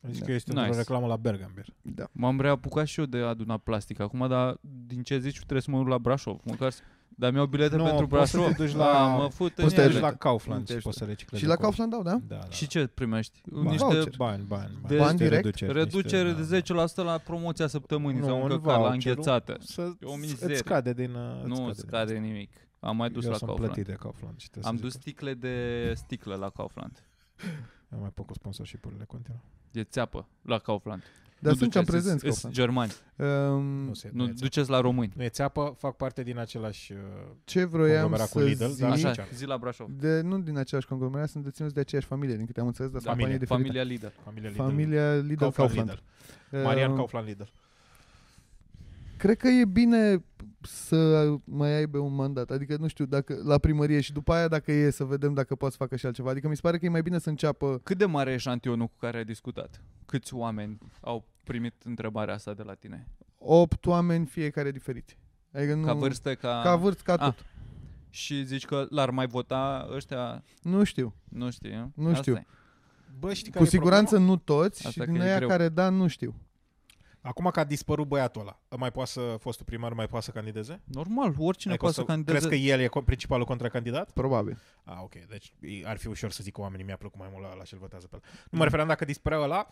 Zici Da. că este Nice. o reclamă la Bergambir. da. M-am reapucat și eu de adunat plastic acum, dar din ce zici trebuie să mă duc la Brașov. Măcar să- Dar mi-au bilete Nu, pentru poți să te Brașov. duci la- A, mă fut în poți să te Te duci ele. la Kaufland și Muntește. poți să reciclezi Și la acolo. Kaufland dau, da? Da, da. Și ce primești? Bani. Niște Voucher. Bani, bani, De- Bani Niște direct? reduceri, niște- reducere da, de 10% la promoția săptămânii Nu, sau un încă ca la voucherul. înghețată. da. Să E o mizerie. îți scade din... uh, Nu îți îți scade nimic. Am mai dus Eu la sunt Kaufland. plătit de Kaufland. și trebuie Am să dus zic. sticle de sticlă la Kaufland. Am mai făcut sponsorship-urile, continuă. De țeapă la Kaufland. Dar Nu sunt am duceți, prezenți sunt- Kaufland. Sunt germani. Um, Nu, se, nu, Nu e țeapă. duceți la români. nu e țeapă, fac parte din același... uh, ce vroiam Conglomera cu să Lidl, da? zic... dar Așa, Nici ar- zi la Brașov. De, nu din același conglomerat, sunt deținuți de aceeași familie, din câte am înțeles, dar sunt Familie, companii diferite. Familia Lidl. Familia Lidl. Familia Lidl Kaufland. Ehm, Uh, Lidl. Marian Kaufland Lidl. Cred că e bine să mai aibă un mandat. Adică, nu știu, dacă la primărie și după aia dacă e să vedem dacă poate să facă și altceva. Adică mi se pare că e mai bine să înceapă Cât de mare e șantionul cu care ai discutat? Câți oameni au primit întrebarea asta de la tine? 8 oameni fiecare diferiți. Adică nu, Ca vârstă, ca... Ca vârstă, ca Ah. tot. Și zici că l-ar mai vota ăștia, Nu știu. nu știu. Nu știu. Asta e. Bă, știi care Cu e problema? siguranță nu toți Asta și că din e aia greu. care da, nu știu. Acum că a dispărut băiatul ăla, mai poate să, fostul primar, mai poate să candideze? Normal, oricine Adică o poate să candideze. Crezi că el e co- principalul contracandidat? Probabil. Ah, ok. Deci i- ar fi ușor să zic că oamenii mi-a plăcut mai mult la ăla și îl votează pe ăla. Mm. Nu mă referam dacă dispărea ăla,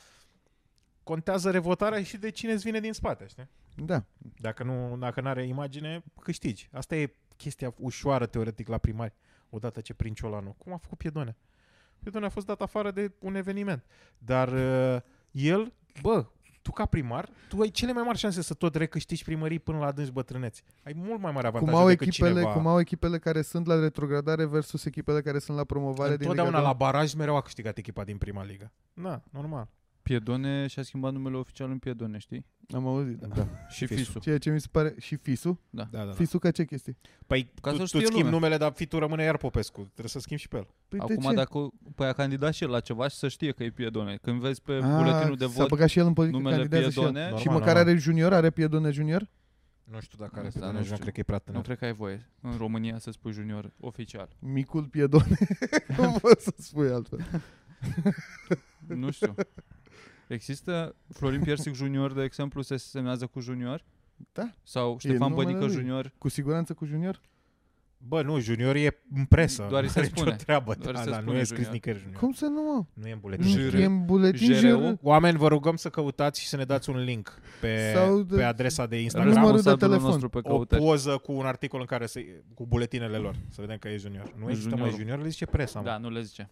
contează revotarea și de cine îți vine din spate, știi? Da. Dacă nu dacă are imagine, câștigi. Asta e chestia ușoară teoretic la primari, odată ce prin Ciolanu. Cum a făcut Piedone? Piedone a fost dat afară de un eveniment. Dar uh, el, bă, tu ca primar, tu ai cele mai mari șanse să tot recâștigi primării până la adânci bătrâneți. Ai mult mai mare avantaj Cum au, decât echipele, cineva. cum au echipele care sunt la retrogradare versus echipele care sunt la promovare din Întotdeauna Liga la doi. baraj mereu a câștigat echipa din prima ligă. Da, normal. Piedone și-a schimbat numele oficial în Piedone, știi? Am auzit, da. da. Și Fisu. Fisu. Ceea ce mi se pare... Și Fisu? Da, da, da. Fisu ca ce chestii? Păi Ca tu, să tu știe schimbi lumea. numele, dar fi tu rămâne iar Popescu. Trebuie să schimbi și pe el. Păi de Acum ce? dacă păi a candidat și el la ceva și să știe că e Piedone. Când vezi pe buletinul de Ah, s-a vot băgat și el în politică, numele candidează și el. Piedone, Normal, Și măcar normal. are junior, are piedone junior? Nu știu dacă are Asta pe nu Dumnezeu, știu. cred că e prea nu tânăr. cred că ai voie în România să spui junior oficial. Micul piedone. nu pot să spui altfel. Nu știu. Există Florin Piersic Junior, de exemplu, se semnează cu junior? Da. Sau Ștefan numele Bănică lui. Junior? Cu siguranță cu junior? Bă, nu, junior e în presă. Doar îi se Nu are nicio spune. treabă. Doar Da, îi se da, nu spune e scris junior. nicăieri junior. Cum să nu, mă? Nu e în Nu buletin. Jure. e în buletin Jereu? jur. Oameni, vă rugăm să căutați și să ne dați un link pe, Sau de- pe adresa de Instagram. Numărul de Responsabilul telefon. nostru pe O căutări. poză cu un articol în care se, cu buletinele lor. Să vedem că e junior. Nu există mai Juniorul. junior, le zice presa. mă. Da, nu le zice.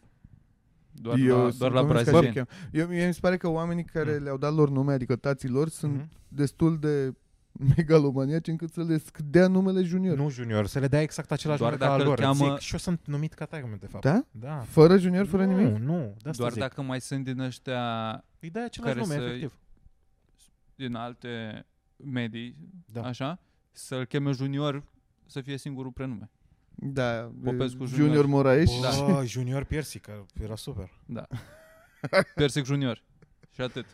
Doar Eu la, sunt doar la Mm. convins că Brazil. așa îi cheamă. Eu, mie mi se pare că oamenii care le-au dat lor nume, adică tații lor, sunt Mhm. destul de megalomaniaci încât să le scdea numele junior. Nu junior, să le dea exact același Doar nume ca dacă al îl lor. cheamă- Zic, și eu sunt numit ca taică de fapt. Da? Da. Fără junior, fără nu, nimic? Nu, de asta Doar zic. dacă mai sunt din ăștia, Îi dai același care nume, să- efectiv. din alte medii, Da. așa, să-l cheme junior să fie singurul prenume. Da, Popescu e, junior. junior Moraes. Bă, da. junior piersică, era super. Persic junior. Și atât.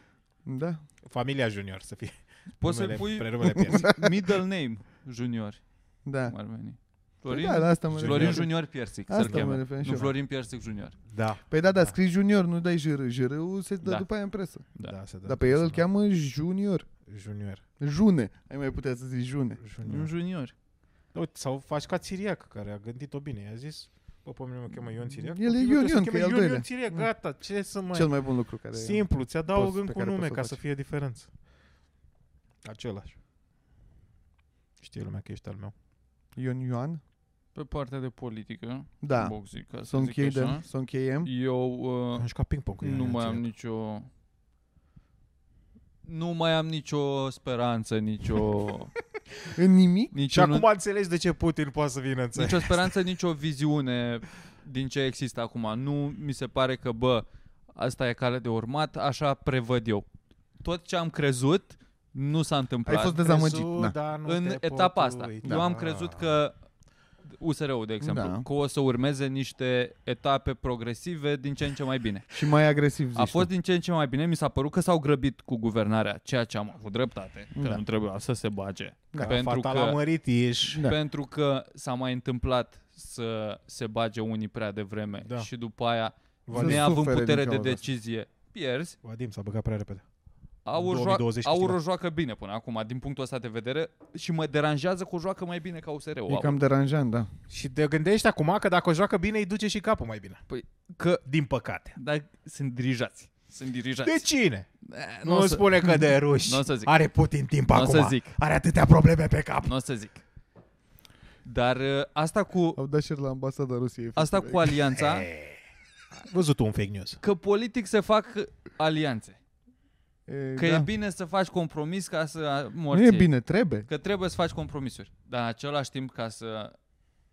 Da. Familia junior să fie. Poți să-l numele, pui Prerumele piersic. middle name junior, Da. cum ar veni. Păi Florin, da, la asta mă Florin Florin refer. junior Piersic, Asta să-l mă cheme. refer și Nu eu. Florin Piersic junior. Da. Păi da, da, Da. scrii junior, nu dai jr. Jr se dă Da. după aia în presă. Da. se dă Dar pe el îl sună. cheamă junior. Junior. June. Ai mai putea să zici june. Un junior. junior. Da, uite, sau faci ca Țiriac, care a gândit-o bine. I-a zis, bă, pe mine mă cheamă Ion Țiriac. El e copilul Ion tău se Ion, că cheamă e al Ion Ion doilea. Țiriac, gata, ce să mai... Cel mai bun lucru care Simplu, ți adaug poți- pe încă un care nume poți să ca faci. să fie diferență. Același. Știe lumea că ești al meu. e. Ion Ioan. Pe partea de politică, Da. boxing, ca Să să zic așa, încheiem. Să încheiem. eu uh, Am jucat ping-pong cu nu Ion mai am Țiriac. nicio... Nu mai am nicio speranță, nicio... În nimic? nici Și acum înțelegi de ce Putin poate să vină în țară. nicio speranță, nicio viziune din ce există acum. Nu mi se pare că, bă, asta e calea de urmat, așa prevăd eu. Tot ce am crezut nu s-a întâmplat. Ai fost dezamăgit. Crezut, Da. dar nu în te etapa pot asta. uita. Da. Eu am crezut că USR-ul, de exemplu, Da. că o să urmeze niște etape progresive din ce în ce mai bine. Și mai agresiv zici A fost din ce în ce mai bine, mi s-a părut că s-au grăbit cu guvernarea, ceea ce am avut dreptate, că Da. nu trebuia să se bage. Da. Pentru Fatal a că, mărit ești. Da. pentru că s-a mai întâmplat să se bage unii prea devreme Da. și după aia, Să neavând sufere din putere de cauza asta. decizie, pierzi, Vadim s-a băgat prea repede. Aur, joa- 2020 Aur da. câștigă. joacă bine până acum, din punctul ăsta de vedere, și mă deranjează că o joacă mai bine ca USR-ul. E Aur. cam deranjant, da. Și te gândești acum că dacă o joacă bine, îi duce și capul mai bine. Că, Din păcate. dar sunt dirijați. Sunt dirijați. De Deci- cine? Eh, Da. Nu, o nu să- spune că de ruși. N-o să zic. Are Putin timp N-o acum. să zic. Are atâtea probleme pe cap. Nu o să zic. Dar uh, asta cu, Au dat și la ambasada Rusiei. asta cu alianța, Ai văzut tu un fake news. că politic se fac alianțe. E, Că da. e bine să faci compromis ca să morți. Nu e bine, trebuie. Că trebuie să faci compromisuri. Dar în același timp, ca să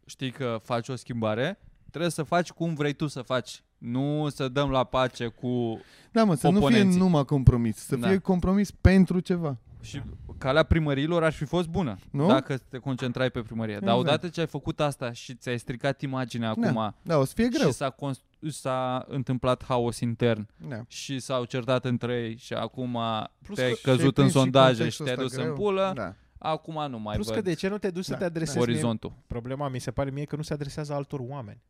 știi că faci o schimbare, trebuie să faci cum vrei tu să faci. Nu să dăm la pace cu... Da, mă, să nu fie Oponenții. numai compromis, să Da. fie compromis pentru ceva. Și calea primărilor ar fi fost bună Nu? dacă te concentrai pe primărie. Dar Exact. odată ce ai făcut asta și ți-ai stricat imaginea Da. acum Da, o să fie greu. și s-a, const- s-a întâmplat haos intern Da. și s-au certat între ei și acum Plus te-ai că- căzut Și ai în prins și sondaje și contextul te-ai dus ăsta în greu. pulă, Da. acum nu mai Plus văd că de ce nu te duci să Da, te adresezi? da. Mie, orizontul. problema mi se pare mie că nu se adresează altor oameni.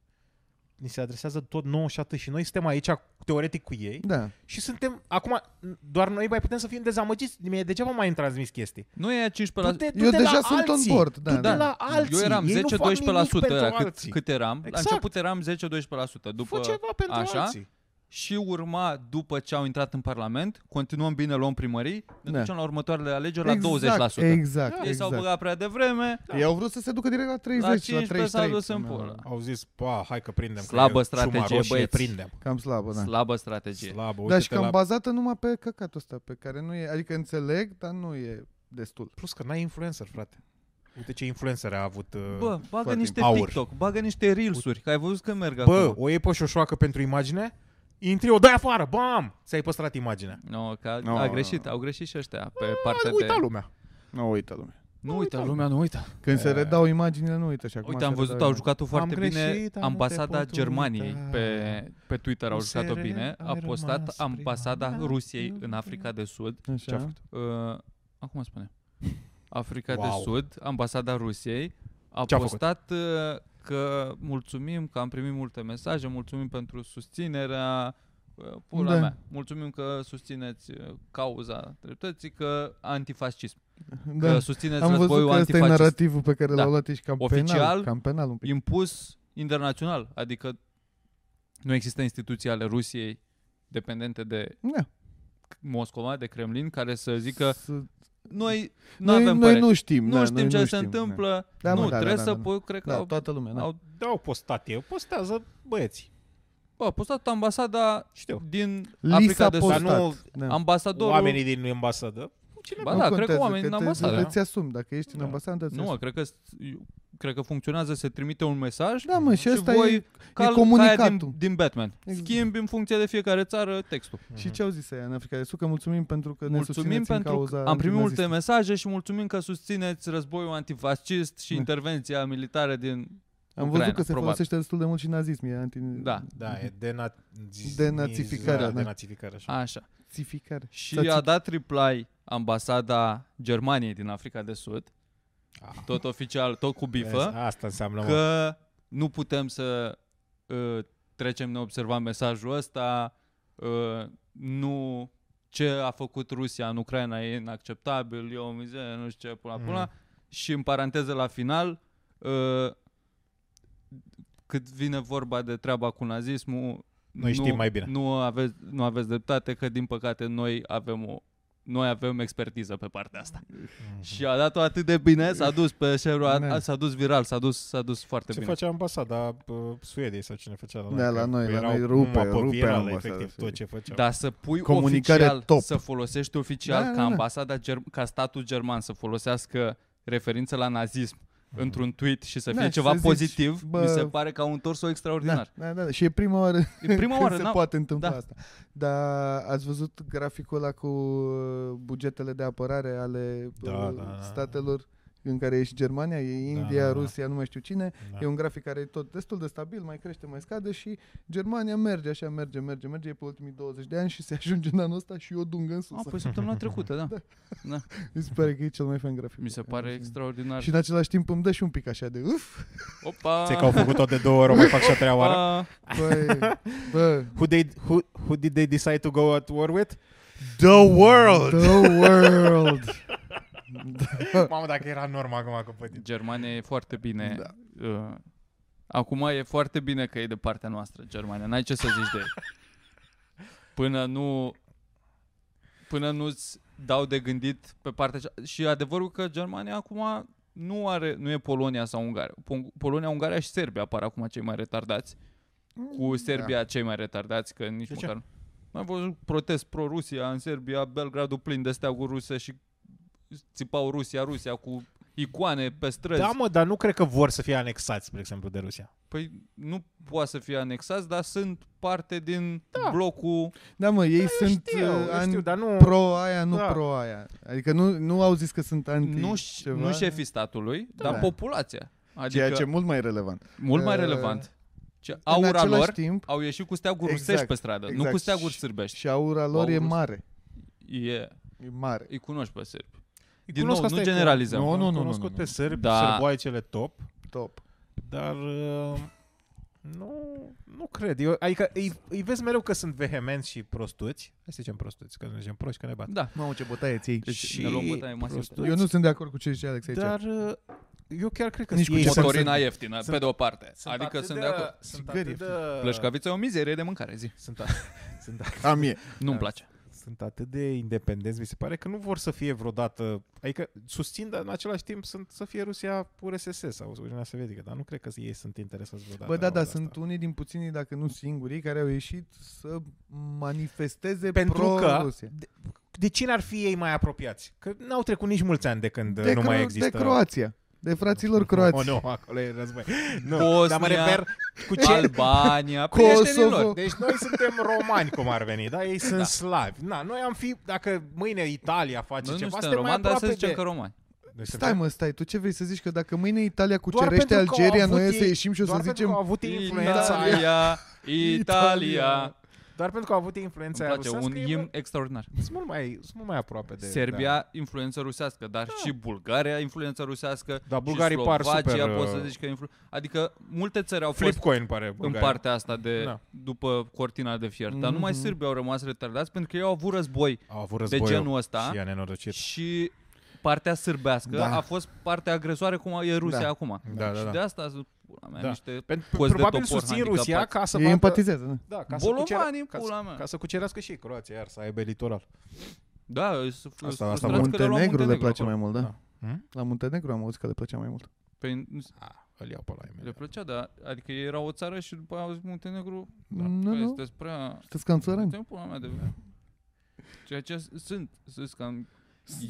Ni se adresează tot nouă și atât. Și noi suntem aici teoretic cu ei Da. și suntem, acum, doar noi mai putem să fim dezamăgiți. Mie degeaba mai îmi transmis chestii. Nu e aia 15%. Du-te, du-te Eu la deja sunt alții. on board, da, Du-te da. la alții. Eu eram Ei nu fac 10-12% nimic pentru era cât, alții. cât eram. La Exact. început eram 10-12%. Fă După, ceva pentru așa. alții. și urma, după ce au intrat în Parlament, continuăm bine, luăm primării, ne Da. ducem la următoarele alegeri la 20%. Exact, exact. Ei s-au exact. băgat prea devreme, Ei au vrut să se ducă direct la 30, la 15 s-a 33. dus în Da. pulă. Au zis, pa, hai că prindem. că Slabă e strategie, ciuma roșie, băieți. prindem. Cam slabă, da. Slabă strategie. Slabă, Da, și uite-te cam la... bazată numai pe căcatul ăsta, pe care nu e, adică înțeleg, dar nu e destul. Plus că n-ai influencer, frate. Uite ce influencer a avut... uh, Bă, bagă Foarte niște aur. TikTok, bagă niște Reels-uri, că ai văzut că merg Bă, acum. o iei pe șoșoacă pentru imagine, intri, o dai afară, bam! Ți-ai păstrat imaginea. No, că a, No, a no, greșit, au greșit și ăștia pe Uita partea de... lumea. Nu uită lumea. Nu uita, lumea nu uita. Când se E. redau imaginile, nu uită și acum. Uite, am se văzut, redau au jucat-o foarte greșit, bine. dar nu te Ambasada pot Germaniei uita. pe, pe Twitter au USR jucat-o bine. ai A postat rămas ambasada prima. Rusiei în Africa de Sud. imagini. Ce a Așa. făcut? Uh, acum spune. Africa Wow. de Sud, ambasada Rusiei, a Ce a făcut? postat uh, că mulțumim că am primit multe mesaje, mulțumim pentru susținerea uh, pula Da. mea. Mulțumim că susțineți uh, cauza dreptății, că antifascism, Da. că susțineți Am văzut războiul că ăsta e antifascist narativul pe care Da. l-au luat și cam Oficial, penal. Cam penal un pic. impus internațional, adică nu există instituții ale Rusiei dependente de Da. Moscova, de Kremlin, care să zică Să- noi nu Noi, avem noi păreri, nu știm. nu da, știm noi ce nu se știm, întâmplă, Da, mă, nu, da, da, trebuie da, să da. po- cred că Da, da au, toată lumea. Da. au Da, au postat eu, postează băieți. bă, a postat ambasada Știu. din Li s-a Africa de postat. Sud, Dar nu Da. ambasadorul, oamenii din ambasadă. Cine Ba da, cred că contează, oamenii că din te- ambasadă. Îți asumi, dacă ești în Da. ambasadă, îți nu, mă, asumi. cred că cred că funcționează, se trimite un mesaj Da, mă, și și ăsta voi e... ca, ca aia comunicatul. din, din Batman. Exact. Schimbi în funcție de fiecare țară textul. Și ce au zis aia în Africa de Sud? Că mulțumim pentru că ne Mulțumim susțineți în pentru că cauza am primit antinazistă. multe mesaje și mulțumim că susțineți războiul antifascist și Da. intervenția militară din... Am Ucraina, văzut că se probabil. folosește destul de mult și nazism. E anti... Da, Da, e denazi... Denazificarea, da, da. denazificarea, așa. așa. Țificare. Și Să-ți- a dat reply ambasada Germaniei din Africa de Sud, Ah. tot oficial, tot cu Vezi, bifă, Asta înseamnă, mă. că nu putem să uh, trecem neobservat mesajul ăsta, uh, nu ce a făcut Rusia în Ucraina e inacceptabil, e o mizerie, nu știu ce, până la Mhm. până. Și în paranteză la final, uh, cât vine vorba de treaba cu nazismul, Noi nu, știm mai bine. Nu aveți, nu aveți dreptate că din păcate noi avem o noi avem expertiză pe partea asta. Mm-hmm. Și a dat-o atât de bine, s-a dus pe șerul, Da. a- a- s-a dus viral, s-a dus, s-a dus foarte Ce bine. face ambasada bă, Suediei sau cine făcea la noi? Da, că la noi, la erau noi rupe- numai pe rupe virală, ambasada efectiv, tot Suediei. ce făceau. Dar să pui Comunicare oficial, top. să folosești oficial Da, ca da, da. ambasada, germ- ca statul german să folosească referință la nazism într-un tweet și să Da, fie și ceva să zici, pozitiv, bă- mi se pare că au întors-o extraordinar. Da, da, da. Și e prima oară E prima oară, când se n-au- poate întâmpla da. asta. Dar ați văzut graficul ăla cu uh, bugetele de apărare ale Da, uh, da, da. statelor? în care e și Germania, e Da, India, da, da. Rusia, nu mai știu cine. Da. E un grafic care e tot destul de stabil, mai crește, mai scade și Germania merge așa, merge, merge, merge, e pe ultimii 20 de ani și se ajunge în anul ăsta și eu dungă în sus. A, păi săptămâna trecută, da. Mi se pare că e cel mai fain grafic. Mi se pare extraordinar. Da. Și în același timp îmi dă și un pic așa de uf, Opa! Ți că au făcut-o de două ori, o mai fac și a treia oară. Opa! băi, bă, Who, they, who, who did they decide to go at war with? The world! the world. Mamă, dacă era normal acum păi- cu pătit. Germania e foarte bine. Da. Uh, acum e foarte bine că e de partea noastră, Germania. N-ai ce să zici de ei. Până nu... Până nu-ți dau de gândit pe partea cea... Și adevărul că Germania acum nu are, nu e Polonia sau Ungaria. Pol- Polonia, Ungaria și Serbia apar acum cei mai retardați. Mm, Cu Serbia da. cei mai retardați, că nici De de ce? măcar... nu. Am văzut protest pro-Rusia în Serbia, Belgradul plin de steaguri ruse și țipau Rusia, Rusia cu icoane pe străzi. Da, mă, dar nu cred că vor să fie anexați, spre exemplu, de Rusia. Păi nu poate să fie anexați, dar sunt parte din da. blocul... Da, mă, ei Eu sunt știu, uh, eu an- știu, dar nu... pro aia, nu Da. pro aia. Adică nu, nu au zis că sunt anti Nu, ș- ceva. nu șefii statului, da. Da. dar populația. Adică Ceea ce e mult mai relevant. mult mai Uh, relevant. Ce în aura același lor timp au ieșit cu steaguri Exact, rusești pe stradă, nu cu exact. steaguri Și- sârbești. și aura lor e Aurul- mare. E, E mare. îi cunoști pe sârbi. Îi Din cunosc, nou, asta nu e cu- generalizăm. Nu, nu, nu. nu, cunoscut nu, pe sârbi, da. Da. sârboaicele top, Top. dar uh, nu, nu cred. Eu, adică îi, îi vezi mereu că sunt vehemenți și prostuți. Hai să zicem prostuți, că nu zicem proști, că ne bat. Da. Mamă, ce bătaie ții. Deci ne luăm bătaie masiv. Eu nu sunt de acord cu ce zice Alex aici. Dar uh, eu chiar cred că Nici sunt- cu ei sunt- Motorina ieftină, sunt- pe de o parte. sunt Adică atât uh, sunt de acord. Sunt Țigări atât de... Plășcavița e o mizerie de mâncare, zi. Sunt, a, sunt, a, Am e. Nu-mi Da. place. sunt atât de independenți, mi se pare că nu vor să fie vreodată, adică susțin, dar în același timp sunt, să fie Rusia URSS sau Uniunea Sovietică, dar nu cred că ei sunt interesați vreodată. Bă, da, în da, asta. sunt unii din puținii, dacă nu singurii, care au ieșit să manifesteze Pentru pro că Rusia. de, de cine ar fi ei mai apropiați? Că n-au trecut nici mulți ani de când De, nu Cro- mai există. de Croația. De fraților croați. Oh, nu, acolo e război. Nu, Bosnia, dar mă refer cu ce... Albania, Kosovo. prietenilor. Deci noi suntem romani, cum ar veni, da? Ei sunt da. Da. slavi. Na, noi am fi, dacă mâine Italia face Noi nu ceva, suntem romani, mai dar să aproape zicem de... că romani. Noi Stai suntem- mă, stai, tu ce vrei să zici? Că dacă mâine Italia Doar cucerește pentru că au Algeria, avut noi ei- să ieșim și o doar să pentru că au zicem... avut ei influența aia. Italia, Italia. Doar pentru că au avut ei influența Îmi aia place, rusească, da. un ei imn extraordinar. sunt mult mai, sunt mult mai aproape de... Serbia, influență rusească, dar și Bulgaria, influență rusească. Da. Dar și bulgarii par Slovacia, super, poți să uh, zici că influ... Adică multe țări au Da. Flip fost coin pare în Bulgaria. partea asta de Da. după cortina de fier, dar numai Mhm. sârbii au rămas retardați pentru că ei au avut război Au avut războiul de genul ăsta și ea nenorocit. și partea sârbească Da. a fost partea agresoare cum e Rusia Da. acum. Da, da, și da. de asta sunt pula mea, Da. niște Pentru, cozi de probabil topor susțin Rusia handicapați. ca să Ei vadă... empatizează, nu? Da, ca să, Bolovanii, cucere... ca, pula să, mea. ca să cucerească și ei Croația, iar să aibă litoral. Da, sunt Asta- frustrați asta că le-au luat Muntenegru le place acolo. mai mult, da? Da. Hm? La Muntenegru am auzit că le plăcea mai mult. Păi, A, îl iau pe la Le mine. plăcea, da. Adică ei erau o țară și după aia au zis Muntenegru, Da. că Nu, nu. este prea... Sunteți cam țărani. Suntem pula mea de... Ceea ce s- sunt, sunt cam...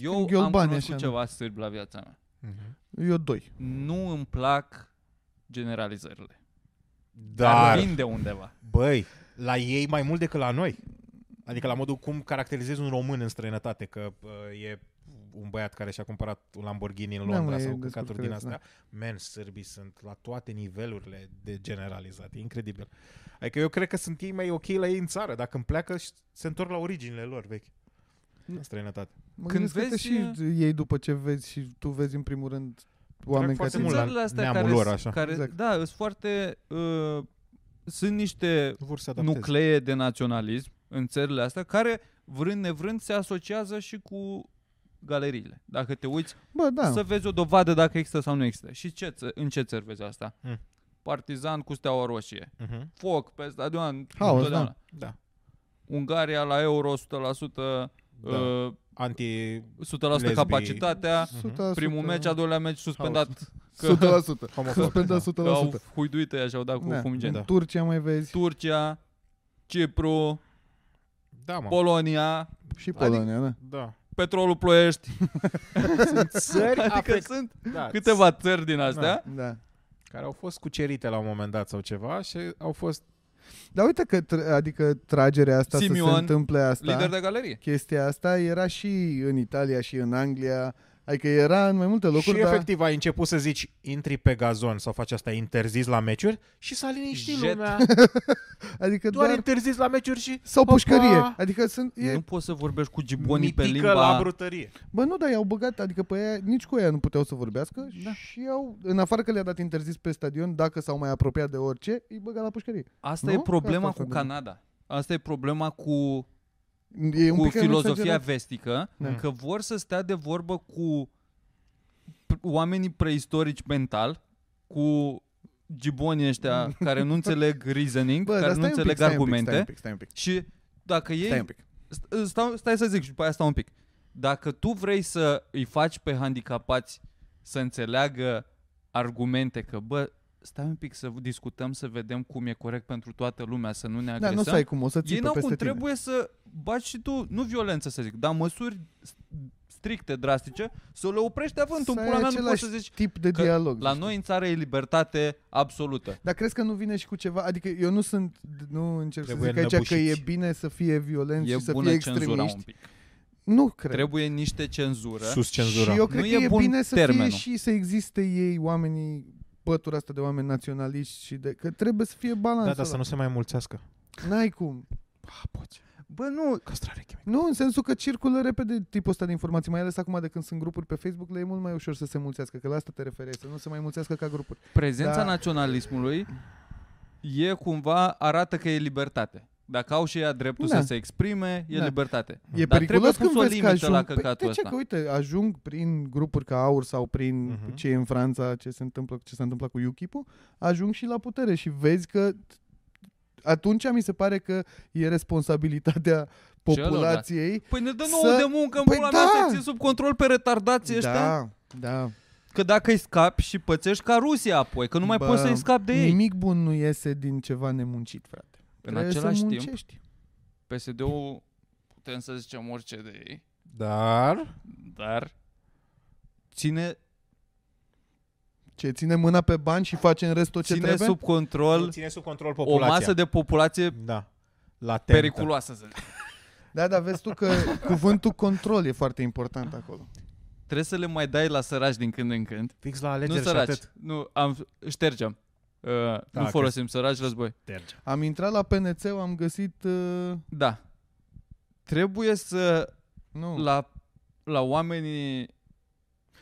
Eu am ghiolbani, cunoscut așa, ceva sârb la viața mea. Mhm. Eu doi. Nu îmi plac generalizările. Dar... vin de undeva. Băi, la ei mai mult decât la noi. Adică la modul cum caracterizezi un român în străinătate, că uh, e un băiat care și-a cumpărat un Lamborghini în Da, Londra mă, e sau descurcăreț, căcaturi din da. astea. Men, sârbii sunt la toate nivelurile de generalizat. E incredibil. Adică eu cred că sunt ei mai ok la ei în țară. Dacă îmi pleacă, și se întorc la originile lor vechi. În străinătate. Mă Când Când vezi... Că vezi, și ei după ce vezi și tu vezi în primul rând oameni ca foarte tine. Sunt mult țările la astea neamul care, lor, s- așa. care Exact. da, sunt foarte... Uh, sunt niște Nu vor să adapteze. nuclee de naționalism în țările astea, care, vrând nevrând, se asociază și cu galeriile. Dacă te uiți Bă, Ah. da. să vezi o dovadă dacă există sau nu există. Și ce, ță- în ce țări vezi asta? Mm. Partizan cu steaua roșie. Mhm. Foc pe stadion. Haos, întotdeauna. Da. Ungaria la euro 100%, da. da. uh, 100% Anti... Lesbii. capacitatea. 100%. Mhm. Primul meci, al doilea meci suspendat. Că, 100%. Homofob. Suspendat că au 100%. huiduit ăia și au dat cu Da. fumigeni. Da. Turcia mai vezi Turcia, Cipru, Da, mă. Polonia, și Polonia, da. Da. Petrolul Ploiești. Sunt țări Adică afect- sunt da, câteva țări din astea. Da. care au fost cucerite la un moment dat sau ceva și au fost... Dar uite că tr- adică tragerea asta să Simion, Da. se întâmple asta. Lider de galerie. Chestia asta era și în Italia și în Anglia Adică era în mai multe locuri, și dar... efectiv ai început să zici intri pe gazon sau faci asta interzis la meciuri și s-a liniștit Jet. lumea. Adică Doar doar... interzis la meciuri și Sau Opa! pușcărie. Adică sunt... E... Nu poți să vorbești cu gibonii mitică pe limba... la brutărie. Bă, nu, dar i-au băgat, adică pe aia, nici cu ea nu puteau să vorbească da. și i-au, în afară că le-a dat interzis pe stadion, dacă s-au mai apropiat de orice, îi băga la pușcărie. Asta Nu? e problema Asta cu fac Canada. Asta e problema cu, E un cu pic filozofia exagerat. vestică, Da. că vor să stea de vorbă cu p- oamenii preistorici mental, cu gibonii ăștia care nu înțeleg reasoning, Bă, care dar nu stai un pic, înțeleg stai un pic, argumente Stai un pic, stai un pic, și dacă ei stai un pic. Da, St- Stau, stai să zic și după aia stau un pic. Dacă tu vrei să îi faci pe handicapați să înțeleagă argumente că, bă, stai un pic să discutăm, să vedem cum e corect pentru toată lumea, să nu ne Da, agresăm. nu stai cum o să Ei țipă n-au cum, peste tine. trebuie să baci și tu, nu violență să zic, dar măsuri s- stricte, drastice, să le oprești având. În Să ai pula mea nu poți același să zici, tip de că dialog. la să știi. noi în țară e libertate absolută. Dar crezi că nu vine și cu ceva? Adică eu nu sunt, nu încerc Trebuie să zic aici că e înnăbușiți. bine să fie violent E și să fie bună cenzura un extremiști. pic. Nu cred. Trebuie niște cenzură. Sus cenzura. Și eu cred Nu că e e, bun bine să termenul. fie și să existe ei, oamenii, pătura asta de oameni naționaliști și de... Că trebuie să fie balans. Da, dar să nu se mai mulțească. N-ai cum. Ah, poți. Bă, nu, Castrare chimică. Nu, în sensul că circulă repede tipul ăsta de informații, mai ales acum de când sunt grupuri pe Facebook, le e mult mai ușor să se mulțească, că la asta te referi, să nu se mai mulțească ca grupuri. prezența da. Da. naționalismului e cumva arată că e libertate. Dacă au și ea dreptul da. Da. să se exprime, e da. Da. libertate. E Dar periculos trebuie când pus o vezi că limită ajung... la Păi, căcatul de ce? ăsta. Că uite, ajung prin grupuri ca AUR sau prin Mhm. uh-huh. ce e în Franța, ce se întâmplă, ce s-a întâmplat cu ukip ajung și la putere și vezi că atunci mi se pare că e responsabilitatea populației. Păi ne dă Să- nouă de muncă în Păi pula da! mea să ții sub control pe retardații ăștia. Da, da. Că dacă îi scapi și pățești ca Rusia apoi, că nu mai Bă, poți să-i scapi de ei. Nimic bun nu iese din ceva nemuncit, frate. În Trebuie același să timp, muncești. PSD-ul putem să zicem orice de ei, Dar... dar ține, Ce, ține mâna pe bani și face în rest tot ce ține trebuie? sub Îl control ține sub control o populația. masă de populație Da. Latentă. periculoasă, să zic. Da, dar vezi tu că cuvântul control e foarte important acolo. Trebuie să le mai dai la săraci din când în când. Fix la Nu alegeri și săraci. atât. Nu, am, ștergem. Uh, da, nu că- folosim că... săraci război. Da, Am intrat la PNC, am găsit... Uh, Da. Trebuie să nu. la, la oamenii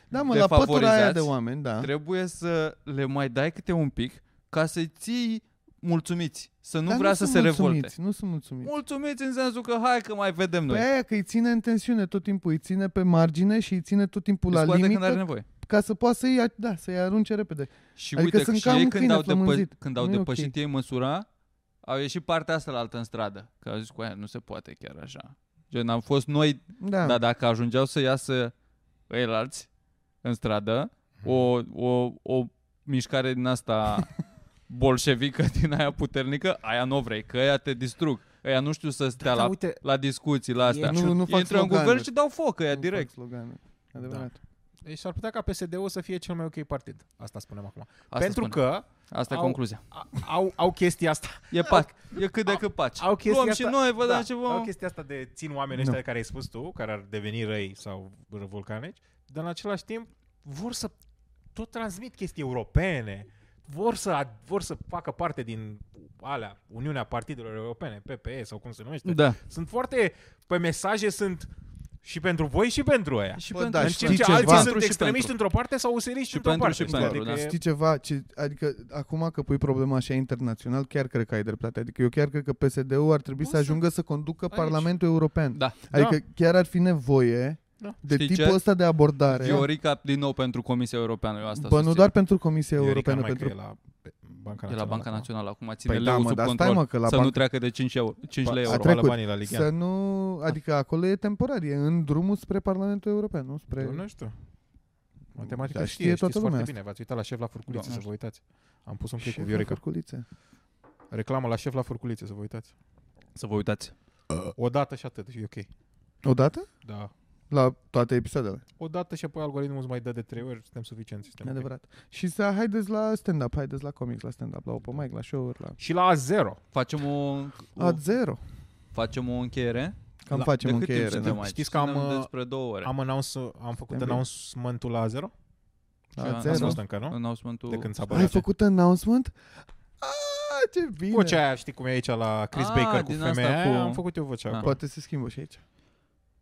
da, mă, la pătura aia defavorizați, de oameni, da. trebuie să le mai dai câte un pic ca să-i ții mulțumiți. Să nu Dar vrea să sunt se revolte. mulțumiți, Păi Nu sunt mulțumiți. Mulțumiți în sensul că hai că mai vedem Pe noi. aia că îi ține în tensiune tot timpul, îi ține pe margine și îi ține tot timpul Îi la scoate limită când are nevoie. ca să poată să-i, da, să-i arunce repede. Și Adică uite, sunt și ca ei un când câine au, depă- flămânzit. când au Nu e ok. depășit ei măsura, au ieșit partea asta la altă în stradă. Că au zis cu aia, nu se poate chiar așa. Gen, am fost noi Ah. Da. Dar dacă ajungeau să iasă ăilalți în stradă, o, o, o mișcare din asta bolșevică, din aia puternică, aia nu o vrei, că aia te distrug. Aia nu știu să stea Da, la, uite, la discuții, la astea. nu- nu fac da. Intră în guvern sloganuri. și dau foc aia Nu direct. Da. fac slogane. Adevărat. Deci s-ar putea ca PSD-ul să fie cel mai ok partid. Asta spunem acum. Asta Pentru spune. că Asta e au- concluzia. a- au, au chestia asta. E pac. E cât de cât paci. Au chestia Luăm asta, și noi, vă da, dăm ce Au vom... chestia asta de țin oamenii Nu. ăștia de care ai spus tu, care ar deveni răi sau vulcanici, dar în același timp vor să tot transmit chestii europene, vor să, ad- vor să facă parte din alea, Uniunea Partidelor Europene, PPE sau cum se numește. Da. Sunt foarte, pe mesaje sunt și pentru voi și pentru ăia. Și da, Bă, pentru dar și În știi timp pentru- ceva? ce alții pentru sunt și extremiști pentru. într-o parte sau useriști Și într-o pentru parte. și știi? pentru, Adică da. e- Știi ceva? Ce, adică acum că pui problema așa internațional, chiar cred că ai dreptate. Adică eu chiar cred că PSD-ul ar trebui Poți să- să ajungă să conducă Aici. Parlamentul European. Da. Adică chiar ar fi nevoie Da. de Știi tipul ce? ăsta de abordare. Viorica din nou pentru Comisia Europeană. Eu asta Bă, nu susțin. doar pentru Comisia Iorica Europeană, numai că pentru... e la Banca De la Națională Banca acum. Națională acum ține Păi da, leu mă, sub dar stai, control. mă, că la să nu bancă- treacă de 5, euro, 5 Pa- lei a euro. trecut. trecut. banii la Ligia. Să nu... Adică acolo e temporar, e în drumul spre Parlamentul European, nu spre... Eu nu știu. Matematica Da, Păi, știe știe, știe toată știți foarte lumea bine. V-ați uitat la șef la furculițe, Da, să vă uitați. Am pus un clip Șef cu la Viorica. furculițe. Reclamă la șef la furculițe, să vă uitați. Să vă uitați. Uh. O dată și atât, e ok. Odată? Da. La toate episoadele. O dată și apoi algoritmul îți mai dă de trei ori, suntem suficienți. E Suntem ok. adevărat. Și să haideți la stand-up, haideți la comics, la stand-up, la open mic, la show-uri, la... Și la A0. Facem o, A zero. facem o încheiere? Cam Oh. La- facem de cât timp încheiere. suntem Da? aici? Știți că am, Suntem uh, despre două ore. Am, announce, am făcut Suntem announcement-ul la zero? Și La am- Ați zero. fost încă, nu? Announcementul... De când s-a Ai băgat. făcut announcement? Ah, ce bine! Vocea aia, știi cum e aici la Chris Ah, Baker cu din asta femeia cu- aia, am făcut eu vocea. Ah. acolo. Poate se schimbă și aici.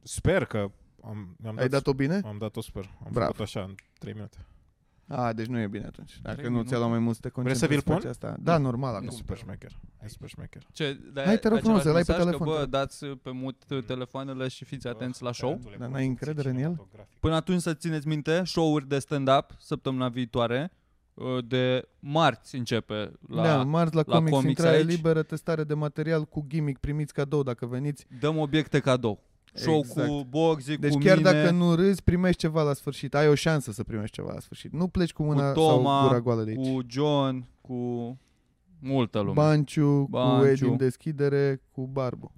Sper că am, am Ai dat-o bine? Am dat-o, sper. Am Bravo. făcut așa în 3 minute. A, deci nu e bine atunci. Dacă Trei nu ți-a luat mai mult să te Vreți să concentrezi vi-l pe pun? Asta. Da, normal e acum. super șmecher. E super șmecher. Ce, de, Hai, te rog același frumos, îl ai pe mesaj că, telefon, te Bă, rog. dați uh, pe mut telefoanele și fiți atenți la show. Dar n-ai încredere în el? Până atunci să țineți minte, show-uri de stand-up săptămâna viitoare. uh, De marți începe la... da, marți la, la Comics, comics intrare aici. liberă, testare de material cu gimmick, primiți cadou dacă veniți. Dăm obiecte cadou. Show Exact. cu Borzi, Deci cu chiar mine, dacă nu râzi, primești ceva la sfârșit. Ai o șansă să primești ceva la sfârșit. Nu pleci cu mâna Toma, sau gura goală de aici. cu John, cu multă lume. Banciu, Banciu. cu Edi în deschidere, cu Barbu.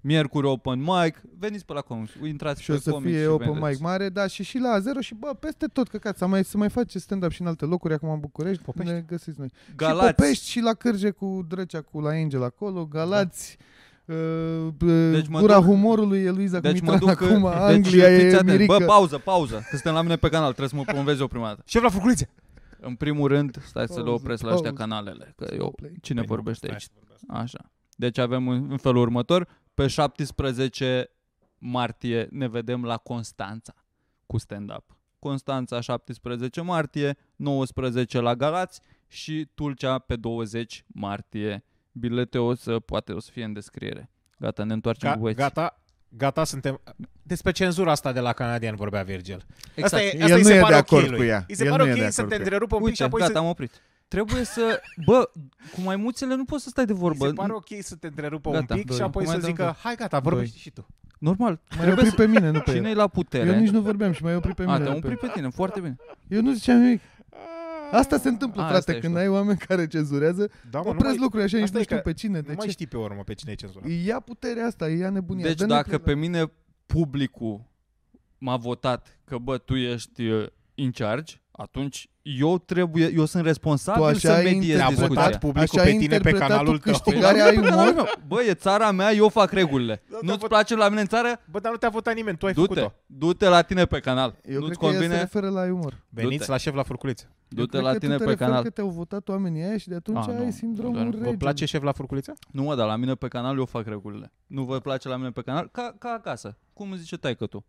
Miercuri open mic, veniți pe la comics, intrați Și pe o să comics fie și open vedeți. mic mare, da, și și la zero și bă, peste tot, căcat, să mai, să mai face stand-up și în alte locuri, acum în București, Popești. ne găsiți noi. Galați, Și Popești și la Cârje cu Drăcea, cu la Angel acolo, Galați, da. uh, deci Deci mă gura duc- humorului e Luiza deci cu mă Mitran duc acum, deci Anglia fiți e atenți. mirică. Bă, pauză, pauză, că suntem la mine pe canal, trebuie să mă promovez eu prima dată. Șef la furculițe! În primul rând, stai să le Pauză, opresc la ăștia pauză. canalele, că Slow eu, play. cine Păi nu, vorbește stai aici? să vorbesc. Așa. Deci avem în în felul următor, pe 17 martie ne vedem la Constanța cu stand-up. Constanța 17 martie, 19 la Galați și Tulcea pe 20 martie. Bilete o să, poate o să fie în descriere. Gata, ne întoarcem cu Ga- băieți. gata, gata, suntem... Despre cenzura asta de la canadian vorbea Virgil. Exact. Asta e, El asta îi nu se e pare de ok acord lui. cu ea. Îi se El pare nu e ok de să acord te cu ea. întrerupă un pic și Uite, apoi gata, să... am oprit. Trebuie să... Bă, cu maimuțele nu poți să stai de Îi vorbă. se pare ok să te întrerupă un Gata, pic și doi. apoi să Mai dăm zică, doi. hai gata, vorbești și tu. Normal. M-ai oprit pe mine, nu pe Păi, el. Cine-i la putere? Eu nici nu vorbeam și mai oprit pe mine. A, te-am nu pe oprit pe tine, foarte bine. el. Eu nu ziceam nimic. Asta se întâmplă, A, asta frate, ești când tu. ai oameni care cenzurează, Da, mă, nu opresc mai, lucruri așa, nici asta nu e știu că pe cine, nu de mai ce. știi pe urmă pe cine e cenzura. Îi Ia puterea asta, îi ia nebunia. Deci Dă-ne dacă play pe mine publicul m-a votat că bă, tu ești uh, in charge, atunci eu trebuie, eu sunt la- tu responsabil așa să ai mediez Te-a discuția. votat interpretat, Păi publicul așa pe ai tine pe interpretat canalul tu tău. câștigarea ai nu, pe canalul umor. meu. Bă, e țara mea, eu fac regulile. Da, da, Nu-ți vă- place la mine în țară? Bă, dar nu te-a votat nimeni, tu ai Du-te, făcut-o. du-te la tine pe canal. Eu Nu-ți cred că ea se convine? referă la ai umor. Veniți Du-te. la șef la furculițe. Eu Du-te cred la că tine tu te pe referi că canal. te-au votat oamenii aia și de atunci A, nu, ai doar- sindromul vă rege. Vă place șef la furculițe? Nu mă, dar la mine pe canal eu fac regulile. Nu vă place la mine pe canal? Ca, ca acasă. Cum îmi zice taică tu?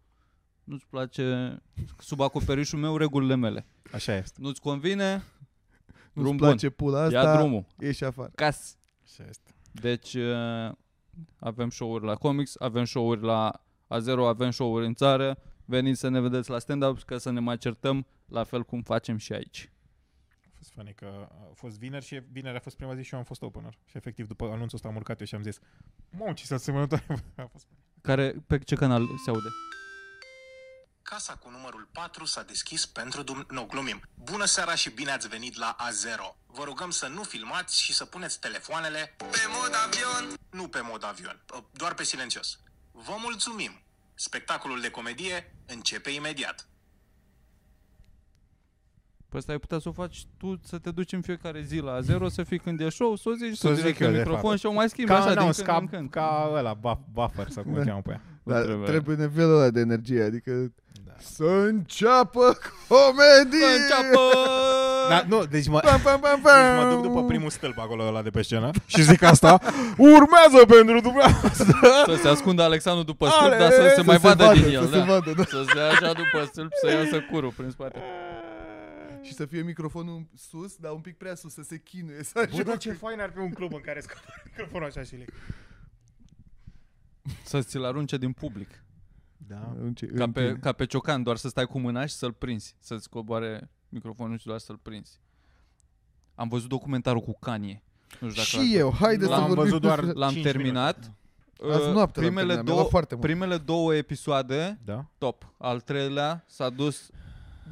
Nu-ți place sub acoperișul meu regulile mele. Așa e. Nu-ți convine? Nu-ți Drum place pula bun. Ia asta, drumul. ieși afară. Cas. Așa este. Deci uh, avem show-uri la comics, avem show-uri la A0, avem show-uri în țară. Veniți să ne vedeți la stand-up ca să ne mai certăm la fel cum facem și aici. A fost funny că a fost vineri și vineri a fost prima zi și eu am fost opener. Și efectiv după anunțul ăsta am urcat eu și am zis, mă, ce s-a asemănătoare a fost. Care, pe ce canal se aude? Casa cu numărul 4 s-a deschis pentru dum... Nu, glumim. Bună seara și bine ați venit la A0. Vă rugăm să nu filmați și să puneți telefoanele pe mod avion. Nu pe mod avion, ă, doar pe silențios. Vă mulțumim. Spectacolul de comedie începe imediat. Păi asta ai putea să o faci tu, să te duci în fiecare zi la A0, să fii când e show, să o zici, Să să zic zici eu, pe de microfon fapt. și o mai schimbi Ca, așa din announce, când ca, în când. ca ăla, buff, buffer sau cum Da. da. cheamă pe ea. Nu Dar trebuie. trebuie nivelul ăla de energie, adică Da. să înceapă comedie! Să înceapă! Da, nu, deci mă, Pam, pam, pam, pam. deci mă duc după primul stâlp acolo ăla de pe scenă și zic asta, urmează pentru dumneavoastră. Să se ascundă Alexandru după stâlp, Ale, dar să se mai vadă din să el. se da. vadă, da. Să se ia așa după stâlp, să iasă curul prin spate. Și să fie microfonul sus, dar un pic prea sus, să se chinuie. Să Bă, dar ce fain ar fi un club în care scot microfonul așa și le... Să ți-l arunce din public. Da. Ca pe, ca pe ciocan, doar să stai cu mâna și să-l prinzi. Să-ți coboare microfonul și doar să-l prinzi. Am văzut documentarul cu Kanye. Nu știu dacă Și l-ați eu, haideți să L-am vorbim văzut doar- despre- L-am Cinci terminat. Azi Uh, noapte l-am primele, terminat, mi-a două, luat foarte mult. primele două episoade, Da? top. Al treilea s-a dus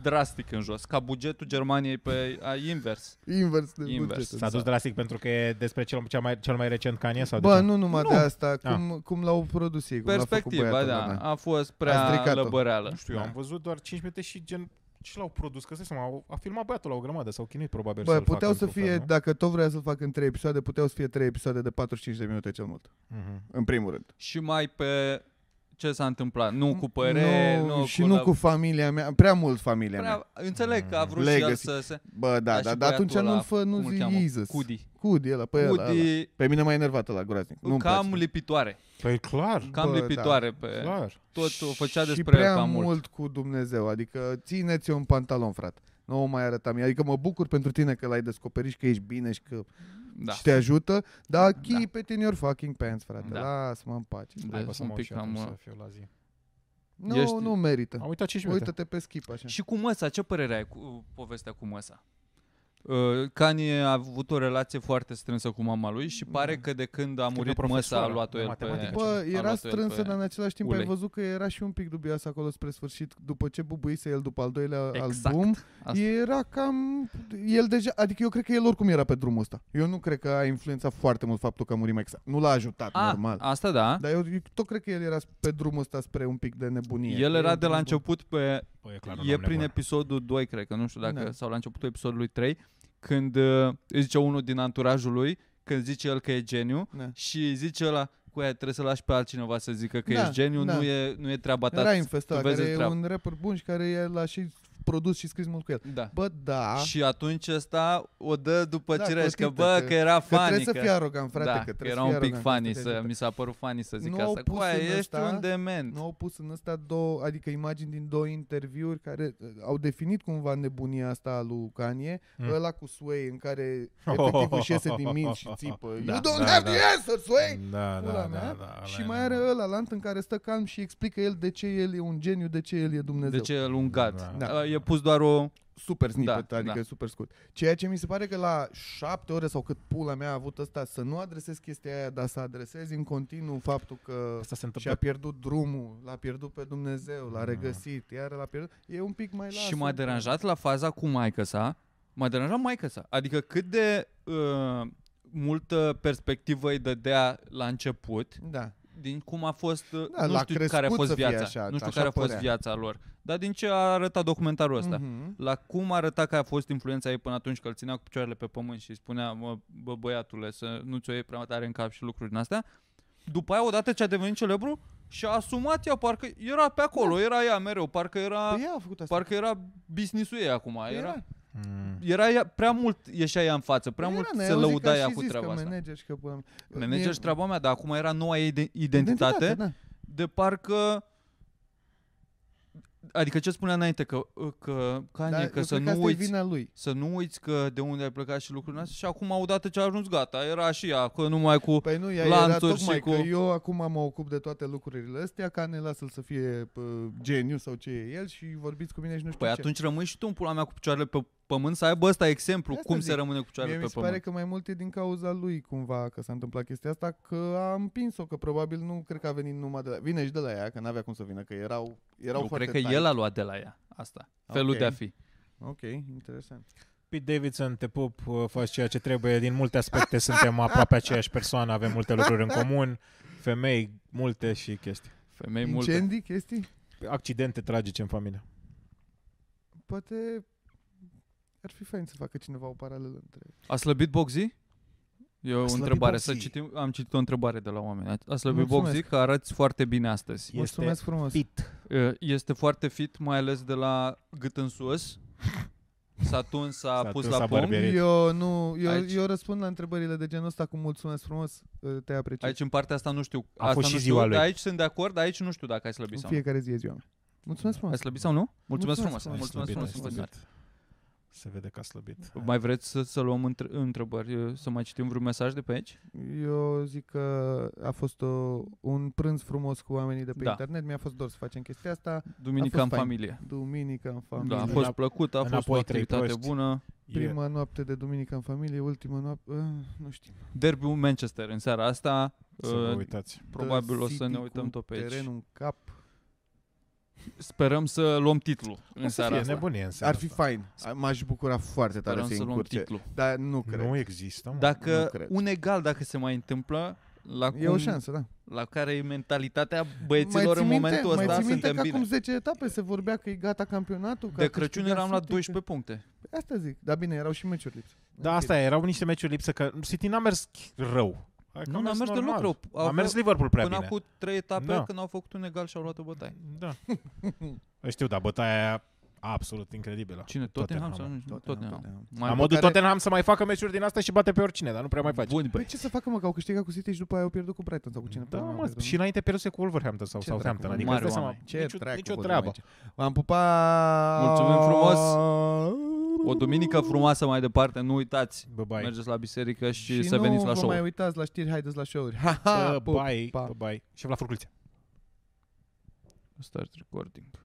drastic în jos, ca bugetul Germaniei pe a, invers. Invers de Invers. bugetul. S-a dus drastic pentru că e despre cel, cel, mai, cel mai recent Kanye sau de Bă, ce? nu numai Nu. de asta, cum, cum l-au produs ei, cum l-a făcut Perspectiva, băiatul da, ăla. a fost A prea stricat-o. lăbăreală. Nu știu, eu Da. am văzut doar 5 minute și gen Și l-au produs, că stai seama, au- a filmat băiatul la o grămadă, s-au chinuit probabil Bă, să-l puteau facă să într-un fie, da. da- fel, nu? dacă tot vrea să-l fac în 3 episoade, puteau să fie 3 episoade de 45 de minute cel mult. Mhm. În primul rând. Și mai pe ce s-a întâmplat. Nu cu părere, nu, nu, și nu la- cu familia mea, prea mult familia mea. Prea, înțeleg că a vrut și el Legacy. să se... Bă, da, și da, dar băiatul atunci ăla, nu-l fă, cum nu îl zi cheamă? Jesus. Cudi. Cudi, Păi, ăla, pe ăla, ăla. Cudi, Pe mine m-a enervat ăla groaznic. Nu-mi cam place. lipitoare. Păi clar, Cam Bă, da. lipitoare pe... clar. Tot o făcea și despre el prea cam mult. mult. mult cu Dumnezeu, adică țineți-o în pantalon, frate. Nu o mai arăta mie. Adică mă bucur pentru tine că l-ai descoperit și că ești bine și că Da. și te ajută, dar keep it in your fucking pants, frate. Da. Lasă-mă în pace. Hai, bă, Deci să un mă pic uit și atunci cam... să uh, fiu la zi. Nu, Ești- nu merită. Am uitat 5 minute. Uită-te pe skip așa. Și cu Măsa, ce părere ai cu uh, povestea cu Măsa? Uh, Kanye a avut o relație foarte strânsă cu mama lui și pare că de când a murit Măsa a profesoară luat-o de el pe... matematică. Mm. Bă, luat-o era el strânsă, pe dar în același timp ai ulei. văzut că era și un pic dubios acolo spre sfârșit, după ce bubuise el după al doilea Exact. album. Asta. Era cam... El deja... Adică eu cred că el oricum era pe drumul ăsta. Eu nu cred că a influențat foarte mult faptul că a murit Max. Nu l-a ajutat, A, normal. Asta da. Dar eu, eu tot cred că el era pe drumul ăsta spre un pic de nebunie. El Că era de la e drumul- început pe Păi, e clar, un e om prin nebun. episodul 2, cred că, nu știu dacă, Da. sau la începutul episodului 3, când uh, îi zice unul din anturajul lui, când zice el că e geniu Da. și îi zice ăla, cu aia trebuie să lași pe altcineva să zică că Da, ești geniu, da. nu, e, nu e treaba ta. Era infestat, tu vezi care e treaba. un rapper bun și care el a și produs și scris mult cu el. Da. Bă, da, Și atunci ăsta o dă după Da, da, cireș, că cotită, bă, că- că era că fanică. trebuie să fii arogant, frate, da, că trebuie era să fii un pic arogant, că asta funny, te să, ajută. mi s-a părut funny să zic Nu au asta. pus Cu aia în ești ăsta- un dement. Nu au pus în ăsta două, adică imagini din două interviuri care uh, au definit cumva nebunia asta a lui Kanye, Mm. mm. ăla cu Sway în care efectiv își iese din minți și țipă. Da, you don't da, have da. the answer, Sway! Da, Pula da, mea. da, da, și ăla e mai are nebun. ăla lant în care stă calm și explică el de ce el e un geniu, de ce el e Dumnezeu. De ce Deci e lungat? Da. Da. E pus doar o... Super snippet, Da, adică da. super scurt. Ceea ce mi se pare că la șapte ore sau cât pula mea a avut ăsta să nu adresez chestia aia, dar să adresezi în continuu faptul că Asta se și a întâmplă pierdut drumul, l-a pierdut pe Dumnezeu, l-a regăsit, iar l-a pierdut. E un pic mai Și m-a deranjat la faza cu maica sa, m-a deranjat maica sa. Adică cât de uh, multă perspectivă îi dădea la început, Da. din cum a fost, uh, Da, nu l-a știu care a crescut fost să fie viața, așa, nu știu așa care a fost părea. viața lor, dar din ce a arătat documentarul ăsta. Mhm. La cum arăta că a fost influența ei până atunci că îl ținea cu picioarele pe pământ și îi spunea, mă, bă, băiatule, să nu ți-o iei prea tare în cap și lucruri din astea. După aia, odată ce a devenit celebru, și-a asumat ea, parcă era pe acolo, era ea mereu, parcă era... Da. Păi ea a făcut asta. Parcă era business-ul ei acum, Păi era. era. Mm. Era ea, prea mult ieșea ea în față, prea Păi mult ne-ai se auzit că lăuda a ea și cu zis că treaba asta. Manager și că pula mea. Manager Mie- și treaba mea, dar acum era noua ei de- identitate, identitate da. de parcă adică ce spunea înainte că că Kanye, Dar că Da, eu să cred nu că asta e uiți vina lui. să nu uiți că de unde ai plecat și lucrurile astea și acum odată ce a ajuns gata, era și ea, că numai cu Păi nu, ea era lanțuri tocmai și cu... cu- că eu acum mă ocup de toate lucrurile astea, ca ne lasă să fie pă, geniu sau ce e el și vorbiți cu mine și nu știu Păi ce. atunci rămâi și tu în pula mea cu picioarele pe pământ să aibă ăsta exemplu, Asta cum zic. se rămâne cu Mie picioarele mi pe se pare pământ. că mai mult e din cauza lui cumva că s-a întâmplat chestia asta, că a împins-o, că probabil nu cred că a venit numai de la... Vine și de la ea, că n-avea cum să vină, că erau, erau Eu foarte cred că tight. el a luat de la ea asta, felul Ok. de a fi. Ok, interesant. Pete Davidson, te pup, uh, faci ceea ce trebuie. Din multe aspecte suntem aproape aceeași persoană, avem multe lucruri în comun, femei multe și chestii. Femei multe. Incendii, chestii? Accidente tragice în familie. Poate ar fi fain să facă cineva o paralelă între... A slăbit Boxy? E o slăbit întrebare. Boxy. Să citim, am citit o întrebare de la oameni. A- A slăbit Mulțumesc. Boxy că arăți foarte bine astăzi. Mulțumesc frumos. Pit. E, Este foarte fit, mai ales de la gât în sus. S-a tuns, s-a, S-a pus tuns, s-a la pom. barbierit. Eu nu, eu, Aici- eu răspund la întrebările de genul ăsta cu mulțumesc frumos, uh, te apreciez. Aici în partea asta nu știu. A asta fost și nu știu, ziua lui. dar Aici sunt de acord, dar aici nu știu dacă ai slăbit în sau nu. fiecare zi e ziua mea. Mulțumesc Ai frumos. slăbit sau nu? Mulțumesc, Mulțumesc frumos. frumos. Mulțumesc Slăbit, frumos. ai în continuare. slăbit. Se vede că a slăbit. Mai vreți să, să luăm între- întrebări, e, să mai citim vreun mesaj de pe aici? Eu zic că a fost o, un prânz frumos cu oamenii de pe Da. internet, mi-a fost dor să facem chestia asta. Duminica fost în fain. familie. Duminică în familie. Da, a Înap- fost plăcut, a fost o înapoi trei activitate proști. bună. E- Prima noapte de duminică în familie, ultima noapte, uh, nu știu. Derbiul Manchester în seara asta. Să vă Uh, uitați. Probabil o să City ne cu uităm tot pe aici. Terenul în cap. Sperăm sperăm să luăm titlul în să seara seara E fie, asta. asta. nebunie în seara Ar fi asta. fain. M-aș bucura foarte tare Sperăm să-i să luăm încurce. titlul. Dar nu cred. Nu există, mă. Dacă cred. un egal, dacă se mai întâmplă, la E cum o șansă, da. La care e mentalitatea băieților în ții minte- momentul ăsta, mai ții minte suntem că bine. acum 10 etape se vorbea că e gata campionatul? că De a Crăciun câștigat eram la City, că- 12 puncte. Păi Asta zic, dar bine, erau și meciuri lipsă. Da, asta e, erau niște meciuri lipsă, că City n-a mers rău. Adică Nu, n-a mers deloc normal. rău. A Aveau- mers Liverpool prea Până bine. cu trei etape Da. când au făcut un egal și au luat o bătaie. Da. Păi Știu, dar bătaia aia absolut incredibilă. Cine? Tottenham. Tottenham? sau nu? Tottenham. Tottenham. Mai La am modul care- Tottenham să mai facă meciuri din asta și bate pe oricine, dar nu prea mai face. Bun, Păi băi. ce să facă, mă, că au câștigat cu City și după aia au pierdut cu Brighton sau cu cine? Păi Da, până la mă, urmă, și înainte pierduse cu Wolverhampton sau Ce Southampton. dracu, Adică mari îți dai seama, oameni. Ce nicio, dracu nicio vorbim treabă. aici. V-am pupat! Mulțumim frumos! O duminică frumoasă mai departe, nu uitați. Bye bye. Mergeți la biserică și, și să veniți la nu vă show. mai uitați la știri, haideți la show-uri. Ha, ha, Bye pa. bye. Și la furculițe. Start recording.